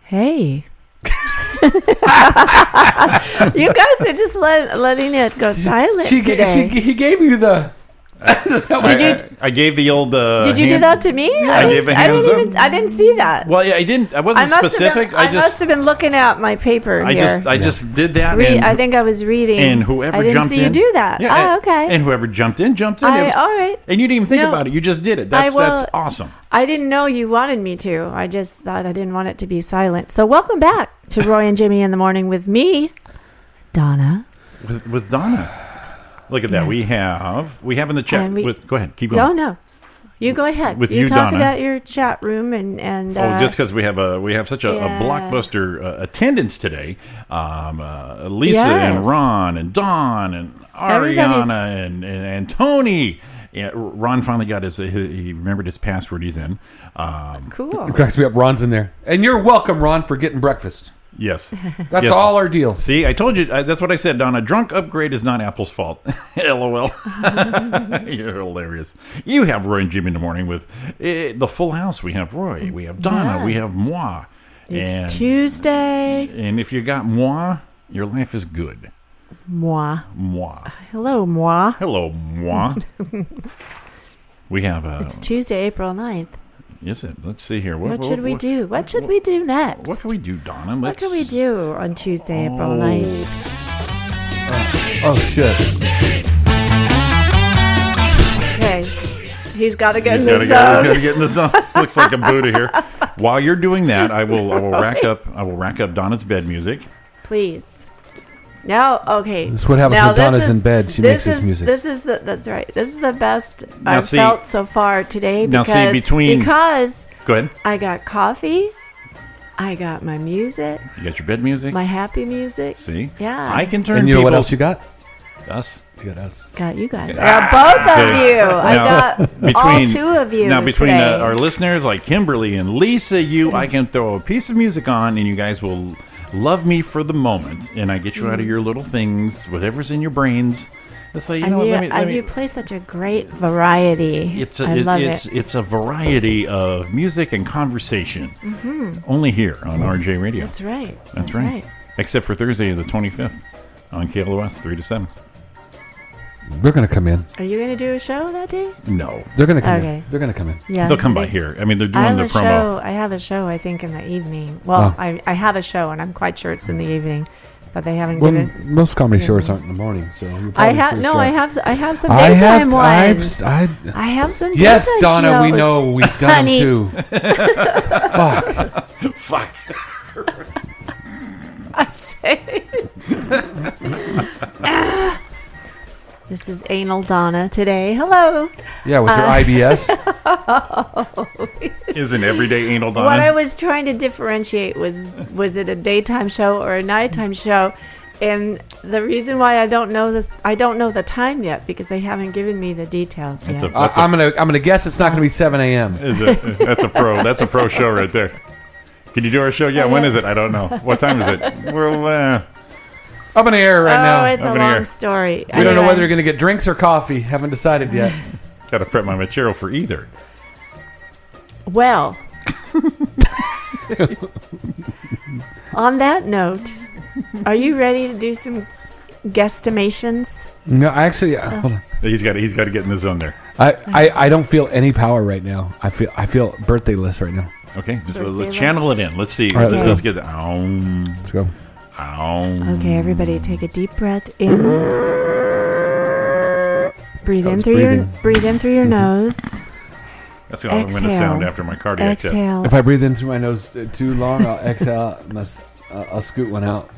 Speaker 3: Hey. you guys are just let, letting it go silent
Speaker 8: She, ga-
Speaker 3: today.
Speaker 8: she, he gave you the.
Speaker 6: Did I, you, I, I gave the old. Uh,
Speaker 3: Did you do
Speaker 6: hand-
Speaker 3: that to me?
Speaker 6: Yeah, I
Speaker 3: didn't-
Speaker 6: gave a
Speaker 3: I didn't
Speaker 6: hands up.
Speaker 3: even. I didn't see that.
Speaker 6: Well, yeah, I didn't. I
Speaker 3: I
Speaker 6: wasn't
Speaker 3: must
Speaker 6: specific.
Speaker 3: Have been, I,
Speaker 6: I just.
Speaker 3: must have been looking at my paper
Speaker 6: I
Speaker 3: here.
Speaker 6: just I just did that,
Speaker 3: Re-
Speaker 6: and
Speaker 3: I think I was reading.
Speaker 6: and whoever
Speaker 3: I didn't
Speaker 6: jumped
Speaker 3: see
Speaker 6: in-
Speaker 3: you do that.
Speaker 6: Yeah,
Speaker 3: oh, okay.
Speaker 6: and whoever jumped in jumped in. It
Speaker 3: I,
Speaker 6: was-
Speaker 3: all right.
Speaker 6: And you didn't even think
Speaker 3: No.
Speaker 6: about it. You just did it.
Speaker 3: I
Speaker 6: That's
Speaker 3: will-
Speaker 6: that's awesome.
Speaker 3: I didn't know you wanted me to. I just thought I didn't want it to be silent. So welcome back to Roy and Jimmy in the morning with me, Donna.
Speaker 6: With, with Donna, look at that. We have we have in the chat.
Speaker 3: And we-
Speaker 6: with, go ahead, keep going.
Speaker 3: Oh no, you go ahead.
Speaker 6: With
Speaker 3: you,
Speaker 6: you,
Speaker 3: talk
Speaker 6: Donna.
Speaker 3: about your chat room and and uh,
Speaker 6: Oh, just because we have a we have such a,
Speaker 3: Yeah.
Speaker 6: a blockbuster uh, attendance today, um, uh, Lisa and
Speaker 3: Yes.
Speaker 6: Ron and Don and
Speaker 3: Everybody's-
Speaker 6: Ariana and, and and Tony. Yeah, Ron finally got his. He, he remembered his password. He's in. Um,
Speaker 3: cool.
Speaker 8: It cracks me up. Ron's in there, and you're welcome, Ron, for getting breakfast.
Speaker 6: Yes,
Speaker 8: That's
Speaker 6: Yes.
Speaker 8: all our deal.
Speaker 6: See, I told you. I, that's what I said, Donna. Drunk upgrade is not Apple's fault. LOL. You're hilarious. You have Roy and Jimmy in the morning with eh, the full house. We have Roy. We have Donna.
Speaker 3: Yeah.
Speaker 6: We have moi.
Speaker 3: It's
Speaker 6: and,
Speaker 3: Tuesday.
Speaker 6: and if you got moi, your life is good.
Speaker 3: Moi.
Speaker 6: Moi.
Speaker 3: Hello, moi.
Speaker 6: Hello, moi. we have a.
Speaker 3: It's Tuesday, April 9th.
Speaker 6: Is it? Let's see here.
Speaker 3: What, should we do? What should we do next?
Speaker 6: What can we do, Donna?
Speaker 3: What
Speaker 6: Let's,
Speaker 3: can we do on Tuesday, April
Speaker 6: Oh.
Speaker 3: 9th?
Speaker 8: Oh shit!
Speaker 3: Okay. He's got to go
Speaker 6: He's
Speaker 3: in
Speaker 6: gotta
Speaker 3: the zone.
Speaker 6: Go, gotta get in the zone. Looks like a Buddha here. While you're doing that, I will I will rack up I will rack up Donna's bed music.
Speaker 3: Please. Now, okay.
Speaker 8: This is what happens
Speaker 3: now,
Speaker 8: when
Speaker 3: this
Speaker 8: Donna's
Speaker 3: is-
Speaker 8: in bed. She
Speaker 3: this
Speaker 8: makes this
Speaker 3: is,
Speaker 8: music.
Speaker 3: This is the, that's right. This is the best
Speaker 6: Now,
Speaker 3: I've
Speaker 6: see-
Speaker 3: felt so far today
Speaker 6: Now,
Speaker 3: because,
Speaker 6: see, between-
Speaker 3: because
Speaker 6: Go ahead.
Speaker 3: I got coffee. I got my music,
Speaker 6: You got your bed music.
Speaker 3: my happy music.
Speaker 6: See,
Speaker 3: Yeah.
Speaker 6: I can turn.
Speaker 8: And you know what else you
Speaker 6: got? Us. You got us.
Speaker 3: Got you guys.
Speaker 6: Ah,
Speaker 3: I got both of
Speaker 6: see.
Speaker 3: you. I
Speaker 6: Now,
Speaker 3: got all two of you.
Speaker 6: Now between
Speaker 3: today.
Speaker 6: uh, our listeners like Kimberly and Lisa, you, I can throw a piece of music on, and you guys will love me for the moment, and I get you out of your little things, whatever's in your brains. It's like you
Speaker 3: and
Speaker 6: know, what,
Speaker 3: you,
Speaker 6: let me, let
Speaker 3: and
Speaker 6: me-
Speaker 3: you play such a great variety.
Speaker 6: It's
Speaker 3: It's
Speaker 6: a, it-
Speaker 3: love
Speaker 6: it's
Speaker 3: it.
Speaker 6: it's a variety of music and conversation.
Speaker 3: hmm
Speaker 6: Only here on RJ Radio.
Speaker 3: That's right.
Speaker 6: That's, right. Except for Thursday, the 25th, on KLOS, 3 to 7.
Speaker 8: They're going to come in.
Speaker 3: Are you going to do a show that day?
Speaker 6: No.
Speaker 8: They're going to come
Speaker 3: Okay.
Speaker 8: in. They're going to come in.
Speaker 3: Yeah.
Speaker 6: They'll come by here. I mean, they're
Speaker 3: I
Speaker 6: doing
Speaker 3: have
Speaker 6: the
Speaker 3: a
Speaker 6: promo.
Speaker 3: show. I have a show. I think in the evening. Well,
Speaker 8: Oh.
Speaker 3: I, I have a show, and I'm quite sure it's in the evening, but they haven't
Speaker 8: Well,
Speaker 3: given.
Speaker 8: most comedy
Speaker 3: Yeah.
Speaker 8: shows aren't in the morning, so you're
Speaker 3: I
Speaker 8: probably
Speaker 3: have
Speaker 8: pretty
Speaker 3: no.
Speaker 8: sure.
Speaker 3: I have. I have some
Speaker 8: I have-
Speaker 3: daytime
Speaker 8: I've-
Speaker 3: ones.
Speaker 8: I've-
Speaker 3: I have some.
Speaker 8: Yes,
Speaker 3: daytime
Speaker 8: Donna, we
Speaker 3: shows.
Speaker 8: know. We've done 'em
Speaker 3: Honey.
Speaker 8: too. Fuck.
Speaker 6: Fuck.
Speaker 3: I'm saying. Ah. this is anal Donna today. Hello.
Speaker 6: Yeah, with your
Speaker 3: Uh,
Speaker 6: IBS.
Speaker 3: IBS.
Speaker 6: Is an everyday anal don.
Speaker 3: What I was trying to differentiate was was it a daytime show or a nighttime show? And the reason why I don't know this, I don't know the time yet because they haven't given me the details yet.
Speaker 8: I i am gonna I'm gonna guess it's not gonna be 7 a.m.
Speaker 6: that's a pro. That's a pro show right there. Can you do our show? Yeah. When is it? I don't know. What time is it? Well, uh,
Speaker 8: up in the air right
Speaker 3: oh,
Speaker 8: now.
Speaker 3: it's a
Speaker 8: Up in the
Speaker 3: long
Speaker 8: air.
Speaker 3: story.
Speaker 8: We don't know
Speaker 3: Anyway,
Speaker 8: whether you're gonna get drinks or coffee. Haven't decided yet.
Speaker 6: Got to prep my material for either.
Speaker 3: Well, on that note, are you ready to do some guesstimations?
Speaker 8: No, I actually, uh, hold on.
Speaker 6: He's got. He's got to get in the zone there.
Speaker 8: I, I, I don't feel any power right now. I feel I feel birthdayless right now.
Speaker 6: Okay. Just
Speaker 3: Birthday
Speaker 6: let's channel it
Speaker 3: list.
Speaker 6: in. Let's see.
Speaker 8: All right,
Speaker 6: let's,
Speaker 8: let's
Speaker 6: let's get. The, um, let's
Speaker 8: go.
Speaker 6: Um,
Speaker 3: Okay, everybody, take a deep breath in. Breathe in
Speaker 6: was
Speaker 3: through your
Speaker 8: breathing.
Speaker 3: breathe in through your nose.
Speaker 6: That's how I'm going to sound after my cardiac
Speaker 3: Exhale.
Speaker 8: If I breathe in through my nose uh, too long, I'll exhale. and I'll, s- uh, I'll scoot one out.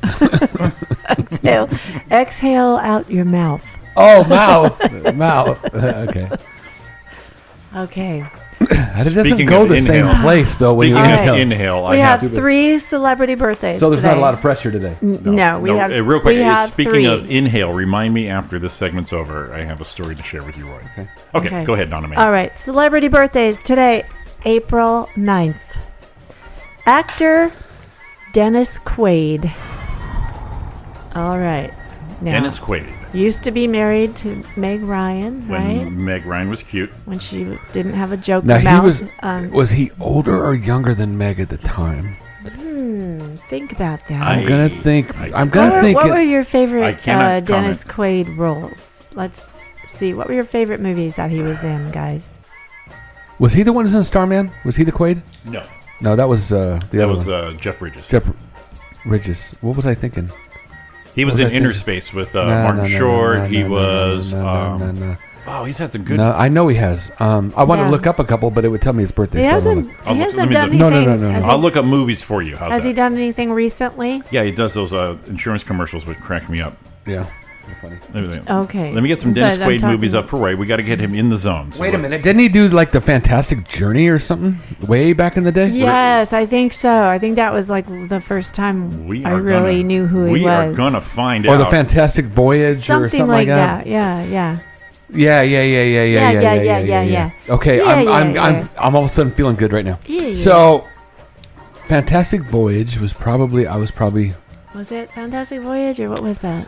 Speaker 3: exhale, exhale out your mouth.
Speaker 8: Oh, mouth, mouth. okay.
Speaker 3: Okay.
Speaker 8: It doesn't
Speaker 6: Speaking
Speaker 8: go
Speaker 6: of
Speaker 8: the
Speaker 6: inhale-
Speaker 8: same place though when you
Speaker 6: speaking of
Speaker 8: inhale.
Speaker 6: inhale,
Speaker 3: we have three celebrity birthdays.
Speaker 8: So there's
Speaker 3: today.
Speaker 8: not a lot of pressure today.
Speaker 3: N- No, we
Speaker 6: No,
Speaker 3: have
Speaker 6: uh, real quick.
Speaker 3: We
Speaker 6: uh,
Speaker 3: have
Speaker 6: speaking
Speaker 3: three.
Speaker 6: of inhale, remind me after this segment's over. I have a story to share with you, Roy. Okay. Okay. Go ahead, Donna. Mae.
Speaker 3: All right, celebrity birthdays today, April 9th. Actor Dennis Quaid. All right. Now,
Speaker 6: Dennis Quaid.
Speaker 3: used to be married to Meg Ryan,
Speaker 6: When
Speaker 3: right?
Speaker 6: Meg Ryan was cute.
Speaker 3: When she didn't have a joke
Speaker 8: Now
Speaker 3: about
Speaker 8: he was
Speaker 3: um,
Speaker 8: was he older or younger than Meg at the time?
Speaker 3: hmm, think about that.
Speaker 8: I'm gonna think. I, am
Speaker 3: What
Speaker 8: gonna
Speaker 3: were,
Speaker 8: think.
Speaker 3: what
Speaker 8: it-
Speaker 3: were your
Speaker 8: I
Speaker 3: favorite
Speaker 8: cannot
Speaker 3: uh, Dennis Quaid roles? Let's see. What were your favorite movies that he was in, guys?
Speaker 8: Was he the one who's in Starman? Was he the Quaid?
Speaker 6: No.
Speaker 8: No, that was uh, the
Speaker 6: That
Speaker 8: other
Speaker 6: was,
Speaker 8: one.
Speaker 6: uh, Jeff Bridges.
Speaker 8: Jeff Bridges. What was I thinking?
Speaker 6: He
Speaker 8: What
Speaker 6: was in
Speaker 8: I thinking?
Speaker 6: Inner Space with uh, Martin Short. he was. um, Oh, he's had some good.
Speaker 8: No, I know he has. Um, I want
Speaker 3: Yeah.
Speaker 8: to look up a couple, but it would tell me his
Speaker 3: He
Speaker 8: birthday. so I won't
Speaker 3: hasn't-
Speaker 8: look.
Speaker 3: he
Speaker 6: look-
Speaker 3: hasn't
Speaker 6: let me
Speaker 3: done
Speaker 6: look.
Speaker 8: No, no, no, no, no.
Speaker 3: Has he-
Speaker 6: I'll look up movies for you. How's
Speaker 3: Has
Speaker 6: that?
Speaker 3: he done anything recently?
Speaker 6: yeah, he does those uh, insurance commercials which crack me up.
Speaker 8: Yeah.
Speaker 3: Okay.
Speaker 6: Let me get some Dennis
Speaker 3: But I'm
Speaker 6: Quaid
Speaker 3: talking-
Speaker 6: movies up for Roy. We got to get him in the zone.
Speaker 8: Wait a minute. Didn't he do like the Fantastic Journey or something way back in the day?
Speaker 3: Yes, I think so. I think that was like the first time
Speaker 8: We
Speaker 3: I
Speaker 8: are
Speaker 3: really
Speaker 8: gonna-
Speaker 3: knew who
Speaker 6: we
Speaker 3: he
Speaker 6: are
Speaker 3: was.
Speaker 6: gonna find
Speaker 8: Or
Speaker 6: out.
Speaker 8: the Fantastic Voyage or
Speaker 3: something
Speaker 8: something like, that.
Speaker 3: Yeah, yeah,
Speaker 8: Yeah, yeah, yeah, yeah, yeah,
Speaker 3: Yeah, yeah,
Speaker 8: yeah, yeah, yeah,
Speaker 3: yeah,
Speaker 8: yeah,
Speaker 3: yeah.
Speaker 8: Okay,
Speaker 3: Yeah,
Speaker 8: I'm,
Speaker 3: yeah,
Speaker 8: I'm,
Speaker 3: yeah.
Speaker 8: I'm, I'm all of a sudden feeling good right now.
Speaker 3: Yeah, yeah.
Speaker 8: So, Fantastic Voyage was probably I was probably
Speaker 3: Was it Fantastic Voyage or what was that?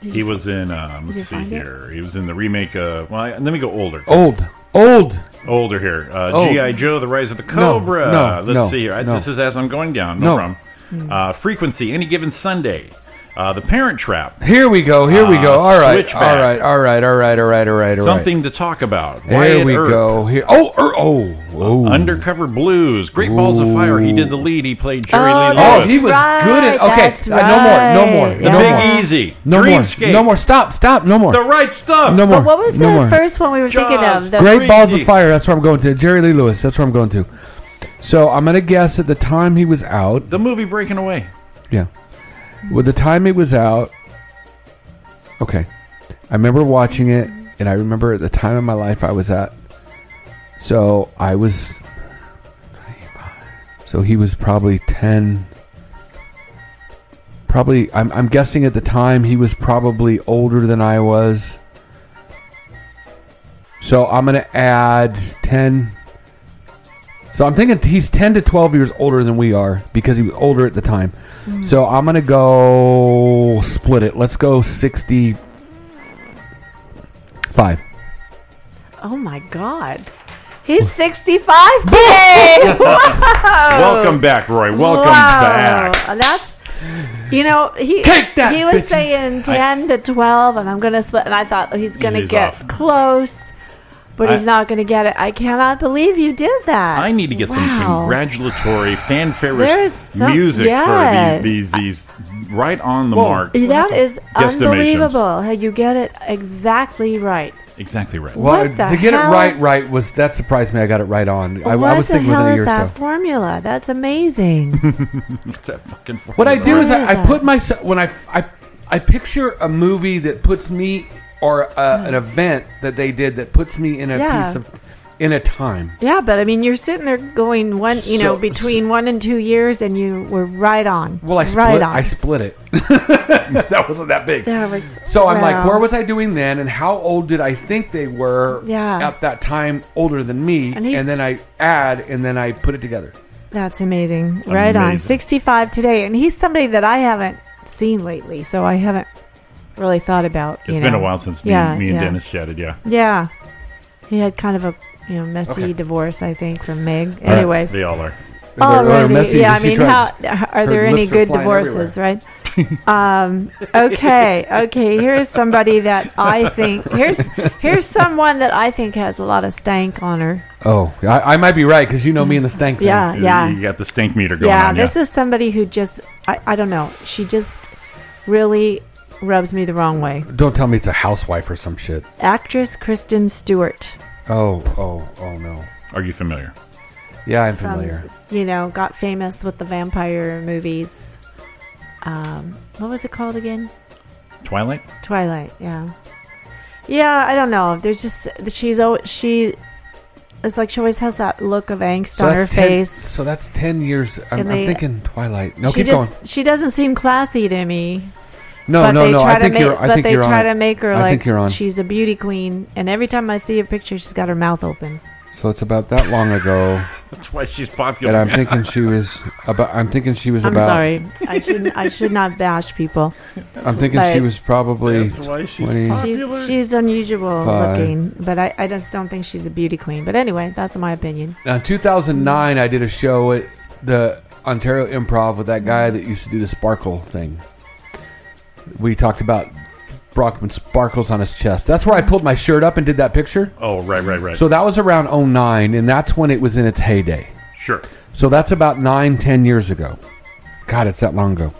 Speaker 3: Did
Speaker 6: He
Speaker 3: you-
Speaker 6: was in. Um,
Speaker 3: Did you
Speaker 6: let's see
Speaker 3: find it?
Speaker 6: here. He was in the remake of. Well, I, let me go older.
Speaker 8: old, old.
Speaker 6: Older here. Uh,
Speaker 8: Old.
Speaker 6: G.I. Joe, The Rise of the
Speaker 8: Oh. No,
Speaker 6: Cobra.
Speaker 8: no,
Speaker 6: Let's
Speaker 8: no,
Speaker 6: see here. I-
Speaker 8: no.
Speaker 6: This is as I'm going down. No,
Speaker 8: No.
Speaker 6: problem.
Speaker 3: Hmm.
Speaker 6: Uh, frequency, any given Sunday. Uh, the Parent Trap.
Speaker 8: Here we go. Here we go.
Speaker 6: Uh,
Speaker 8: All right. All
Speaker 6: Switchback.
Speaker 8: right. All right. All right. All right. All right. All right.
Speaker 6: Something to talk about.
Speaker 8: There
Speaker 6: Wyatt
Speaker 8: we
Speaker 6: Earp.
Speaker 8: go. Here. Oh, er, oh, oh.
Speaker 6: Undercover Blues. Great Balls of Fire. He did the lead. He played Jerry
Speaker 8: Oh,
Speaker 6: Lee
Speaker 8: that's
Speaker 6: Lewis.
Speaker 8: Oh, he was right, good at- okay, that's uh, no more, no more,
Speaker 6: The
Speaker 8: no
Speaker 6: Big
Speaker 8: more.
Speaker 6: Easy.
Speaker 8: No more.
Speaker 6: Dreamscape.
Speaker 8: No more. Stop. Stop. No more.
Speaker 6: The Right Stuff.
Speaker 8: No more.
Speaker 3: But what was
Speaker 8: no
Speaker 3: the
Speaker 8: more.
Speaker 3: first one we were thinking of? The
Speaker 8: Great Balls of Fire. That's where I'm going to. Jerry Lee Lewis. That's where I'm going to. So I'm going to guess at the time he was out.
Speaker 6: The movie Breaking Away.
Speaker 8: Yeah. With the time it was out, okay. I remember watching it, and I remember at the time of my life I was at. So I was So he was probably 10. Probably, I'm, I'm guessing at the time he was probably older than I was. So I'm going to add 10. So I'm thinking he's 10 to 12 years older than we are because he was older at the time.
Speaker 3: Mm.
Speaker 16: Mhm.
Speaker 8: So I'm going to go split it. Let's go 65.
Speaker 3: Oh my God. He's 65 today. Wow.
Speaker 6: Welcome back, Roy. Welcome
Speaker 3: Wow.
Speaker 6: back.
Speaker 3: That's, you know, he he was
Speaker 6: bitches.
Speaker 3: saying
Speaker 6: I-
Speaker 3: 10 to 12, and I'm going to split. And I thought oh, he's going to
Speaker 6: is
Speaker 3: get
Speaker 6: off.
Speaker 3: close, but
Speaker 6: I-
Speaker 3: he's not going to get it. I cannot believe you did that.
Speaker 6: I need to get some
Speaker 3: Wow.
Speaker 6: congratulatory, fanfare
Speaker 3: There's some-
Speaker 6: music
Speaker 3: yeah.
Speaker 6: for these, these, these right on the mark.
Speaker 3: That is
Speaker 6: guesstimations.
Speaker 3: unbelievable how you get it exactly right.
Speaker 6: Exactly right.
Speaker 8: Well,
Speaker 3: What the
Speaker 8: to get
Speaker 3: hell?
Speaker 8: it right, right was that surprised me. I got it right on. I, I
Speaker 3: what
Speaker 8: was
Speaker 3: the
Speaker 8: thinking
Speaker 3: hell
Speaker 8: within a
Speaker 3: is
Speaker 8: year or
Speaker 3: that
Speaker 8: so.
Speaker 3: formula? That's amazing.
Speaker 6: What's that fucking
Speaker 8: What I do
Speaker 6: formula?
Speaker 8: is
Speaker 3: What
Speaker 8: I,
Speaker 3: is
Speaker 8: I put myself when I, I I picture a movie that puts me or a, an event that they did that puts me in a
Speaker 3: Mm. Yeah.
Speaker 8: piece of in a time.
Speaker 3: Yeah, but I mean, you're sitting there going one, you know,
Speaker 8: So-
Speaker 3: between one and two years, and you were right on.
Speaker 8: Well, I split.
Speaker 3: right on.
Speaker 8: I split it. that wasn't that big.
Speaker 3: That was-
Speaker 8: so. I'm like,
Speaker 3: wow.
Speaker 8: where was I doing then, and how old did I think they were?
Speaker 3: Yeah.
Speaker 8: at that time, older than me,
Speaker 3: And
Speaker 8: and,
Speaker 3: he's-
Speaker 8: then I add, and then I put it together.
Speaker 3: That's amazing. Right on.
Speaker 8: Amazing.
Speaker 3: 65 today, and he's somebody that I haven't seen lately, so I haven't really thought about.
Speaker 6: It's
Speaker 3: It's
Speaker 6: been a while since me, me and Dennis chatted. Yeah.
Speaker 3: Yeah, he had kind of a you know messy
Speaker 6: Okay.
Speaker 3: divorce, I think, from Meg.
Speaker 6: All right,
Speaker 3: Anyway,
Speaker 6: they all are.
Speaker 8: They're- they're
Speaker 3: Alrighty,
Speaker 8: messy,
Speaker 3: Oh, yeah. I
Speaker 8: she
Speaker 3: mean,
Speaker 8: tried-
Speaker 3: how are
Speaker 8: her
Speaker 3: there any
Speaker 8: lips are
Speaker 3: good
Speaker 8: flying
Speaker 3: divorces, right? um, okay, okay. Here's somebody that I think here's here's someone that I think has a lot of stank on her.
Speaker 8: Oh, I, I might be right because you know me and the stank. thing.
Speaker 3: Yeah, yeah. You
Speaker 6: got the stink meter
Speaker 3: yeah, this is somebody who just I, I don't know. She just really rubs me the wrong way.
Speaker 8: Don't tell me it's a housewife or some shit.
Speaker 3: Actress Kristen Stewart.
Speaker 8: Oh, oh, oh no.
Speaker 6: Are you familiar?
Speaker 8: Yeah, I'm
Speaker 3: from,
Speaker 8: familiar.
Speaker 3: Um, you know, got famous with the vampire movies. Um, what was it called again?
Speaker 6: Twilight?
Speaker 3: Twilight. Yeah. Yeah, I don't know. There's just she's always she. It's like she always has that look of angst on her
Speaker 8: ten,
Speaker 3: face.
Speaker 8: So that's ten years. I'm,
Speaker 3: And
Speaker 8: I'm
Speaker 3: they-
Speaker 8: thinking Twilight. No,
Speaker 3: she
Speaker 8: keep
Speaker 3: just,
Speaker 8: going.
Speaker 3: She doesn't seem classy to me.
Speaker 8: No,
Speaker 3: but
Speaker 8: Oh, no,
Speaker 3: they
Speaker 8: no,
Speaker 3: Try
Speaker 8: I think
Speaker 3: to make,
Speaker 8: you're- I
Speaker 3: but
Speaker 8: think
Speaker 3: they
Speaker 8: you're on
Speaker 3: try
Speaker 8: it.
Speaker 3: to make her
Speaker 8: I
Speaker 3: like
Speaker 8: think you're on.
Speaker 3: she's a beauty queen, and every time I see a picture, she's got her mouth open.
Speaker 8: So it's about that long ago,
Speaker 6: That's why she's
Speaker 8: and
Speaker 6: popular.
Speaker 8: I'm thinking she was about. I'm thinking she was
Speaker 3: I'm
Speaker 8: about.
Speaker 3: sorry. I should I should not bash people.
Speaker 8: I'm thinking she
Speaker 3: But-
Speaker 8: was probably
Speaker 6: That's why she's
Speaker 8: 20.
Speaker 3: She's, she's unusual
Speaker 8: Five.
Speaker 3: looking, but I, I just don't think she's a beauty queen. But anyway, that's my opinion.
Speaker 8: Now, in 2009, I did a show at the Ontario Improv with that guy that used to do the sparkle thing. We talked about Brockman sparkles on his chest. That's where I pulled my shirt up and did that picture.
Speaker 6: oh, right, right, right.
Speaker 8: So that was around 09, and that's when it was in its heyday.
Speaker 6: Sure.
Speaker 8: So that's about nine, ten years ago. God, it's that long ago.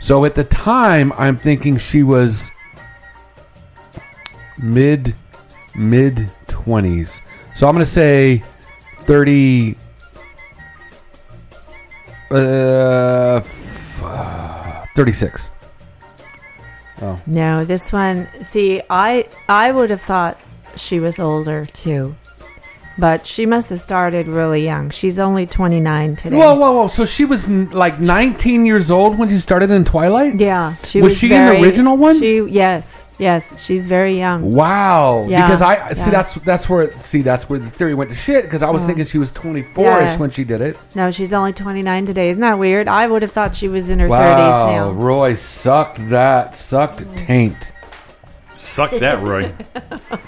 Speaker 8: So at the time, I'm thinking she was mid mid 20s. So I'm going to say 30 uh, f- uh, 36. Oh.
Speaker 3: No, this one. See, I I would have thought she was older too, but she must have started really young. She's only 29 today.
Speaker 8: Whoa, whoa, whoa! So she was n- like 19 years old when she started in Twilight.
Speaker 3: Yeah, she
Speaker 8: was,
Speaker 3: was,
Speaker 8: she in
Speaker 3: very-
Speaker 8: the original one?
Speaker 3: She yes, yes. She's very young.
Speaker 8: Wow.
Speaker 3: Yeah,
Speaker 8: because I see
Speaker 3: yeah.
Speaker 8: that's that's where see that's where the theory went to shit because I was
Speaker 3: Oh.
Speaker 8: thinking she was 24ish
Speaker 3: Yeah.
Speaker 8: when she did it.
Speaker 3: No, she's only 29 today. Isn't that weird? I would have thought she was in her 30s
Speaker 8: Wow.
Speaker 3: now.
Speaker 8: Roy sucked that sucked
Speaker 3: Mm.
Speaker 8: taint.
Speaker 6: Suck that, Roy.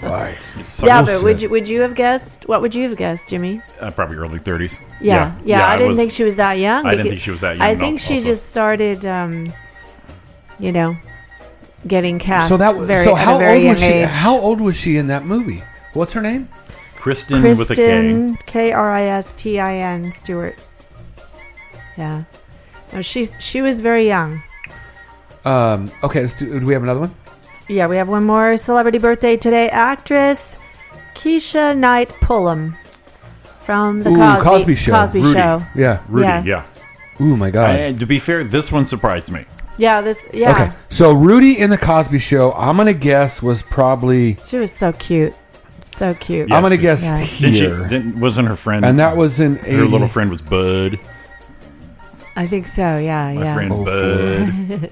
Speaker 8: Why?
Speaker 3: yeah, but would you would you have guessed? What would you have guessed, Jimmy?
Speaker 6: Uh, probably early 30s.
Speaker 3: Yeah, yeah. I, didn't
Speaker 6: was-
Speaker 3: think she was that young.
Speaker 6: I didn't
Speaker 3: becau-
Speaker 6: think she was that young.
Speaker 3: I think she
Speaker 6: also.
Speaker 3: just started, um, you know, getting cast.
Speaker 8: so that was
Speaker 3: very,
Speaker 8: so
Speaker 3: at
Speaker 8: how
Speaker 3: a very
Speaker 8: old was she?
Speaker 3: young age.
Speaker 8: How old was she in that movie? What's her name?
Speaker 6: Kristen, with a K.
Speaker 3: Kristen K R I S T I N Stewart. Yeah, no, she's she was very young.
Speaker 8: Um. Okay. Let's do, do we have another one?
Speaker 3: Yeah, we have one more celebrity birthday today. Actress Keisha Knight Pullum from the
Speaker 8: Ooh,
Speaker 3: Cosby,
Speaker 8: Cosby Show.
Speaker 3: Cosby
Speaker 6: Rudy.
Speaker 3: Show.
Speaker 8: Yeah.
Speaker 6: Rudy,
Speaker 3: Yeah.
Speaker 6: yeah.
Speaker 8: Ooh my god.
Speaker 6: And to be fair, this one surprised me.
Speaker 3: Yeah, this. Yeah,
Speaker 8: Okay. So Rudy in the Cosby Show, I'm gonna guess was probably
Speaker 3: she was so cute, so cute.
Speaker 8: I'm gonna guess
Speaker 3: Yeah.
Speaker 6: Didn't she-
Speaker 8: here.
Speaker 6: didn't- wasn't her friend?
Speaker 8: And that was in
Speaker 6: Her
Speaker 8: 80
Speaker 6: little friend was Bud.
Speaker 3: I think so. Yeah,
Speaker 8: My
Speaker 3: yeah.
Speaker 8: friend
Speaker 6: Hopefully.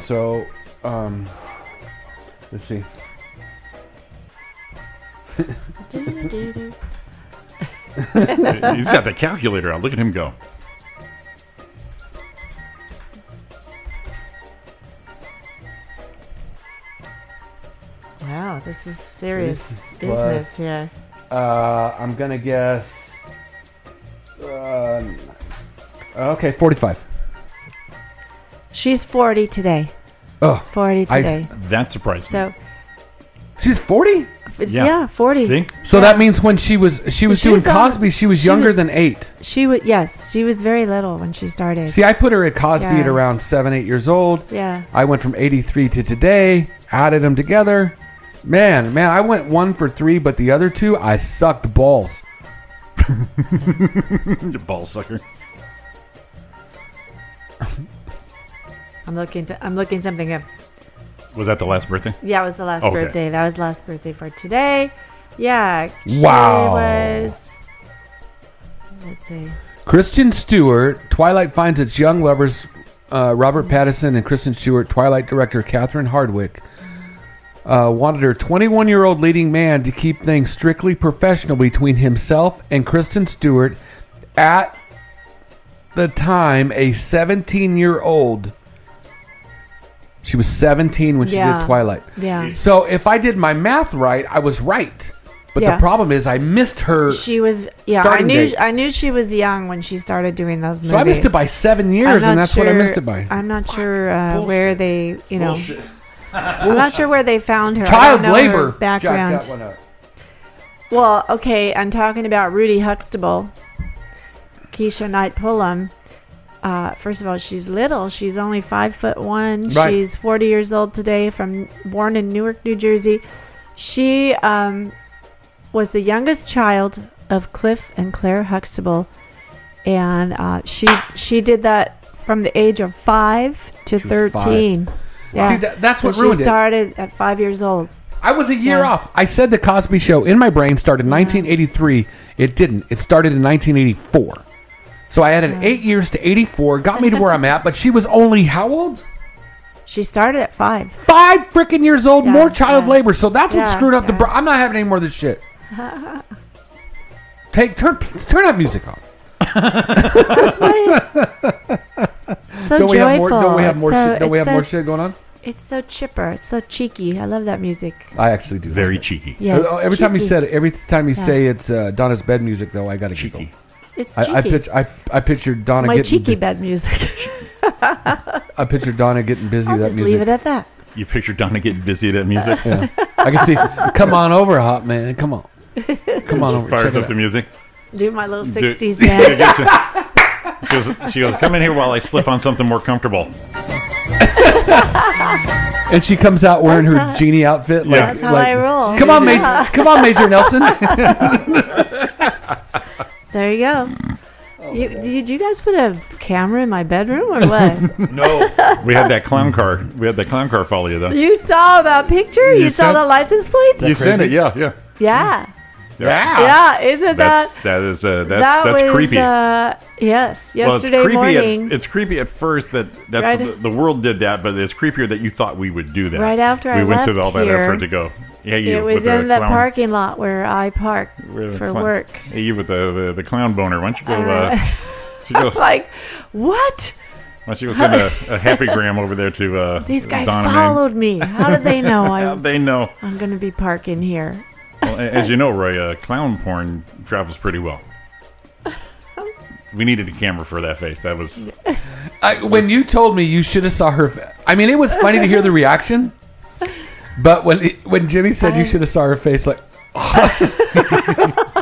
Speaker 8: so, um, let's see.
Speaker 6: He's got the calculator out. Look at him go.
Speaker 3: wow, this is serious
Speaker 8: This
Speaker 3: business
Speaker 8: was-
Speaker 3: here.
Speaker 8: Uh, I'm gonna guess. Uh, okay, forty-five.
Speaker 3: She's 40 today.
Speaker 8: Oh,
Speaker 3: 40 today.
Speaker 6: that surprised me.
Speaker 3: so,
Speaker 8: She's forty.
Speaker 3: It's- Yeah. yeah, 40. See?
Speaker 8: So that means when she was she was
Speaker 3: She
Speaker 8: doing
Speaker 3: was on-
Speaker 8: Cosby, she was
Speaker 3: she
Speaker 8: younger
Speaker 3: was-
Speaker 8: than eight.
Speaker 3: she was, yes, she was very little when she started.
Speaker 8: See, I put her at Cosby
Speaker 3: Yeah.
Speaker 8: at around seven, eight years old.
Speaker 3: Yeah.
Speaker 8: I went from 83 to today, added them together. Man, man, I went one for three, but the other two, I sucked balls.
Speaker 6: Ball sucker.
Speaker 3: I'm looking to, I'm looking something up.
Speaker 6: Was that the last birthday?
Speaker 3: Yeah, it was the last
Speaker 6: Okay.
Speaker 3: birthday. That was the last birthday for today. Yeah. she
Speaker 8: Wow.
Speaker 3: was- let's see.
Speaker 8: Kristen Stewart, Twilight finds its young lovers, uh, Robert Pattinson and Kristen Stewart, Twilight director Catherine Hardwick, uh, wanted her 21 year old leading man to keep things strictly professional between himself and Kristen Stewart at the time a 17 year old. She was 17 when she
Speaker 3: Yeah.
Speaker 8: did Twilight.
Speaker 3: Yeah.
Speaker 8: So if I did my math right, I was right. But
Speaker 3: Yeah.
Speaker 8: the problem is I missed her.
Speaker 3: She was yeah. I
Speaker 8: Starting
Speaker 3: knew
Speaker 8: date.
Speaker 3: I knew she was young when she started doing those movies.
Speaker 8: So I missed it by seven
Speaker 3: I'm
Speaker 8: years,
Speaker 3: not
Speaker 8: and that's what I
Speaker 3: sure-
Speaker 8: missed it by.
Speaker 3: I'm not sure uh, where they you know. I'm not
Speaker 8: Bullshit.
Speaker 3: sure where they found her. I
Speaker 8: Child
Speaker 3: don't know her
Speaker 8: labor. Jack
Speaker 3: background.
Speaker 8: that one up.
Speaker 3: Well, okay, I'm talking about Rudy Huxtable, Keisha Knight Pullum. Uh, first of all, she's little. She's only five foot one.
Speaker 16: Right.
Speaker 3: She's 40 years old today, from born in Newark, New Jersey. She um, was the youngest child of Cliff and Claire Huxtable, and uh, she she did that from the age of five to
Speaker 8: She was five.
Speaker 3: 13.
Speaker 8: See, that- that's
Speaker 3: So
Speaker 8: what ruined
Speaker 3: she
Speaker 8: it.
Speaker 3: started at five years old.
Speaker 8: I was a year
Speaker 3: Yeah.
Speaker 8: off. I said the Cosby Show in my brain started in 1983. It didn't. It started in 1984. So I added eight years to 84, got me to where I'm at. But she was only how old?
Speaker 3: She started at five.
Speaker 8: Five freaking years old. more child labor. So that's what
Speaker 3: Yeah,
Speaker 8: screwed up the. Br- I'm not having any more of this shit. Take turn turn that music off.
Speaker 3: so
Speaker 8: don't we
Speaker 3: joyful.
Speaker 8: have more? Don't we have
Speaker 3: It's
Speaker 8: more?
Speaker 3: so-
Speaker 8: shit, don't we have
Speaker 3: it's so-
Speaker 8: more shit going on?
Speaker 3: It's so chipper. It's so cheeky. I love that music.
Speaker 8: I actually do. Very
Speaker 6: cheeky.
Speaker 3: Yes,
Speaker 8: Uh, every time you
Speaker 3: cheeky.
Speaker 8: said it, every time you
Speaker 3: Yeah.
Speaker 8: say it's uh, Donna's bed music, though, I got to giggle.
Speaker 3: It's
Speaker 8: I, I,
Speaker 3: cheeky.
Speaker 8: pitch, I, I pictured
Speaker 3: It's
Speaker 8: Donna
Speaker 3: my
Speaker 8: getting.
Speaker 3: cheeky bed music.
Speaker 8: I pictured Donna getting busy.
Speaker 3: I'll
Speaker 8: with that
Speaker 3: just
Speaker 8: music.
Speaker 3: leave it at that.
Speaker 6: You picture Donna getting busy at that music?
Speaker 8: Yeah. I can see. Come on over, hot man. Come on. Come on
Speaker 6: She
Speaker 8: over.
Speaker 6: Fires
Speaker 8: check it
Speaker 6: up the
Speaker 8: out.
Speaker 6: music.
Speaker 3: Do my little
Speaker 6: Do-
Speaker 3: sixties
Speaker 6: Yeah,
Speaker 3: man.
Speaker 6: get you. she, goes, she goes, come in here while I slip on something more comfortable.
Speaker 8: And she comes out wearing her
Speaker 3: That's how-
Speaker 8: genie outfit. Like,
Speaker 6: Yeah. That's
Speaker 3: how
Speaker 8: like,
Speaker 3: I roll.
Speaker 8: Come on,
Speaker 3: Yeah.
Speaker 8: Major. Come on, Major Nelson.
Speaker 3: There you go.
Speaker 8: Oh,
Speaker 3: you, did you guys put a camera in my bedroom or what?
Speaker 6: No. We had that clown car. We had that clown car follow you, though.
Speaker 3: you saw that picture? You,
Speaker 6: You
Speaker 3: saw
Speaker 6: sent-
Speaker 3: the license plate?
Speaker 6: you sent it, yeah, yeah.
Speaker 3: Yeah. Yeah, isn't
Speaker 6: that's,
Speaker 3: that-
Speaker 6: That is, uh, that's,
Speaker 3: that
Speaker 6: that's
Speaker 3: was,
Speaker 6: creepy.
Speaker 3: Uh, yes,
Speaker 6: Well,
Speaker 3: yesterday
Speaker 6: it's creepy
Speaker 3: morning.
Speaker 6: At, it's creepy at first that that's
Speaker 3: Right-
Speaker 6: the, the world did that, but it's creepier that you thought we would do that.
Speaker 3: Right after
Speaker 6: we
Speaker 3: I
Speaker 6: went to
Speaker 3: left
Speaker 6: all that
Speaker 3: here,
Speaker 6: effort to go. Yeah, you.
Speaker 3: it was
Speaker 6: with
Speaker 3: in the
Speaker 6: clown-
Speaker 3: parking lot where I parked
Speaker 6: with the
Speaker 3: for
Speaker 6: clown-
Speaker 3: work.
Speaker 6: Yeah, you with the, the the clown boner. Why don't you go? Uh,
Speaker 3: Uh,
Speaker 6: why don't you go,
Speaker 3: like, what?
Speaker 6: why don't you go send a, a happy gram over there to uh,
Speaker 3: These guys
Speaker 6: Donna Mae?
Speaker 3: followed me. How did they know I,
Speaker 6: They know.
Speaker 3: I'm going to be parking here?
Speaker 6: Well, a- as you know, Roy, uh, clown porn travels pretty well. We needed a camera for that face. That was
Speaker 8: I, when you told me you should have saw her, fa- I mean, it was funny to hear the reaction. But when it, when Jimmy said you should have saw her face, like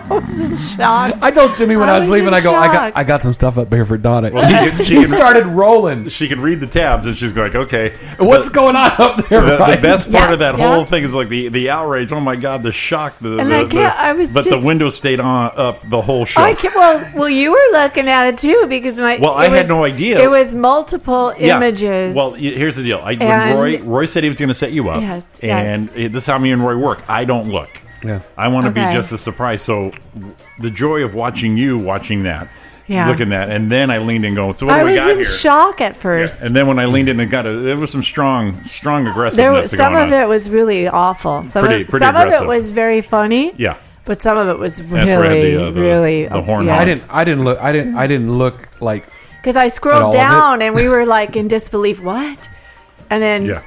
Speaker 8: I told Jimmy when I, was, leaving, I go, I got I got some stuff up here for Donna.
Speaker 6: Well, she could- she
Speaker 8: he
Speaker 6: could-
Speaker 8: started rolling.
Speaker 6: she could read the tabs and she's like, okay,
Speaker 8: What's going on up there?
Speaker 6: The, the
Speaker 8: Ryan?
Speaker 6: best part of that
Speaker 8: Yeah,
Speaker 6: whole thing is like the, the outrage. Oh my god, the shock. The,
Speaker 3: And
Speaker 6: the-
Speaker 3: I can't-
Speaker 6: the-
Speaker 3: I was
Speaker 6: but
Speaker 3: just-
Speaker 6: the window stayed on up the whole show.
Speaker 3: I can, well, well, you were looking at it too because my,
Speaker 6: Well, I
Speaker 3: it
Speaker 6: had
Speaker 3: was-
Speaker 6: no idea.
Speaker 3: It was multiple
Speaker 6: Yeah.
Speaker 3: images.
Speaker 6: Well, y- here's the deal. I, when
Speaker 3: And-
Speaker 6: Roy Roy said he was going to set you up,
Speaker 3: Yes,
Speaker 6: and it- this is how me and Roy work. I don't look.
Speaker 8: Yeah,
Speaker 6: I want to
Speaker 3: Okay.
Speaker 6: be just as surprised. So w- the joy of watching you watching that
Speaker 3: Yeah.
Speaker 6: looking at, and then I leaned in going, "So what
Speaker 3: I
Speaker 6: do we
Speaker 3: was
Speaker 6: got
Speaker 3: in
Speaker 6: here?"
Speaker 3: shock at first.
Speaker 6: And then when I leaned in and got it, there was some strong, strong
Speaker 3: there
Speaker 6: aggressiveness
Speaker 3: was some
Speaker 6: going
Speaker 3: of
Speaker 6: on.
Speaker 3: it was really awful. Some
Speaker 6: Pretty-
Speaker 3: of,
Speaker 6: pretty
Speaker 3: some of it
Speaker 6: aggressive.
Speaker 3: was very funny.
Speaker 6: Yeah.
Speaker 3: But some of it was
Speaker 8: where I had
Speaker 3: really,
Speaker 8: the, uh, the-
Speaker 3: really
Speaker 8: I didn't. I didn't look. I didn't. I didn't look like.
Speaker 3: because I
Speaker 8: all
Speaker 3: scrolled
Speaker 8: of it.
Speaker 3: down and we were like in disbelief. What? And then
Speaker 8: Yeah.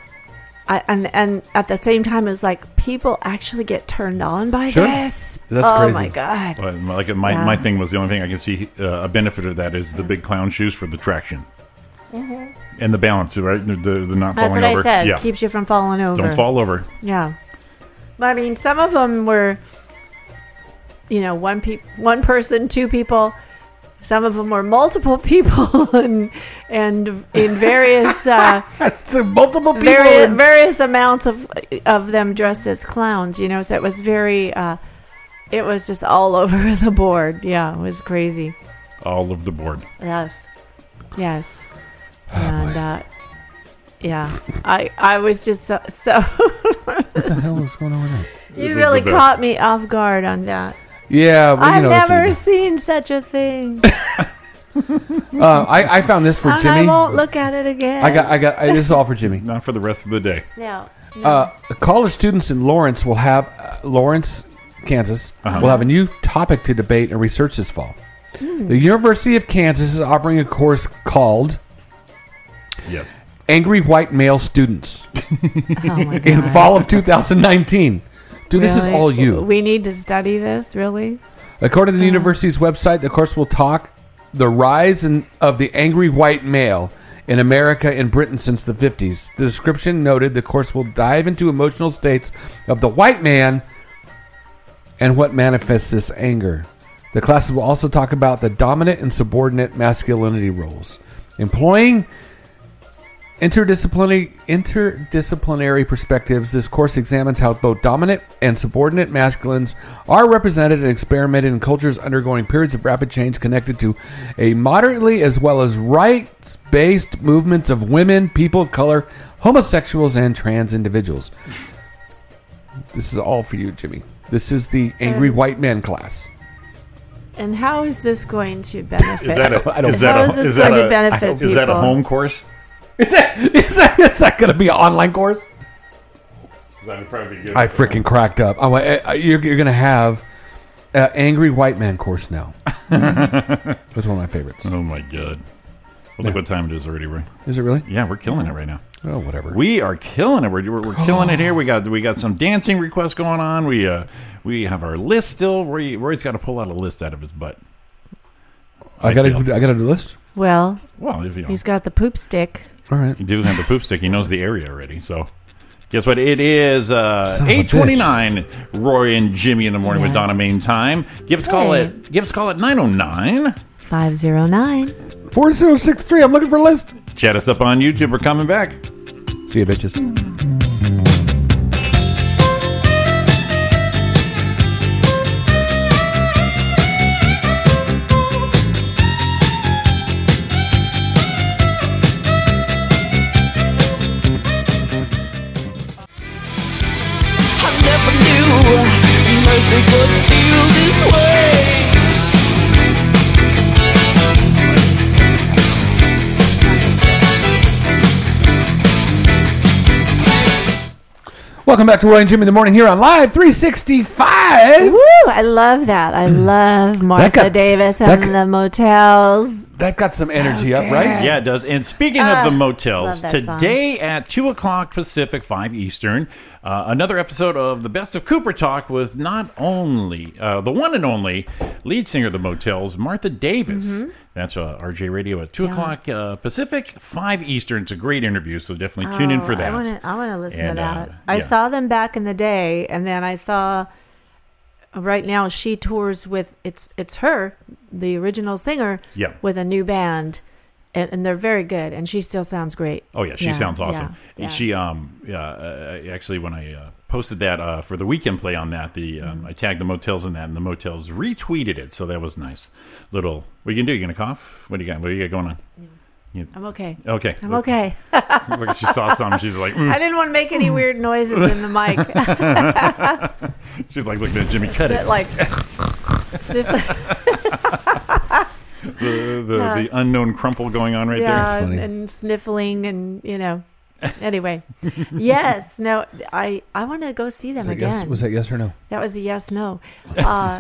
Speaker 3: I, and and at the same time, it was like people actually get turned on by
Speaker 6: Sure.
Speaker 3: this.
Speaker 6: That's
Speaker 3: oh
Speaker 6: crazy.
Speaker 3: my god!
Speaker 6: But my- like my,
Speaker 3: Yeah.
Speaker 6: my thing was the only thing I can see uh, a benefit of that is the big clown shoes for the traction and the balance, right? The, the, the not
Speaker 3: Mm-hmm. That's
Speaker 6: falling
Speaker 3: what
Speaker 6: over.
Speaker 3: I said.
Speaker 6: Yeah.
Speaker 3: Keeps you from falling over.
Speaker 6: Don't fall over.
Speaker 3: Yeah. But, I mean, some of them were, you know, one pe- one person, two people. Some of them were multiple people, and and in various uh,
Speaker 8: multiple people
Speaker 3: various,
Speaker 8: in-
Speaker 3: various amounts of of them dressed as clowns. You know, so it was very, uh, it was just all over the board. Yeah, it was crazy.
Speaker 6: All of the board.
Speaker 3: Yes. Yes.
Speaker 8: Oh,
Speaker 3: and uh, yeah, I I was just so, so
Speaker 8: What the hell is going on with that?
Speaker 3: you really caught me off guard on that.
Speaker 8: Yeah, well, you
Speaker 3: I've
Speaker 8: know, it's-
Speaker 3: never seen such a thing.
Speaker 8: Uh, I, I found this for
Speaker 3: and
Speaker 8: Jimmy.
Speaker 3: I won't look at it again.
Speaker 8: I got, I got. I, this is all for Jimmy.
Speaker 6: Not for the rest of the day.
Speaker 3: no.
Speaker 8: Uh, college students in Lawrence will have uh, Lawrence, Kansas,
Speaker 6: Uh-huh.
Speaker 8: will have a new topic to debate and research this fall.
Speaker 6: Hmm.
Speaker 8: The University of Kansas is offering a course called
Speaker 6: Yes.
Speaker 8: "Angry White Male Students"
Speaker 3: Oh my
Speaker 8: in
Speaker 3: God.
Speaker 8: fall of 2019. Dude, this is
Speaker 3: Really?
Speaker 8: all you.
Speaker 3: We Oh. need to study this, really.
Speaker 8: According to the university's website, the course will talk the rise in, of the angry white male in America and Britain since the 50s. The description noted the course will dive into emotional states of the white man and what manifests this anger. The classes will also talk about the dominant and subordinate masculinity roles, employing Interdisciplinary interdisciplinary perspectives. This course examines how both dominant and subordinate masculines are represented and experimented in cultures undergoing periods of rapid change connected to a moderately as well as rights-based movements of women, people of color, homosexuals, and trans individuals. This is all for you, Jimmy. This is the angry white man class.
Speaker 3: And how is this going to benefit?
Speaker 6: Is that a,
Speaker 8: I don't-
Speaker 6: is that
Speaker 3: how
Speaker 6: a,
Speaker 3: is this
Speaker 6: is
Speaker 3: going
Speaker 6: that
Speaker 3: to
Speaker 6: a-
Speaker 3: benefit people?
Speaker 6: is that a home course?
Speaker 8: Is that is that, is that going to be an online course?
Speaker 6: That'd probably be good.
Speaker 8: I freaking cracked up. I went, "Eh, eh, you're, you're going to have uh, angry white man course now. That's one of my favorites.
Speaker 6: Oh my god! Well, look
Speaker 8: Yeah.
Speaker 6: what time it is already. Ray.
Speaker 8: Is it really?
Speaker 6: Yeah, we're killing it right now.
Speaker 8: Oh, whatever.
Speaker 6: We are killing it. We're, we're, we're killing it here. We got we got some dancing requests going on. We uh we have our list still. Roy, Roy's got to pull out a list out of his butt.
Speaker 8: I got to
Speaker 6: feel.
Speaker 8: I got to do list.
Speaker 3: Well,
Speaker 6: Well, if you-
Speaker 3: he's got the poop stick.
Speaker 8: All right.
Speaker 6: You do have the poop stick. He knows the area already. So guess what? It is uh,
Speaker 8: Son of a
Speaker 6: eight twenty nine. Roy and Jimmy in the morning with
Speaker 3: Yes.
Speaker 6: Donna Main time. Give us a call
Speaker 3: Hey.
Speaker 6: at give us a call at nine oh nine.
Speaker 3: 509.
Speaker 8: 4063. I'm looking for a list.
Speaker 6: Chat us up on YouTube. We're coming back.
Speaker 8: See you, bitches.
Speaker 16: I never knew mercy could feel this way.
Speaker 8: Welcome back to Roy and Jimmy in the morning here on Live 365. Woo!
Speaker 3: I love that. I love Martha
Speaker 8: got-
Speaker 3: Davis
Speaker 8: that
Speaker 3: and the motels.
Speaker 8: That got some energy up, right?
Speaker 6: Yeah, it does. And speaking
Speaker 3: Ah,
Speaker 6: of the motels,
Speaker 3: love that song.
Speaker 6: today at 2 o'clock Pacific, 5 Eastern, uh, another episode of the Best of Cooper Talk with not only uh, the one and only lead singer of the motels, Martha Davis. That's uh, RJ Radio at 2
Speaker 3: Mm-hmm. Yeah.
Speaker 6: o'clock uh, Pacific, 5 Eastern. It's a great interview, so definitely tune in
Speaker 3: Oh,
Speaker 6: for that.
Speaker 3: I want to. I want to listen
Speaker 6: And,
Speaker 3: to
Speaker 6: uh,
Speaker 3: that. I
Speaker 6: yeah.
Speaker 3: saw them back in the day, and then I saw. uh, Right now, she tours with it's it's her, the original singer,
Speaker 6: Yeah.
Speaker 3: with a new band, and, and they're very good, and she still sounds great.
Speaker 6: Oh yeah, she sounds awesome.
Speaker 3: yeah, yeah.
Speaker 6: She um yeah uh, actually when I uh, posted that uh, for the weekend play on that the
Speaker 3: Mm.
Speaker 6: um, I tagged the motels in that and the motels retweeted it so that was nice. Little what you gonna do? You gonna cough? What do you got? What do you got going on? You-
Speaker 3: I'm okay.
Speaker 6: Okay.
Speaker 3: I'm
Speaker 6: Look-
Speaker 3: okay.
Speaker 6: Looks like she saw something. She's like. "Mm,"
Speaker 3: I didn't want to make any weird noises in the mic.
Speaker 6: mic. She's like looking at Jimmy. Cut
Speaker 3: Sit
Speaker 6: it.
Speaker 3: like- Sit like-
Speaker 6: the the,
Speaker 3: Yeah.
Speaker 6: the unknown crumple going on right
Speaker 3: yeah,
Speaker 6: there.
Speaker 3: and- and sniffling, and you know. Anyway, yes, no, I I want to go see them
Speaker 8: that
Speaker 3: again.
Speaker 8: yes- was that yes or no?
Speaker 3: That was a yes, no. Uh,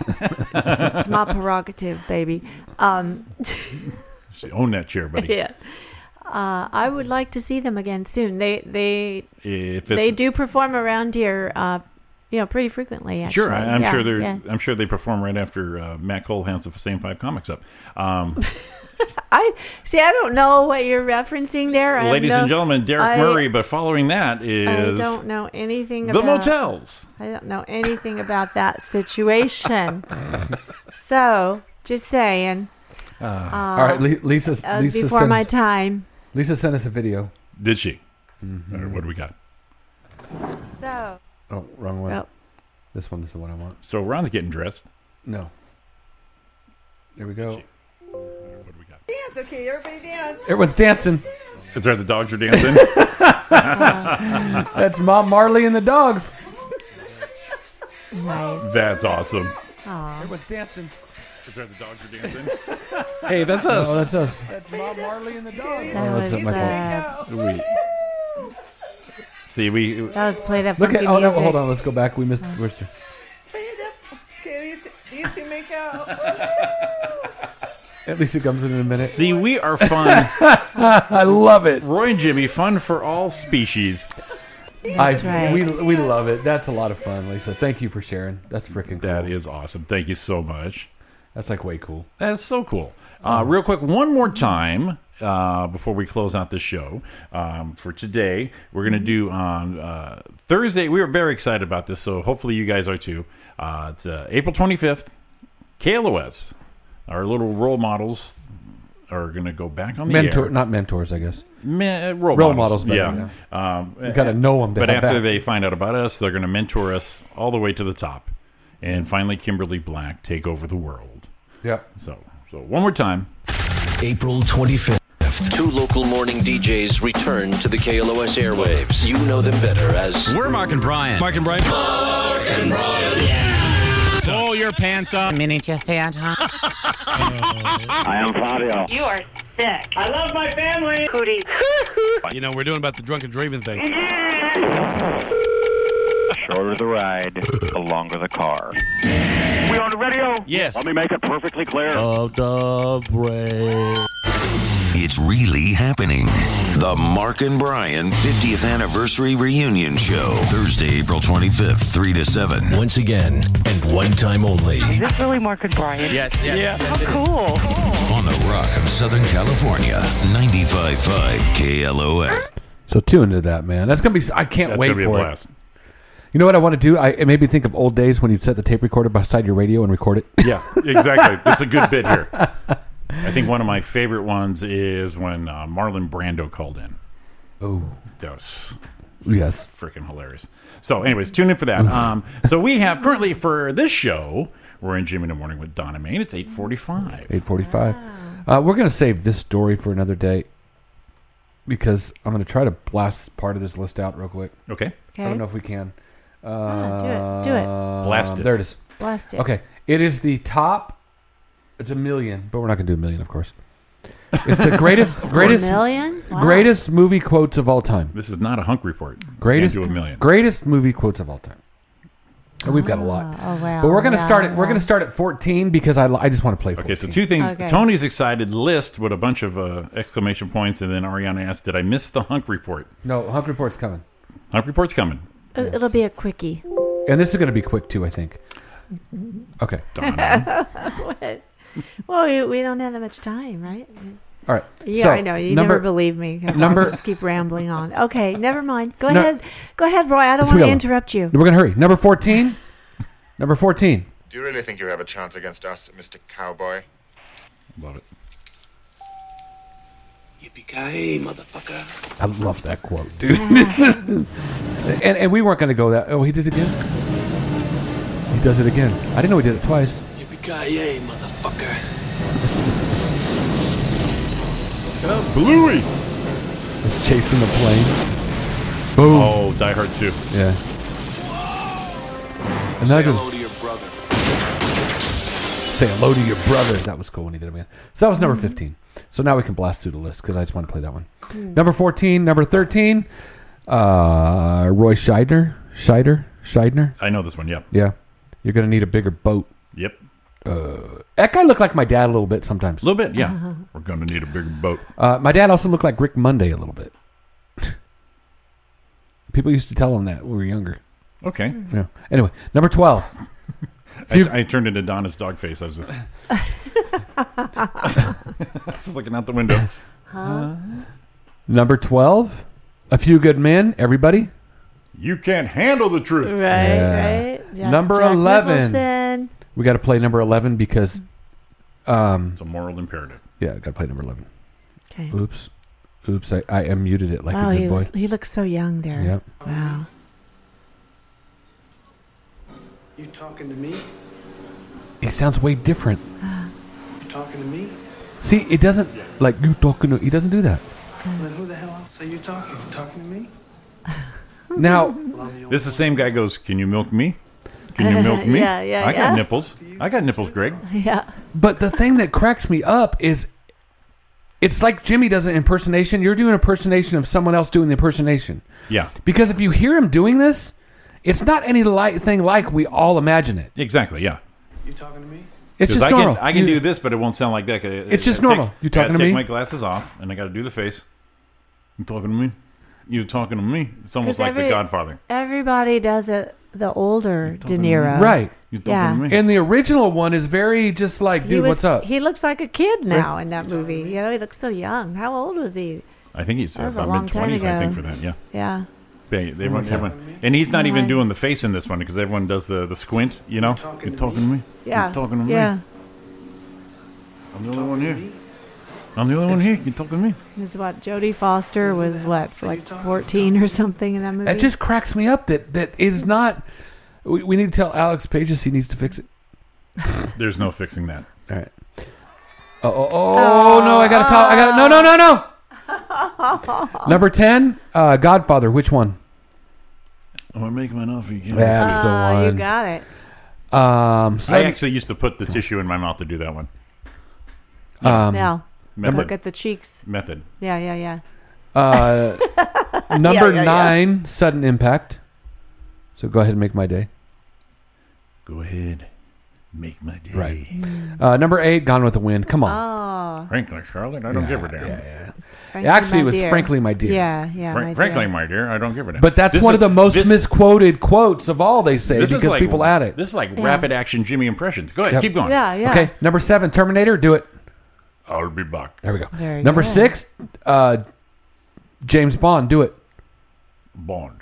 Speaker 3: it's, it's my prerogative, baby. Um,
Speaker 6: She owned that chair, buddy.
Speaker 3: yeah, uh, I would like to see them again soon. They they
Speaker 6: If it's,
Speaker 3: they do perform around here, uh, you know, pretty frequently. Actually.
Speaker 6: Sure, I, I'm
Speaker 3: Yeah,
Speaker 6: sure they're.
Speaker 3: yeah.
Speaker 6: I'm sure they perform right after uh, Matt Cole has the same five comics up. Um,
Speaker 3: I see. I don't know what you're referencing there. I
Speaker 6: ladies
Speaker 3: have
Speaker 6: and
Speaker 3: no-
Speaker 6: gentlemen, Derek
Speaker 3: I-
Speaker 6: Murray. But following that
Speaker 3: I
Speaker 6: is
Speaker 3: don't know anything
Speaker 6: the
Speaker 3: about
Speaker 6: motels.
Speaker 3: I don't know anything about that situation. so just saying. Uh,
Speaker 8: All right, Li- Lisa.
Speaker 3: that was
Speaker 8: Lisa
Speaker 3: before
Speaker 8: sent
Speaker 3: my
Speaker 8: us-
Speaker 3: time.
Speaker 8: Lisa sent us a video.
Speaker 6: Did she? Or what do we got?
Speaker 3: So
Speaker 8: Oh, wrong one.
Speaker 3: Oh.
Speaker 8: This one is the one I want.
Speaker 6: So Ron's getting dressed.
Speaker 8: No. There we go.
Speaker 17: Dance, okay, everybody dance.
Speaker 8: Everyone's dancing.
Speaker 6: That's right. The dogs are dancing.
Speaker 8: That's Mom Marley and the dogs.
Speaker 3: Nice.
Speaker 6: That's awesome.
Speaker 8: Everyone's dancing.
Speaker 6: That's right. The dogs are dancing.
Speaker 18: Hey, that's us.
Speaker 8: No, Oh, that's us.
Speaker 17: That's Bob Marley and the dogs.
Speaker 8: That was,
Speaker 6: that's not my
Speaker 3: uh,
Speaker 6: We, see, we
Speaker 3: that was play that
Speaker 8: Look
Speaker 3: funky
Speaker 8: at. Oh no!
Speaker 3: music.
Speaker 8: Hold on. Let's go back. We missed. Where's your-
Speaker 17: Okay, these two, these two make out.
Speaker 8: At least it comes in in a minute.
Speaker 6: See, we are fun.
Speaker 8: I love it.
Speaker 6: Roy and Jimmy, fun for all species.
Speaker 3: That's
Speaker 8: I,
Speaker 3: right.
Speaker 8: We we love it. That's a lot of fun, Lisa. Thank you for sharing. That's freaking.
Speaker 6: That is awesome. Thank you so much.
Speaker 8: That's like way cool.
Speaker 6: That's so cool. Uh, real quick, one more time uh, before we close out the show um, for today. We're going to do on uh, Thursday. We were very excited about this, so hopefully you guys are too. Uh, it's uh, April 25th. KLOS, our little role models, are going to go back on the
Speaker 8: Mentor,
Speaker 6: air.
Speaker 8: not mentors, I guess.
Speaker 6: Me- uh, role,
Speaker 8: Role
Speaker 6: models.
Speaker 8: models, better,
Speaker 6: yeah. Um,
Speaker 8: You gotta know 'em to
Speaker 6: but
Speaker 8: have
Speaker 6: after
Speaker 8: that.
Speaker 6: they find out about us, they're going to mentor us all the way to the top, and finally, Kimberly Black take over the world.
Speaker 8: Yep.
Speaker 6: So, so one more time.
Speaker 4: April 25th. Two local morning DJs return to the KLOS airwaves. You know them better as. We're Mark and Brian.
Speaker 18: Mark and Brian. Mark and Brian. Pull your pants up.
Speaker 7: Miniature theater.
Speaker 1: I am Fabio.
Speaker 18: You
Speaker 1: are sick. I love my family. Cootie.
Speaker 18: You know, we're doing about the drunken Draven thing.
Speaker 1: Shorter the ride, the longer the car. We on the radio?
Speaker 4: Yes.
Speaker 1: Let me make it perfectly clear.
Speaker 4: Of the It's really happening. The Mark and Brian 50th Anniversary Reunion Show, Thursday, April 25th, 3 to 7. Once again, and one time only.
Speaker 7: Is this really Mark and Brian?
Speaker 4: Yes, yes.
Speaker 7: How cool.
Speaker 4: On the Rock of Southern California, 95.5 KLOS.
Speaker 8: So tune into that, man. That's gonna be. I can't
Speaker 6: That's
Speaker 8: wait
Speaker 6: gonna be a
Speaker 8: for
Speaker 6: blast.
Speaker 8: it. You know what I want to do? I it made me think of old days when you'd set the tape recorder beside your radio and record it.
Speaker 6: Yeah, exactly. this is a good bit here. I think one of my favorite ones is when uh, Marlon Brando called in.
Speaker 8: Oh,
Speaker 6: that was
Speaker 8: Yes.
Speaker 6: freaking hilarious. So, anyways, tune in for that. um, so we have currently for this show, we're in Jimmy in the Morning with Donna Main. It's eight forty-five.
Speaker 8: Eight forty-five.
Speaker 6: Ah.
Speaker 8: Uh, we're gonna save this story for another day because I'm gonna try to blast part of this list out real quick.
Speaker 6: Okay.
Speaker 8: I
Speaker 3: Okay.
Speaker 8: don't know if we can. Uh,
Speaker 3: do it. Do it.
Speaker 6: Blast it.
Speaker 8: There it is.
Speaker 3: Blast it.
Speaker 8: Okay. It is the top. It's a million, but we're not gonna do a million, of course. It's the greatest,
Speaker 6: Of course.
Speaker 8: greatest,
Speaker 6: A million? Wow.
Speaker 8: greatest movie quotes of all time.
Speaker 6: This is not a hunk report.
Speaker 8: Greatest,
Speaker 6: Can't do a million.
Speaker 8: greatest movie quotes of all time. And we've got a lot.
Speaker 6: Ah,
Speaker 3: Oh wow.
Speaker 8: But we're gonna
Speaker 3: wow,
Speaker 8: start it. We're
Speaker 3: wow.
Speaker 8: gonna start at fourteen because I, I just want to play. 14.
Speaker 6: Okay, so two things.
Speaker 3: Okay.
Speaker 6: Tony's excited list with a bunch of uh, exclamation points, and then Ariana asked, "Did I miss the hunk report?"
Speaker 8: No, hunk report's coming,
Speaker 6: Hunk report's coming.
Speaker 3: Uh, It'll be a quickie.
Speaker 8: and this is gonna be quick too. I think. Okay.
Speaker 3: what? Well, we, we don't have that much time, right?
Speaker 8: All right.
Speaker 3: Yeah,
Speaker 8: So,
Speaker 3: I know. You
Speaker 8: number-
Speaker 3: never believe me. 'cause
Speaker 8: number-
Speaker 3: I'll just keep rambling on. Okay, never mind. Go
Speaker 8: No.
Speaker 3: ahead. Go ahead, Roy. I don't
Speaker 8: Yes,
Speaker 3: want
Speaker 8: we
Speaker 3: to
Speaker 8: are.
Speaker 3: interrupt you.
Speaker 8: We're gonna hurry. Number fourteen. Number fourteen.
Speaker 19: Do you really think you have a chance against us, Mr. Cowboy?
Speaker 6: Love it.
Speaker 19: Yippee-ki-yay, motherfucker.
Speaker 8: I love that quote, dude. and and we weren't gonna go that. Oh, he did it again. He does it again. I didn't know he did it twice.
Speaker 16: Yippee-ki-yay, motherfucker.
Speaker 6: Bluey.
Speaker 8: It's chasing the plane. Boom.
Speaker 6: Oh, Die Hard Two.
Speaker 8: Yeah. And that goes-
Speaker 16: to your brother.
Speaker 8: Say, say hello to your brother. That was cool when he did it again. So that was number 15. So now we can blast through the list because I just want to play that one.
Speaker 11: Hmm.
Speaker 8: Number 14, number 13, uh, Roy Scheidner. Scheidner? Scheidner?
Speaker 6: I know this one, yep.
Speaker 8: Yeah. You're going to need a bigger boat.
Speaker 6: Yep.
Speaker 8: Uh, that guy looked like my dad a little bit sometimes.
Speaker 6: A little bit, yeah. We're going to need a bigger boat.
Speaker 8: Uh, my dad also looked like Rick Monday a little bit. People used to tell him that when we were younger.
Speaker 6: Okay.
Speaker 8: Yeah. Anyway, number 12.
Speaker 6: I, I turned into Donna's dog face. I was just, just looking out the window.
Speaker 8: Number 12, A Few Good Men, everybody.
Speaker 6: You can't handle the truth.
Speaker 3: Right,
Speaker 8: Yeah.
Speaker 3: right. Jack-
Speaker 8: number
Speaker 3: Jack
Speaker 8: 11.
Speaker 3: Nicholson.
Speaker 8: We got to play number 11 because.
Speaker 3: Mm.
Speaker 8: Um, it's
Speaker 6: a moral imperative.
Speaker 8: Yeah, got to play number 11.
Speaker 3: 'Kay.
Speaker 8: Oops. Oops, I, I muted it like
Speaker 3: wow,
Speaker 8: a
Speaker 3: he,
Speaker 8: good boy.
Speaker 3: was, he looks so young there.
Speaker 8: Yep.
Speaker 3: Wow.
Speaker 16: You talking to me?
Speaker 8: He sounds way different.
Speaker 16: You talking to me?
Speaker 8: See, it doesn't like you talking to. He doesn't do that.
Speaker 16: Then who the hell else are you talking? You talking to me?
Speaker 8: Now,
Speaker 6: this is the same guy goes, Can you milk me? Can you milk me?
Speaker 3: Yeah, yeah,
Speaker 6: I
Speaker 3: yeah.
Speaker 6: got nipples. I got nipples, Greg.
Speaker 3: Yeah.
Speaker 8: But the thing that cracks me up is it's like Jimmy does an impersonation. You're doing an impersonation of someone else doing the impersonation.
Speaker 6: Yeah.
Speaker 8: Because if you hear him doing this, it's not any light thing like we all imagine it.
Speaker 6: Exactly, yeah.
Speaker 16: You talking to me?
Speaker 8: It's
Speaker 6: 'Cause
Speaker 8: just
Speaker 6: I can,
Speaker 8: normal.
Speaker 6: I can
Speaker 8: You-
Speaker 6: do this, but it won't sound like that. 'cause it-
Speaker 8: It's just
Speaker 6: I take-
Speaker 8: normal. You
Speaker 6: I
Speaker 8: talking to
Speaker 6: take
Speaker 8: me?
Speaker 6: my glasses off, and I got to do the face. You talking to me? You talking to me? It's almost
Speaker 3: 'Cause
Speaker 6: like The
Speaker 3: every-
Speaker 6: Godfather.
Speaker 3: Everybody does it. The older De Niro.
Speaker 8: Right.
Speaker 6: You
Speaker 3: Yeah.
Speaker 8: And the original one is very just like,
Speaker 3: He
Speaker 8: dude,
Speaker 3: was-
Speaker 8: what's up?
Speaker 3: He looks like a kid now in that movie. You know, he looks so young. How old was he?
Speaker 6: I think he's
Speaker 3: That was a
Speaker 6: about
Speaker 3: long
Speaker 6: mid
Speaker 3: time
Speaker 6: twenties. I think
Speaker 3: ago.
Speaker 6: for that, yeah.
Speaker 3: Yeah.
Speaker 6: They, they everyone,
Speaker 3: time.
Speaker 6: everyone, and he's not
Speaker 3: No,
Speaker 6: even
Speaker 3: I-
Speaker 6: doing the face in this one because everyone does the, the squint. You know, you're talking to me.
Speaker 3: Yeah.
Speaker 6: You're talking to me.
Speaker 3: yeah.
Speaker 6: I'm the only one here. I'm the only one here. You're talking to me.
Speaker 3: This is what Jodie Foster was what, like fourteen or something in that movie.
Speaker 8: That just cracks me up that that is not. We, we need to tell Alex Pages he needs to fix it.
Speaker 6: There's no fixing that.
Speaker 8: All right. Oh, oh, oh, no, I got to tell. I got to. No, no, no, no. Number 10, uh, Godfather. Which one?
Speaker 6: I'm gonna make him an offer. You can't
Speaker 8: That's
Speaker 6: refuse.
Speaker 8: the one.
Speaker 3: Ah, it.
Speaker 8: Ah, Um, so
Speaker 6: I actually used to put the tissue in my mouth to do that one.
Speaker 8: um,
Speaker 3: now
Speaker 6: Method.
Speaker 3: look at the cheeks.
Speaker 6: Method.
Speaker 3: Yeah, yeah, yeah.
Speaker 8: Uh, number
Speaker 3: Yeah, yeah, yeah.
Speaker 8: nine, sudden impact. So go ahead and make my day.
Speaker 6: Go ahead, make my day.
Speaker 8: Right. Uh, number eight, Gone with the Wind. Come on.
Speaker 3: Oh.
Speaker 6: Frankly, Charlotte, I don't
Speaker 8: Yeah,
Speaker 6: give a damn.
Speaker 3: Frankly,
Speaker 8: Actually,
Speaker 3: my
Speaker 8: it was
Speaker 3: dear.
Speaker 8: frankly my dear.
Speaker 3: Yeah, yeah.
Speaker 6: Fra-
Speaker 3: my
Speaker 6: frankly,
Speaker 3: dear.
Speaker 6: my dear, I don't give a damn.
Speaker 8: But that's
Speaker 6: This
Speaker 8: one
Speaker 6: is-
Speaker 8: of the most misquoted quotes of all they say
Speaker 6: this is
Speaker 8: because
Speaker 6: like-
Speaker 8: people add it.
Speaker 6: This is like
Speaker 8: Yeah.
Speaker 6: rapid action Jimmy impressions. Go ahead,
Speaker 8: Yep.
Speaker 6: keep going.
Speaker 8: Okay, number seven, Terminator. Do it.
Speaker 6: I'll be back.
Speaker 8: There we go.
Speaker 6: Very
Speaker 8: number
Speaker 6: good.
Speaker 8: six, uh, James Bond. Do it.
Speaker 6: Bond.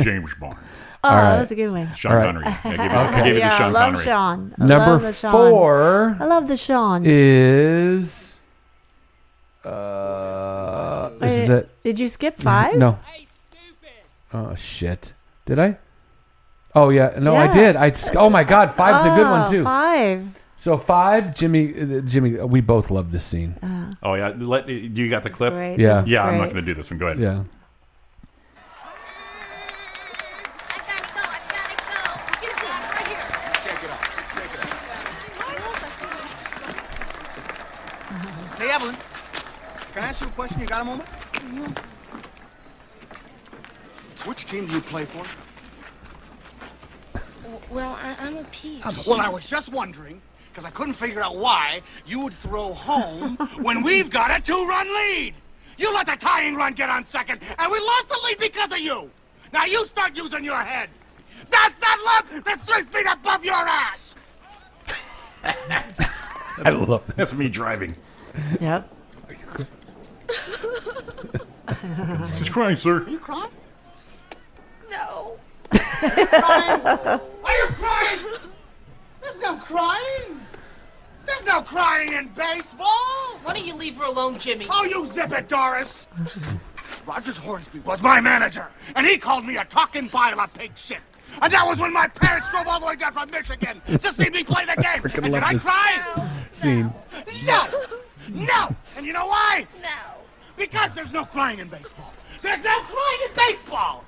Speaker 6: James Bond.
Speaker 3: Oh,
Speaker 8: All
Speaker 3: that
Speaker 8: right.
Speaker 3: was a good one.
Speaker 6: Sean
Speaker 8: All right.
Speaker 6: Connery. I gave it, I gave it
Speaker 3: Yeah,
Speaker 6: to Sean
Speaker 3: I love
Speaker 6: Connery.
Speaker 3: Sean. I
Speaker 8: Number
Speaker 3: love the Sean.
Speaker 8: four.
Speaker 3: I love the Sean.
Speaker 8: Is uh, this is
Speaker 3: Wait,
Speaker 8: it?
Speaker 3: did you skip five?
Speaker 8: No. Oh shit! Did I? Oh yeah. No, I
Speaker 3: Yeah.
Speaker 8: did. I. s- Oh my god, five's a good one
Speaker 3: Oh,
Speaker 8: too.
Speaker 3: Five.
Speaker 8: So five, Jimmy. uh, Jimmy, we both love this scene.
Speaker 6: Oh yeah, let do you got the clip?
Speaker 3: great.
Speaker 8: Yeah. This is
Speaker 6: yeah. I'm not
Speaker 8: great.
Speaker 6: going to do this one. Go ahead.
Speaker 8: Yeah.
Speaker 20: Say, Evelyn, can I ask you a question? You got a moment? Which team do you play for?
Speaker 17: Well, I, I'm a peach.
Speaker 20: Well, I was just wondering, because I couldn't figure out why you would throw home when we've got a two-run lead. You let the tying run get on second, and we lost the lead because of you. Now you start using your head. That's that love that's three feet above your ass.
Speaker 6: I love that. That's me driving.
Speaker 3: Yep.
Speaker 6: She's crying, sir.
Speaker 20: Are you crying? No.
Speaker 17: Crying?
Speaker 20: Why are you crying? There's no crying. There's no crying in baseball. Why don't you leave her alone, Jimmy? Oh, you zip it, Doris. Rogers Hornsby was my manager, and he called me a talking pile of pig shit. And that was when my parents drove all the way down from Michigan to see me play the
Speaker 17: I
Speaker 20: game.
Speaker 17: freaking
Speaker 20: and did
Speaker 17: love
Speaker 20: I
Speaker 17: this.
Speaker 20: cry?
Speaker 8: Scene.
Speaker 20: No! No! And you know why? No. Because there's no crying in baseball. There's no crying in baseball!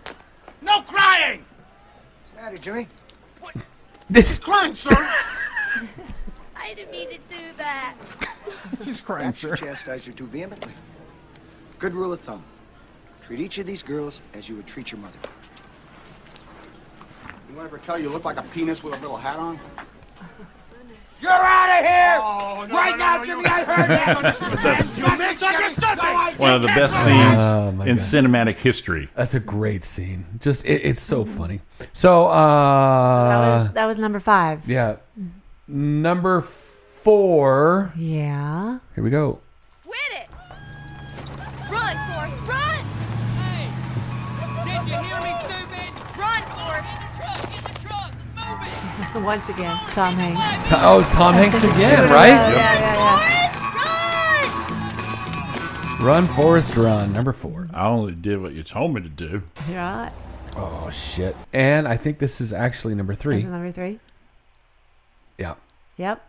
Speaker 20: No crying! What's the matter, Jimmy? What? He's crying, sir!
Speaker 17: I
Speaker 11: invited me to do that.
Speaker 5: She's crying, sir. chastise you too vehemently. Good rule of thumb. Treat each of these girls as you would treat your mother.
Speaker 21: Anyone ever tell you you look like a penis with a little hat on?
Speaker 4: You're out of here! right now,
Speaker 5: Jimmy,
Speaker 4: I heard
Speaker 6: That's
Speaker 4: you misunderstood me!
Speaker 6: one of the best scenes
Speaker 8: Oh,
Speaker 6: in cinematic history.
Speaker 8: That's a great scene. Just it, it's so funny. So uh,
Speaker 3: Mm-hmm. that was number five.
Speaker 8: yeah, number four.
Speaker 3: Yeah.
Speaker 8: Here we go.
Speaker 11: Run, Forrest, run! Hey! Did you hear me, stupid? Run, Forrest! In the truck, in the truck!
Speaker 3: Once again, Tom Hanks.
Speaker 8: To- oh, it's Tom Hanks
Speaker 3: Two
Speaker 8: again,
Speaker 3: in a
Speaker 8: right?
Speaker 3: row. Yeah, yeah, yeah.
Speaker 8: Run, Forrest, run. Number four.
Speaker 6: I only did what you told me to do.
Speaker 3: Right.
Speaker 8: Oh shit! And I think this is actually number
Speaker 3: That's
Speaker 8: three.
Speaker 3: number three.
Speaker 8: Yeah.
Speaker 3: Yep.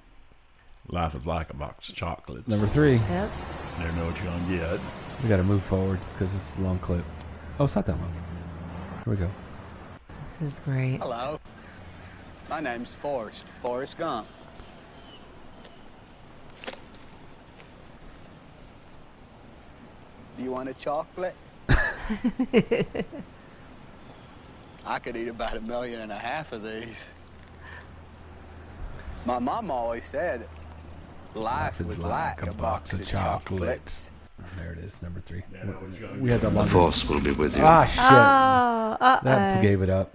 Speaker 6: Life is like a box of chocolates.
Speaker 8: Number three.
Speaker 3: Yep.
Speaker 6: Never know what you're gonna get.
Speaker 8: We got to move forward because it's a long clip. Oh, it's not that long. Here we go.
Speaker 3: This is great.
Speaker 5: Hello. My name's Forrest. Forrest Gump. Do you want a chocolate? I could eat about a million and a half of these. My mom always said life, was like, a box, of chocolates.
Speaker 8: There it is, number three.
Speaker 5: gonna
Speaker 8: we had
Speaker 5: be-
Speaker 8: that
Speaker 5: The
Speaker 8: long.
Speaker 5: force will be with you.
Speaker 8: Ah, shit.
Speaker 3: Oh, uh-oh.
Speaker 8: That gave it up.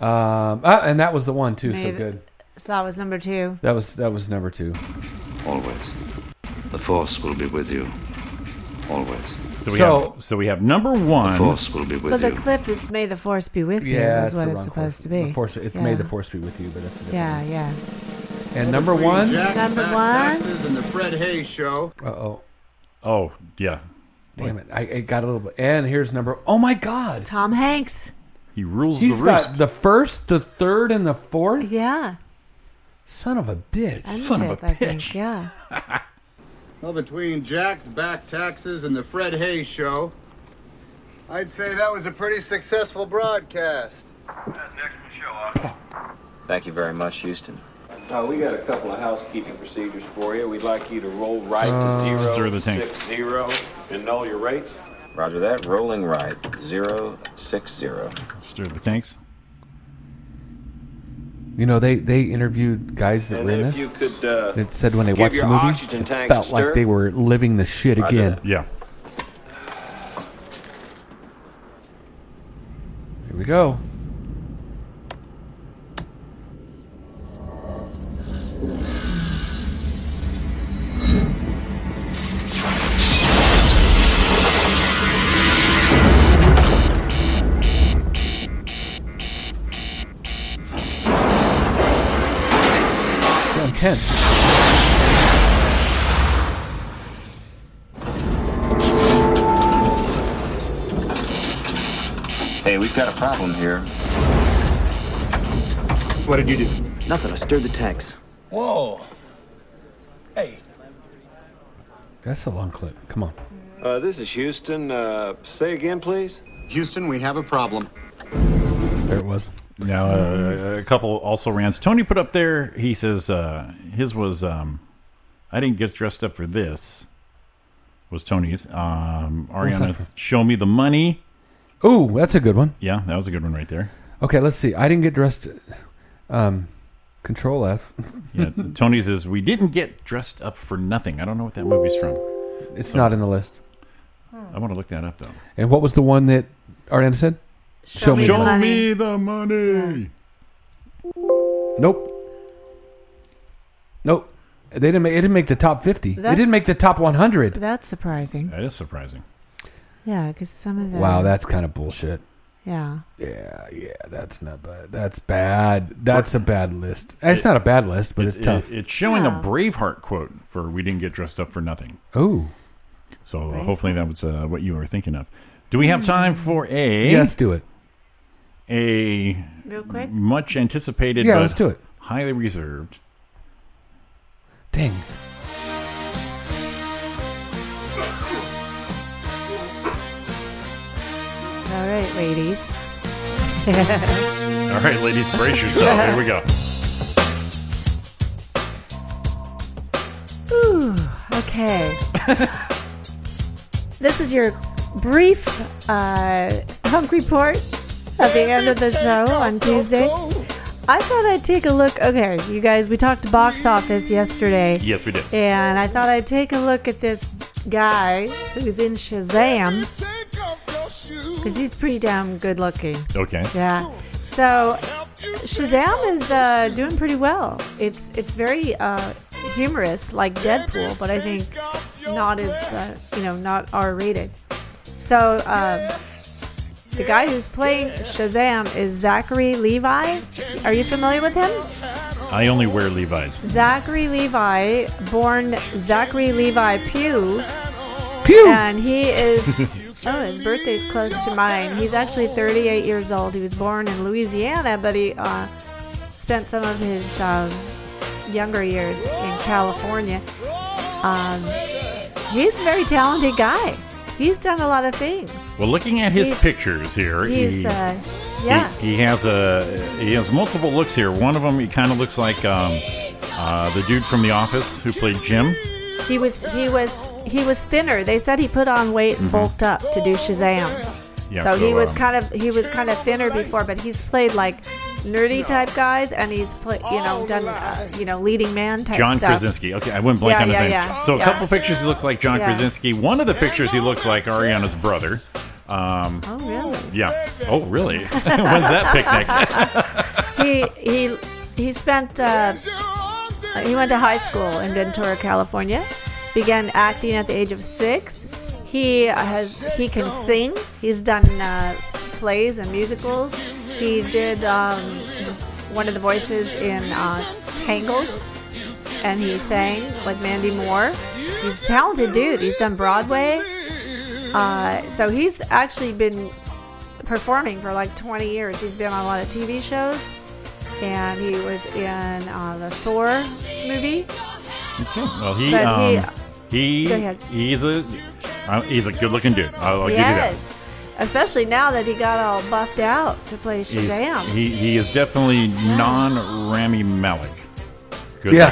Speaker 8: Um, ah, and that was the one too. So
Speaker 3: Maybe-
Speaker 8: good.
Speaker 3: So that was number two.
Speaker 8: That was that was number two.
Speaker 22: Always. The Force will be with you. Always.
Speaker 6: So we
Speaker 8: So-
Speaker 6: have so we have number one.
Speaker 22: The Force will be with
Speaker 3: But the clip is "May the Force be with you."
Speaker 8: Yeah,
Speaker 3: is
Speaker 8: it's
Speaker 3: what
Speaker 8: the
Speaker 3: it's
Speaker 8: wrong
Speaker 3: supposed to
Speaker 8: chord.
Speaker 3: be.
Speaker 8: The force, it's
Speaker 3: yeah.
Speaker 8: May the Force be with you, but that's a different.
Speaker 3: Yeah, yeah.
Speaker 8: And number one.
Speaker 3: Number one.
Speaker 4: in the Fred Hayes show.
Speaker 8: Uh oh.
Speaker 6: Oh yeah.
Speaker 8: Damn it! I, I got a little bit. And here's number. Oh my God!
Speaker 3: Tom Hanks.
Speaker 6: He rules
Speaker 8: He's
Speaker 6: the
Speaker 8: got
Speaker 6: roost.
Speaker 8: the first, the third, and the fourth.
Speaker 3: Yeah.
Speaker 8: Son of a bitch!
Speaker 3: And the
Speaker 8: Son of a
Speaker 3: fifth, I think. Yeah.
Speaker 4: Well, between Jack's back taxes and the Fred Hayes show, I'd say that was a pretty successful broadcast.
Speaker 23: Thank you very much, Houston. Uh, we got a couple of housekeeping procedures for you. We'd like you to roll right
Speaker 6: Uh,
Speaker 23: to zero,
Speaker 6: stir the tanks.
Speaker 23: six zero, and know your rates. Roger that. Rolling right, zero six zero.
Speaker 6: Stir the tanks.
Speaker 8: You know they they interviewed guys that
Speaker 23: And
Speaker 8: were in
Speaker 23: if
Speaker 8: this.
Speaker 23: you could, uh,
Speaker 8: it said when they
Speaker 23: give
Speaker 8: watched the
Speaker 23: your
Speaker 8: movie,
Speaker 23: oxygen
Speaker 8: it
Speaker 23: tanks a
Speaker 8: felt like
Speaker 23: stir.
Speaker 8: they were living the shit
Speaker 23: Roger
Speaker 8: again.
Speaker 23: that.
Speaker 6: Yeah.
Speaker 8: Here we go. Damn tense.
Speaker 23: Hey, we've got a problem here.
Speaker 5: What did you do? Nothing. I stirred the tanks.
Speaker 23: Whoa. Hey.
Speaker 8: That's a long clip. Come on.
Speaker 23: Uh, this is Houston. Uh, say again, please.
Speaker 4: Houston, we have a problem.
Speaker 8: There it was.
Speaker 6: Now uh, a couple also rants. Tony put up there. He says uh, his was. Um, I didn't get dressed up for this. Was Tony's um,
Speaker 8: What was that
Speaker 6: Ariana's? Show me the money.
Speaker 8: Ooh, that's a good one.
Speaker 6: Yeah, that was a good one right there.
Speaker 8: Okay, let's see. I didn't get dressed. Um, control F.
Speaker 6: Yeah, Tony's is we didn't get dressed up for nothing. I don't know what that movie's from.
Speaker 8: It's
Speaker 6: So-
Speaker 8: not in the list.
Speaker 6: I want to look that up though.
Speaker 8: And what was the one that Ariana said?
Speaker 6: Show me
Speaker 8: the money.
Speaker 6: the money.
Speaker 8: Nope. Nope. They didn't. Make, it didn't make the top fifty. it
Speaker 3: That's-
Speaker 8: didn't make the top one hundred.
Speaker 3: That's surprising.
Speaker 6: That is surprising.
Speaker 3: Yeah, because some of the.
Speaker 8: Wow, that's kind of bullshit.
Speaker 3: Yeah.
Speaker 8: Yeah, yeah, that's not bad. That's bad. That's a bad list. It's not a bad list, but it's,
Speaker 6: it-
Speaker 8: tough.
Speaker 6: it's showing
Speaker 3: Yeah.
Speaker 6: a Braveheart quote for "We didn't get dressed up for nothing."
Speaker 8: oh,
Speaker 6: So uh, hopefully that was uh, what you were thinking of. Do we have time for a?
Speaker 8: yes, do it.
Speaker 6: A
Speaker 3: Real quick.
Speaker 6: much anticipated.
Speaker 8: Yeah,
Speaker 6: but
Speaker 8: let's do it.
Speaker 6: Highly reserved.
Speaker 8: Dang.
Speaker 3: All right, ladies.
Speaker 6: All right, ladies, brace yourself. Here we go.
Speaker 3: Okay. this is your brief uh, hunk report at the end of the show on Tuesday. I thought I'd take a look. Okay, you guys, we talked box office yesterday.
Speaker 6: Yes, we did.
Speaker 3: And I thought I'd take a look at this guy who's in Shazam because he's pretty damn good looking.
Speaker 6: Okay.
Speaker 3: Yeah. So Shazam is uh, doing pretty well. It's it's very uh, humorous, like Deadpool, but I think not as uh, you know not R rated. So um, the guy who's playing Shazam is Zachary Levi. Are you familiar with him?
Speaker 6: I only wear Levi's.
Speaker 3: Zachary Levi, born Zachary Levi Pugh. Pugh. And he is. Oh, his birthday's close to mine. He's actually 38 years old. He was born in Louisiana, but he uh, spent some of his um, younger years in California. Um, he's a very talented guy. He's done a lot of things.
Speaker 6: Well, looking at his
Speaker 3: He's-
Speaker 6: pictures here,
Speaker 3: He's,
Speaker 6: he,
Speaker 3: uh, yeah.
Speaker 6: he, he has a he has multiple looks here. One of them, he kind of looks like um, uh, the dude from The Office who played Jim.
Speaker 3: He was he was he was thinner. They said he put on weight and
Speaker 6: Mhm.
Speaker 3: bulked up to do Shazam.
Speaker 6: Yeah,
Speaker 3: so, he
Speaker 6: so,
Speaker 3: was
Speaker 6: um,
Speaker 3: kind of he was kind of thinner before, but he's played like nerdy type guys, and he's played you know done uh, you know leading man type
Speaker 6: John
Speaker 3: stuff.
Speaker 6: Krasinski. Okay, I went blank
Speaker 3: Yeah,
Speaker 6: on his
Speaker 3: yeah,
Speaker 6: name.
Speaker 3: yeah,
Speaker 6: so a
Speaker 3: yeah.
Speaker 6: couple pictures he looks like John
Speaker 3: Yeah.
Speaker 6: Krasinski. One of the pictures he looks like Ariana's brother. Um,
Speaker 3: Oh really?
Speaker 6: yeah. Oh really? When's that picnic?
Speaker 3: he he he spent uh, he went to high school in Ventura, California. Began acting at the age of six. He has he can sing. He's done uh, plays and musicals. He did um, one of the voices in uh, Tangled, and he sang with Mandy Moore. He's a talented dude. He's done Broadway. Uh, so he's actually been performing for like 20 years. He's been on a lot of TV shows, and he was in uh, the Thor movie.
Speaker 6: Okay. Well, he
Speaker 3: But he-
Speaker 6: um, he,
Speaker 3: Go ahead.
Speaker 6: he's a uh, he's a good looking dude. I'll, I'll
Speaker 3: yes, especially now that he got all buffed out to play
Speaker 6: give you that. He's-
Speaker 3: Shazam.
Speaker 6: He he is definitely non Rami Malek. Good
Speaker 8: Yeah.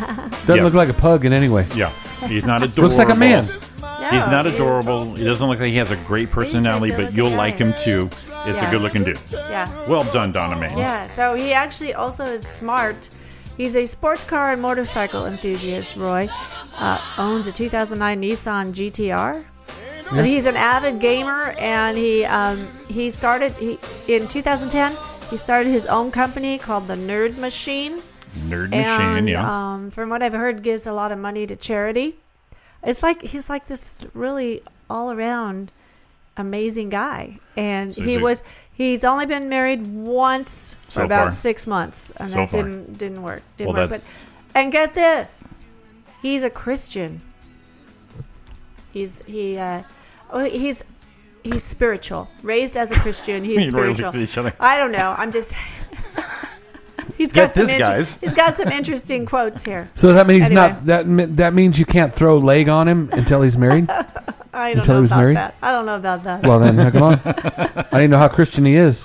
Speaker 6: looking.
Speaker 8: Doesn't
Speaker 6: Yes.
Speaker 8: look like a pug in any way.
Speaker 6: Yeah, he's not adorable.
Speaker 8: Looks like a man.
Speaker 6: he's
Speaker 3: No,
Speaker 6: not
Speaker 3: Oh, he's-
Speaker 6: adorable. He doesn't look like he has a great personality, but you'll like him too. It's
Speaker 3: Yeah.
Speaker 6: a good looking dude.
Speaker 3: Yeah.
Speaker 6: Well done, Donna Mae.
Speaker 3: Yeah, so he actually also is smart. He's a sports car and motorcycle enthusiast, Roy. Uh, owns a 2009 Nissan GTR.
Speaker 24: Yeah.
Speaker 3: But he's an avid gamer, and he um, he started he, in 2010. He started his own company called the Nerd Machine.
Speaker 6: Nerd machine,
Speaker 3: and
Speaker 6: yeah.
Speaker 3: um, from what I've heard, gives a lot of money to charity. It's like he's like this really all around amazing guy, and
Speaker 6: So
Speaker 3: he
Speaker 6: he's a-
Speaker 3: was he's only been married once for
Speaker 6: So
Speaker 3: about
Speaker 6: far.
Speaker 3: six months, and
Speaker 6: So
Speaker 3: that
Speaker 6: far.
Speaker 3: didn't didn't work. Didn't
Speaker 6: Well,
Speaker 3: work. But
Speaker 6: that's-
Speaker 3: and get this, he's a Christian. He's he uh, oh, he's he's spiritual. Raised as a Christian,
Speaker 6: Me
Speaker 3: he's
Speaker 6: and Roy look
Speaker 3: spiritual.
Speaker 6: at each other.
Speaker 3: I don't know. I'm just. He's
Speaker 6: Get
Speaker 3: got some
Speaker 6: this,
Speaker 3: inter-
Speaker 6: guys.
Speaker 3: He's got some interesting quotes here.
Speaker 8: So that means he's
Speaker 3: Anyway,
Speaker 8: not that me- that means you can't throw leg on him until he's married.
Speaker 3: I don't
Speaker 8: until
Speaker 3: know
Speaker 8: he was
Speaker 3: about
Speaker 8: married?
Speaker 3: that. I don't know about that.
Speaker 8: well then, come on. I didn't know how Christian he is.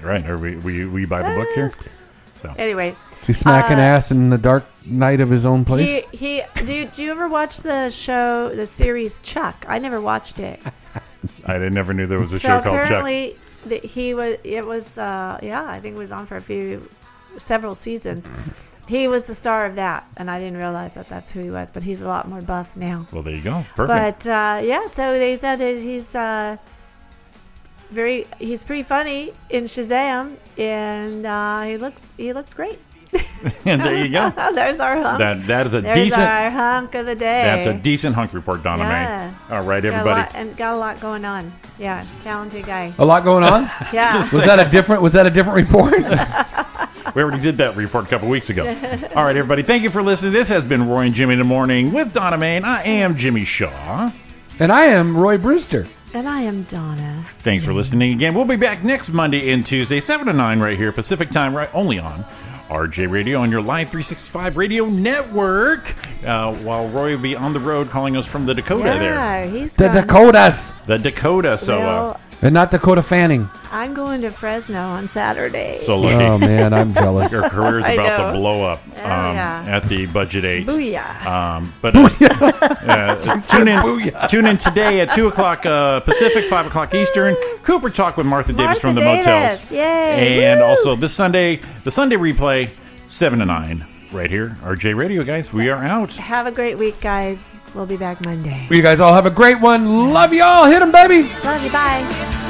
Speaker 6: Right? Are we we we buy the book here?
Speaker 3: Uh,
Speaker 6: So
Speaker 3: Anyway,
Speaker 8: He's smacking
Speaker 3: Uh,
Speaker 8: ass in the dark night of his own place.
Speaker 3: he he. Do you, do you ever watch the show, the series Chuck? I never watched it.
Speaker 6: I didn't- never knew there was a
Speaker 3: so
Speaker 6: show called Chuck.
Speaker 3: apparently, the, he was. It was. Uh, yeah, I think it was on for a few, several seasons. He was the star of that, and I didn't realize that that's who he was. But he's a lot more buff now.
Speaker 6: Well, there you go. Perfect.
Speaker 3: But uh, yeah, so they said that he's uh, very he's pretty funny in Shazam, and uh, he looks he looks great.
Speaker 6: and there you go.
Speaker 3: There's our hunk.
Speaker 6: That that is a
Speaker 3: There's
Speaker 6: decent.
Speaker 3: our hunk of the day.
Speaker 6: That's a decent hunk report, Donna
Speaker 3: Eh. Yeah.
Speaker 6: Mae. All right,
Speaker 3: Got a
Speaker 6: everybody.
Speaker 3: lot- and got a lot going on. Yeah, talented guy.
Speaker 8: a lot going on.
Speaker 3: Yeah.
Speaker 8: Was that a different? Was that a different report?
Speaker 6: We already did that report a couple weeks ago. All right, everybody. Thank you for listening. This has been Roy and Jimmy in the Morning with Donna Mae. and I am Jimmy Shaw.
Speaker 8: And I am Roy Brewster.
Speaker 3: And I am Donna.
Speaker 6: Thanks for listening again. We'll be back next Monday and Tuesday, 7 to 9 right here, Pacific time, right only on RJ Radio on your Live 365 radio network. Uh, while Roy will be on the road calling us from the Dakota there.
Speaker 3: he's
Speaker 8: The
Speaker 3: from
Speaker 8: Dakotas.
Speaker 6: The Dakota. So uh,
Speaker 3: Real
Speaker 8: And not Dakota Fanning.
Speaker 3: I'm going to Fresno on Saturday.
Speaker 6: So lucky.
Speaker 8: Oh, man, I'm jealous.
Speaker 6: Your career's
Speaker 3: I
Speaker 6: about
Speaker 3: know.
Speaker 6: to blow up um,
Speaker 3: Oh, yeah.
Speaker 6: at the budget eight.
Speaker 3: Booyah.
Speaker 6: Um, but uh, yeah, tune in, tune in today at two o'clock uh, Pacific, five o'clock Eastern. Cooper talk with Martha, Davis
Speaker 3: Martha
Speaker 6: from the
Speaker 3: Davis.
Speaker 6: motels,
Speaker 3: Yay.
Speaker 6: and also this Sunday, the Sunday replay, seven to nine, right here. RJ Radio guys, we are out.
Speaker 3: Have a great week, guys. We'll be back Monday.
Speaker 8: You guys all have a great one. Love you all. Hit them, baby.
Speaker 3: Love you. Bye.